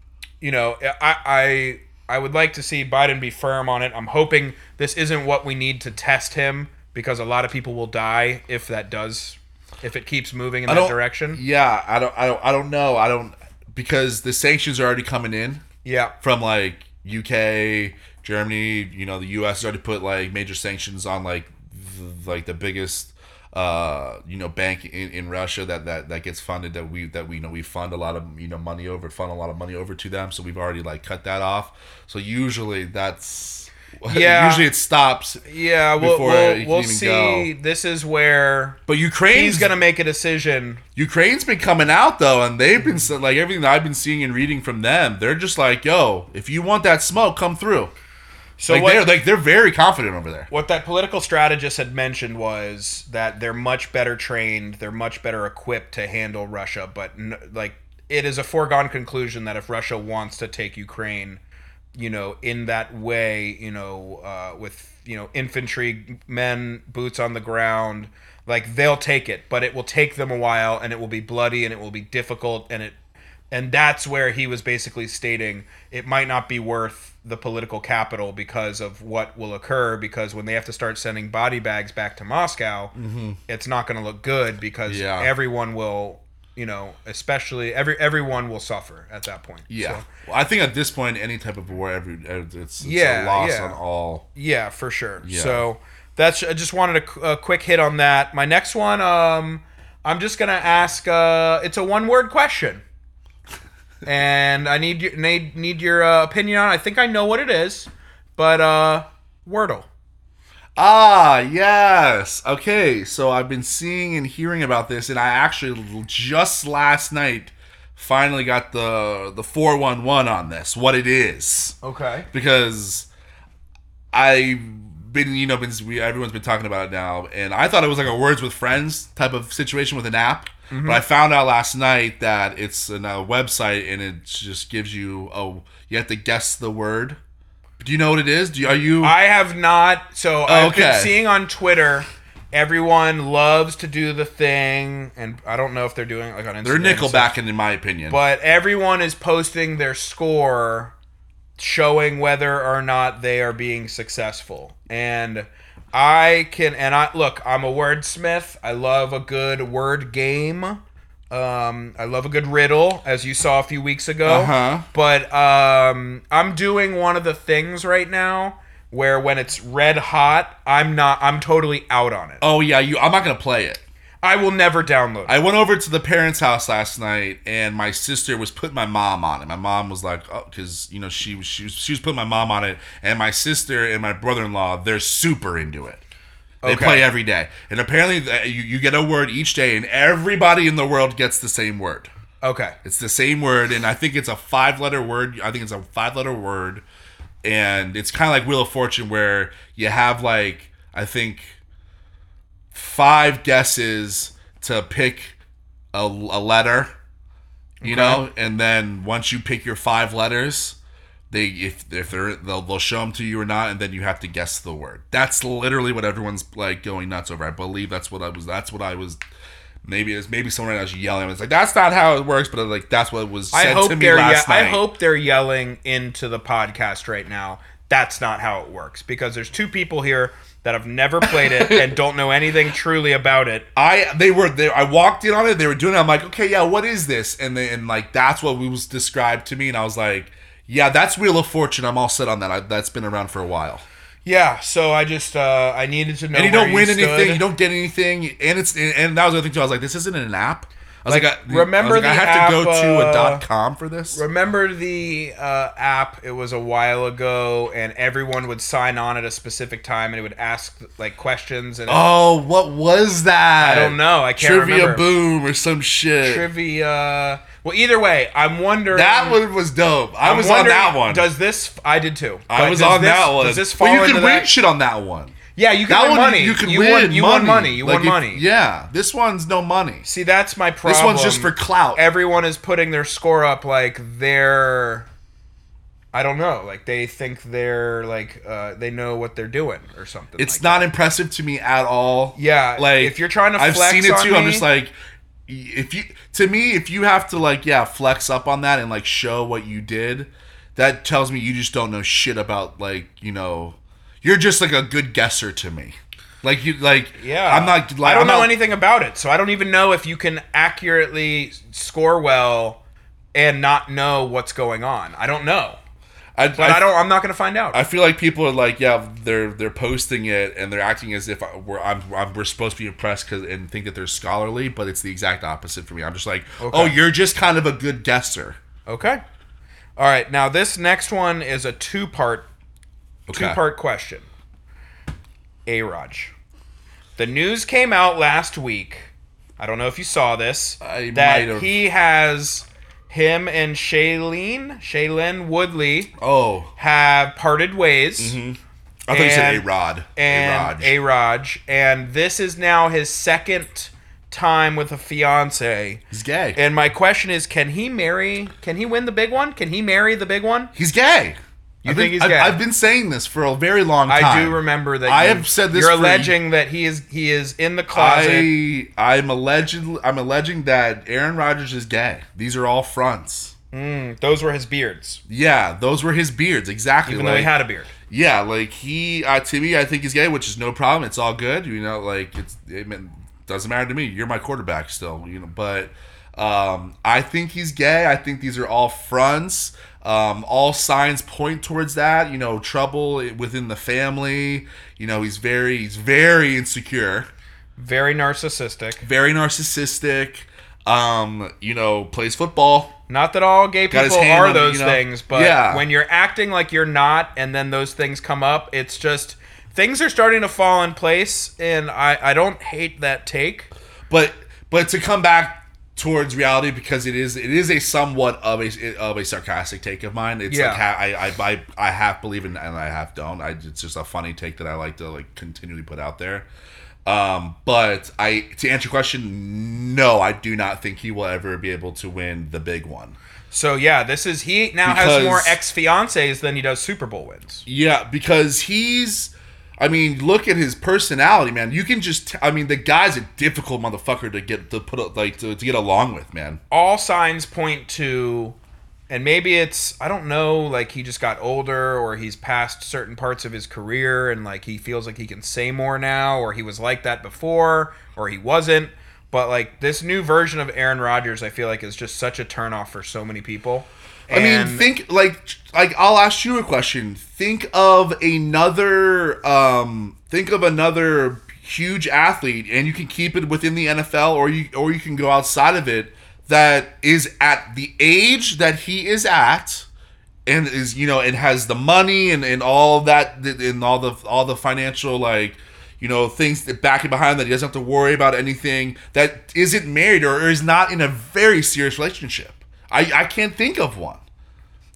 you know i i i would like to see biden be firm on it i'm hoping this isn't what we need to test him because a lot of people will die if that does if it keeps moving in that don't- direction yeah. I don't I don't I don't know. I don't because the sanctions are already coming in yeah from like UK, Germany. You know, the US has already put like major sanctions on like th- like the biggest uh you know bank in, in Russia that, that that gets funded that we that we you know we fund a lot of you know money over fund a lot of money over to them so we've already like cut that off so usually that's [laughs] Yeah. usually it stops yeah we'll, Before it we'll, can we'll even see this is where but Ukraine's he's gonna make a decision Ukraine's been coming out though, and they've been so- like everything that I've been seeing and reading from them. They're just like, "Yo, if you want that smoke, come through." so like what, they're like they're very confident over there. What that political strategist had mentioned was that they're much better trained, they're much better equipped to handle Russia, but n- like it is a foregone conclusion that if Russia wants to take Ukraine, you know, in that way, you know, uh, with you know infantry men, boots on the ground, like they'll take it, but it will take them a while, and it will be bloody, and it will be difficult, and it and that's where he was basically stating it might not be worth the political capital because of what will occur. Because when they have to start sending body bags back to Moscow, it's not going to look good because Mm-hmm. Yeah. everyone will, you know, especially every everyone will suffer at that point. Yeah, So, well, I think at this point, any type of war, every uh, it's, it's Yeah, a loss yeah. on all. yeah, for sure. Yeah. So that's I just wanted a, qu- a quick hit on that. My next one, um, I'm just gonna ask. Uh, it's a one word question, and I need your need need your uh, opinion on. it. I think I know what it is, but uh, Wordle. Ah, yes. Okay, so I've been seeing and hearing about this, and I actually l- just last night finally got the the four one one on this. What it is Okay. because I've been you know been we, everyone's been talking about it now, and I thought it was like a Words with Friends type of situation with an app. Mm-hmm. But I found out last night that it's an, a website, and it just gives you a you have to guess the word. Do you know what it is? Do you, are you? I have not. So I've been Okay. seeing on Twitter, everyone loves to do the thing, and I don't know if they're doing it like on Instagram. they're and stuff, Nickelbacking, in my opinion. but everyone is posting their score, showing whether or not they are being successful. And I can, and I look. I'm a wordsmith. I love a good word game. Um, I love a good riddle, as you saw a few weeks ago. Uh-huh. But um, I'm doing one of the things right now where when it's red hot, I'm not. I'm totally out on it. Oh yeah, you. I'm not gonna play it. I will never download. it. I went over to the parents' house last night, and my sister was putting my mom on it. My mom was like, "Oh, because you know she was she was she was putting my mom on it." And my sister and my brother-in-law, they're super into it. They Okay. play every day, and apparently th- you you get a word each day, and everybody in the world gets the same word. Okay. It's the same word, and I think it's a five letter word. I think it's a five letter word, and it's kind of like Wheel of Fortune, where you have like I think five guesses to pick a, a letter, you know, and then once you pick your five letters, they if if they're they'll, they'll show them to you or not, and then you have to guess the word. That's literally what everyone's like going nuts over. I believe that's what I was. That's what I was. Maybe it was maybe someone else yelling. I was like, "That's not how it works," but I was like that's what was said I hope to me they're last ye- I night. hope they're yelling into the podcast right now. That's not how it works because there's two people here that have never played [laughs] it and don't know anything truly about it. I they were there. I walked in on it. They were doing it. I'm like, okay, yeah, what is this? And they, and like that's what was described to me. And I was like, yeah, that's Wheel of Fortune. I'm all set on that. I, that's been around for a while. Yeah, so I just uh, I needed to know. And you where don't win stood. anything. You don't get anything. And it's and, and that was the other thing too. I was like, this isn't an app. I was like, I, remember I, was like, I the have to go app, to uh, a dot com for this. Remember the uh, app? It was a while ago, and everyone would sign on at a specific time, and it would ask like questions and oh, what was that? I don't know. I can't Trivia remember. Boom or some shit. trivia. Well, either way, I'm wondering that one was dope. I I'm was on wondering, that one. Does this? I did too. I But was does on this- that one. Does this fall But you into can that? win shit on that one. yeah, you can That win one money. you can you win. Won, you money. won money. You Like, won if- money. Yeah, this one's no money. See, that's my problem. This one's just for clout. Everyone is putting their score up like they're. I don't know. Like they think they're like uh, they know what they're doing or something. it's like not impressive to me at all. Yeah, like if you're trying to I've flex seen it on too. I'm me- just like, if you to me, if you have to like yeah flex up on that and like show what you did, that tells me you just don't know shit about like you know, you're just like a good guesser to me. Like you like That. Yeah, I'm not. Like, I don't I'm know not- anything about it, so I don't even know if you can accurately score well and not know what's going on. I don't know, I, but I, don't. I'm not going to find out. I feel like people are like, yeah, they're they're posting it and they're acting as if I- we're I'm, I'm we're supposed to be impressed 'cause- and think that they're scholarly, but it's the exact opposite for me. I'm just like, oh, you're just kind of a good guesser. Okay. All right. Now this next one is a two-part Okay. two-part question. A Raj, the news came out last week. I don't know if you saw this. I that might have. he has him and Shailene Shailene Woodley Oh, have parted ways. I thought you said Mm-hmm. a And- Rod. And A Raj, and this is now his second time with a fiance. He's gay. And my question is, can he marry? Can he win the big one? Can he marry the big one? he's gay. You think he's I've, gay? I've been saying this for a very long time. I do remember that. I you- have said this You're for- alleging that he is he is in the closet. I I'm alleged I'm alleging that Aaron Rodgers is gay. These are all fronts. Those were his beards, Yeah, those were his beards exactly. even though he like- had a beard. yeah, like he uh, to me, I think he's gay, which is no problem. It's all good, you know. Like it's it mean, doesn't matter to me. You're my quarterback still, you know. But Um, I think he's gay. I think these are all fronts. Um, all signs point towards that. You know, trouble within the family. You know, he's very he's very insecure, Very narcissistic. very narcissistic. Um, you know, plays football. Not that all gay Got his people hand are on it, those you know? things, but Yeah. when you're acting like you're not and then those things come up, it's just things are starting to fall in place and I, I don't hate that take. but but to come back towards reality because it is it is a somewhat of a of a sarcastic take of mine. It's Yeah. like ha- I, I I I half believe in and I half don't. I, it's just a funny take that I like to like continually put out there. Um, but I to answer your question, no, I do not think he will ever be able to win the big one. So yeah, this is he now has Because- more ex fiancées than he does Super Bowl wins. Yeah, because he's. I mean, look at his personality, man. You can just. I mean, the guy's a difficult motherfucker to get to put up like to, to get along with, man. all signs point to and maybe it's i don't know like he just got older or he's past certain parts of his career and like he feels like he can say more now or he was like that before or he wasn't but like this new version of aaron rodgers i feel like is just such a turnoff for so many people I mean, And think like like I'll ask you a question. Think of another um think of another huge athlete and you can keep it within the NFL or you or you can go outside of it that is at the age that he is at and is you know and has the money and and all that and all the all the financial like you know things that back and behind that he doesn't have to worry about anything that isn't married or is not in a very serious relationship. I I can't think of one.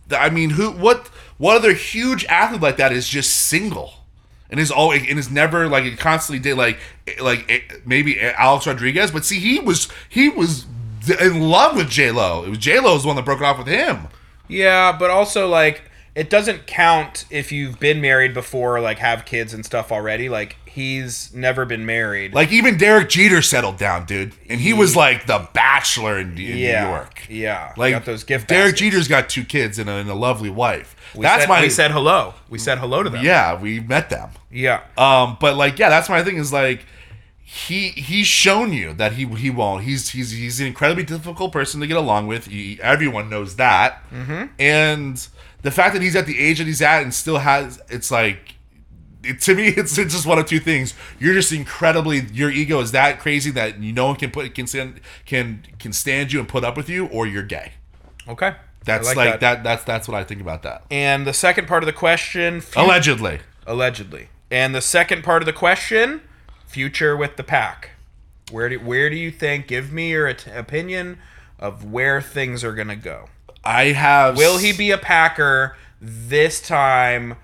Th- I mean, who? What? What other huge athlete like that is just single, and is always and is never like it constantly did like like eh, maybe Alex Rodriguez, but see, he was he was th- in love with J Lo. It was J Lo's one that broke it off with him. yeah but also like it doesn't count if you've been married before like have kids and stuff already like he's never been married Like even Derek Jeter settled down, dude, and he was like the Bachelor in, in yeah New York. yeah Like got those gift Derek baskets. Jeter's got two kids and a, and a lovely wife. We that's said, my we said hello. We said hello to them. yeah. We met them. Yeah. Um, but like, yeah, that's my thing. Is like, he he's shown you that he he won't. He's he's he's an incredibly difficult person to get along with. He, everyone knows that. Mm-hmm. And the fact that he's at the age that he's at and still has, it's like, it, to me, [laughs] it's, it's just one of two things. You're just incredibly. Your ego is that crazy that no one can put can stand can can stand you and put up with you, or you're gay. Okay. I That's like, that. That's that's what I think about that. And the second part of the question fu- Allegedly, allegedly. And the second part of the question future with the pack. Where do where do you think give me your at- opinion of where things are going to go? I have. Will he be a Packer this time?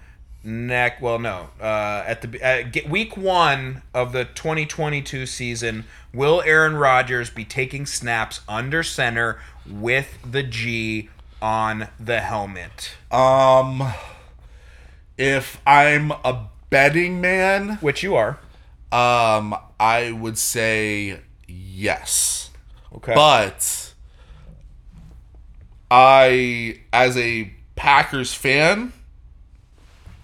Neck. Well, no. Uh, at the uh, get, week one of the 2022 season, will Aaron Rodgers be taking snaps under center with the G on the helmet? Uh, Um, if I'm a betting man, Which you are. um, I would say yes, Okay. but I, as a Packers fan,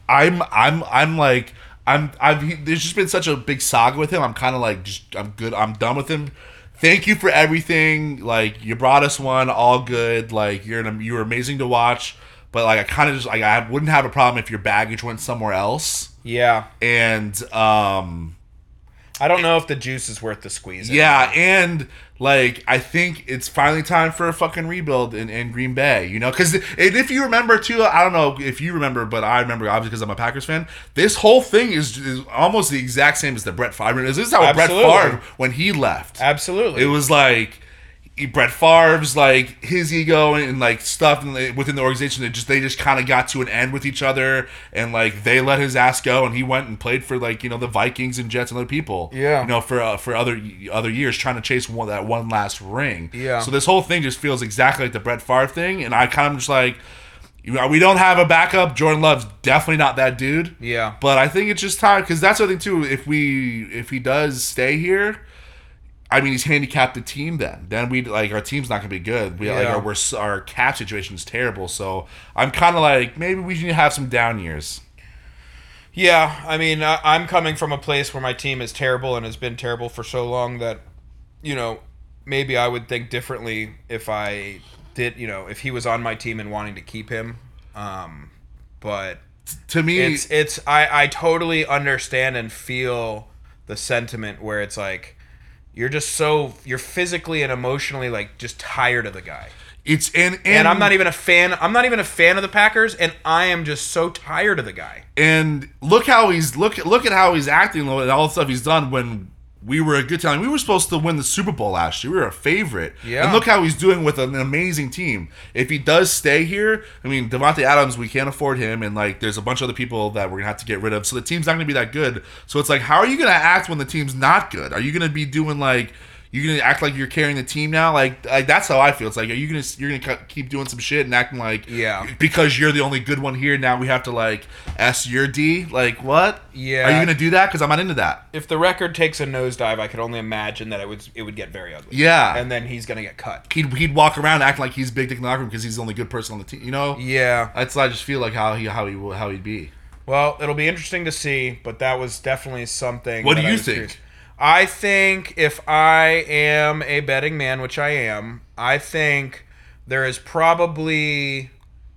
I'm, I'm, I'm like, I'm, I've. He, there's just been such a big saga with him. I'm kind of like, just, I'm good. I'm done with him. Thank you for everything. Like you brought us one, all good. Like you're an, you were amazing to watch. But like I kind of just like I wouldn't have a problem if your baggage went somewhere else. yeah. And um, I don't know if the juice is worth the squeeze. yeah, and like I think it's finally time for a fucking rebuild in, in Green Bay, you know? Because and if you remember too, I don't know if you remember, but I remember obviously because I'm a Packers fan. This whole thing is, is almost the exact same as the Brett Favre. This is how Brett Absolutely. Favre when he left. Absolutely. It was like he- Brett Favre's like his ego and, and, like stuff and they- within the organization. They just they just kind of got to an end with each other, and like they let his ass go, and he went and played for like you know the Vikings and Jets and other people. Yeah. you know for uh, for other other years trying to chase one that one last ring. Yeah. So this whole thing just feels exactly like the Brett Favre thing, and I kind of just like. you know, We don't have a backup. Jordan Love's definitely not that dude. Yeah. but I think it's just time because that's the other thing too. If we if he does stay here, I mean, he's handicapped the team. Then, then we like our team's not gonna be good. We like Yeah. our we're, s- our cap situation is terrible. So I'm kind of like maybe we should have some down years. Yeah, I mean, I, I'm coming from a place where my team is terrible and has been terrible for so long that, you know, maybe I would think differently if I did, you know, if he was on my team and wanting to keep him. Um, but To me, it's it's I I totally understand and feel the sentiment where it's like you're just so you're physically and emotionally like just tired of the guy. it's and, and And I'm not even a fan I'm not even a fan of the Packers and I am just so tired of the guy. and look how he's look look at how he's acting and all the stuff he's done when we were a good time. We were supposed to win the Super Bowl last year. We were a favorite. Yeah. And look how he's doing with an amazing team. If he does stay here, I mean Devontae Adams, we can't afford him, and like there's a bunch of other people that we're gonna have to get rid of. So the team's not gonna be that good. So it's like, how are you gonna act when the team's not good? Are you gonna be doing like you're gonna act like you're carrying the team now? Like, like that's how I feel. It's like, are you gonna you're gonna cu- keep doing some shit and acting like Yeah. because you're the only good one here. Now we have to like S your D. Like what? Yeah. Are you gonna do that? Because I'm not into that. If the record takes a nosedive, I could only imagine that it would it would get very ugly. Yeah. And then he's going to get cut. he'd he'd walk around acting like he's big dick in the locker room because he's the only good person on the team. You know. Yeah. That's I just feel like how he how he will- how he'd be. Well, it'll be interesting to see, but that was definitely something. What do that I you was think? I think if I am a betting man, which I am, I think there is probably.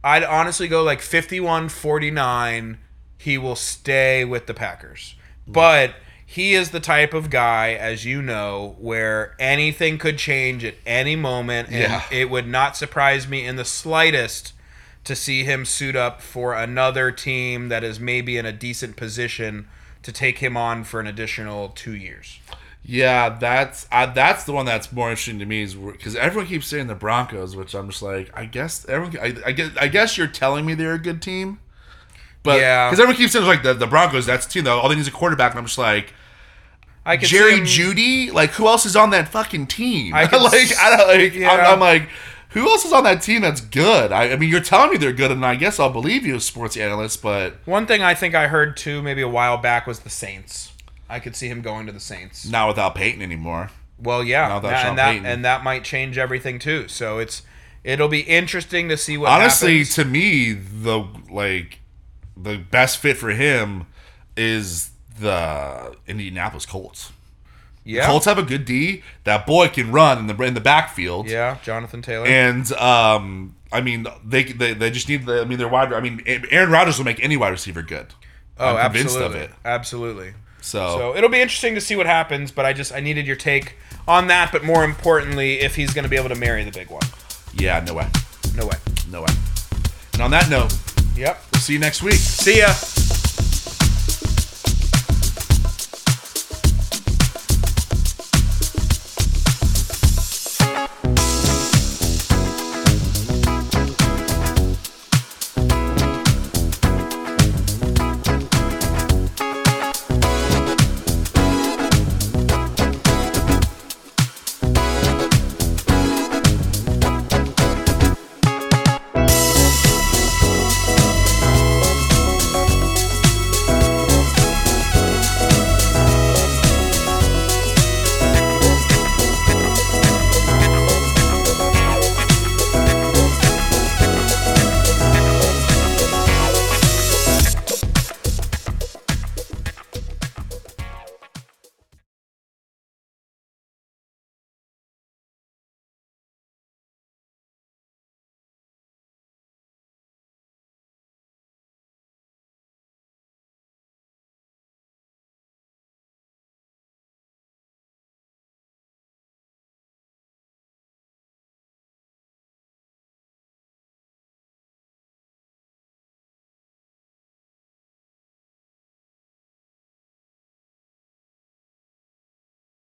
I'd honestly go like 51 49. He will stay with the Packers. Hmm. But he is the type of guy, as you know, where anything could change at any moment. And Yeah. it would not surprise me in the slightest to see him suit up for another team that is maybe in a decent position to take him on for an additional two years. Yeah, that's I, that's the one that's more interesting to me is because everyone keeps saying the Broncos, which I'm just like, I guess everyone, I, I guess I guess you're telling me they're a good team, but Yeah. because everyone keeps saying like the, the Broncos, that's a team though. All they need is a quarterback, and I'm just like, I could Jerry see him, Judy? Like who else is on that fucking team? [laughs] I could like I don't like yeah. I'm, I'm like who else is on that team that's good? I, I mean, you're telling me they're good, and I guess I'll believe you, as sports analyst. But one thing I think I heard too, maybe a while back, was the Saints. I could see him going to the Saints. not without Peyton anymore. Well, yeah, Now thou that- shalt and that Peyton. and that might change everything too. So it's it'll be interesting to see what Honestly, happens. to me, the like the best fit for him is the Indianapolis Colts. yeah, Colts have a good D. That boy can run in the in the backfield. yeah, Jonathan Taylor. And um, I mean, they, they they just need the. I mean, their wide. I mean, Aaron Rodgers will make any wide receiver good. oh, I'm convinced absolutely, of it. absolutely. So, So it'll be interesting to see what happens. But I just I needed your take on that. But more importantly, if he's going to be able to marry the big one. yeah, no way, No way. no way. And on that note, Yep. we'll see you next week. See ya.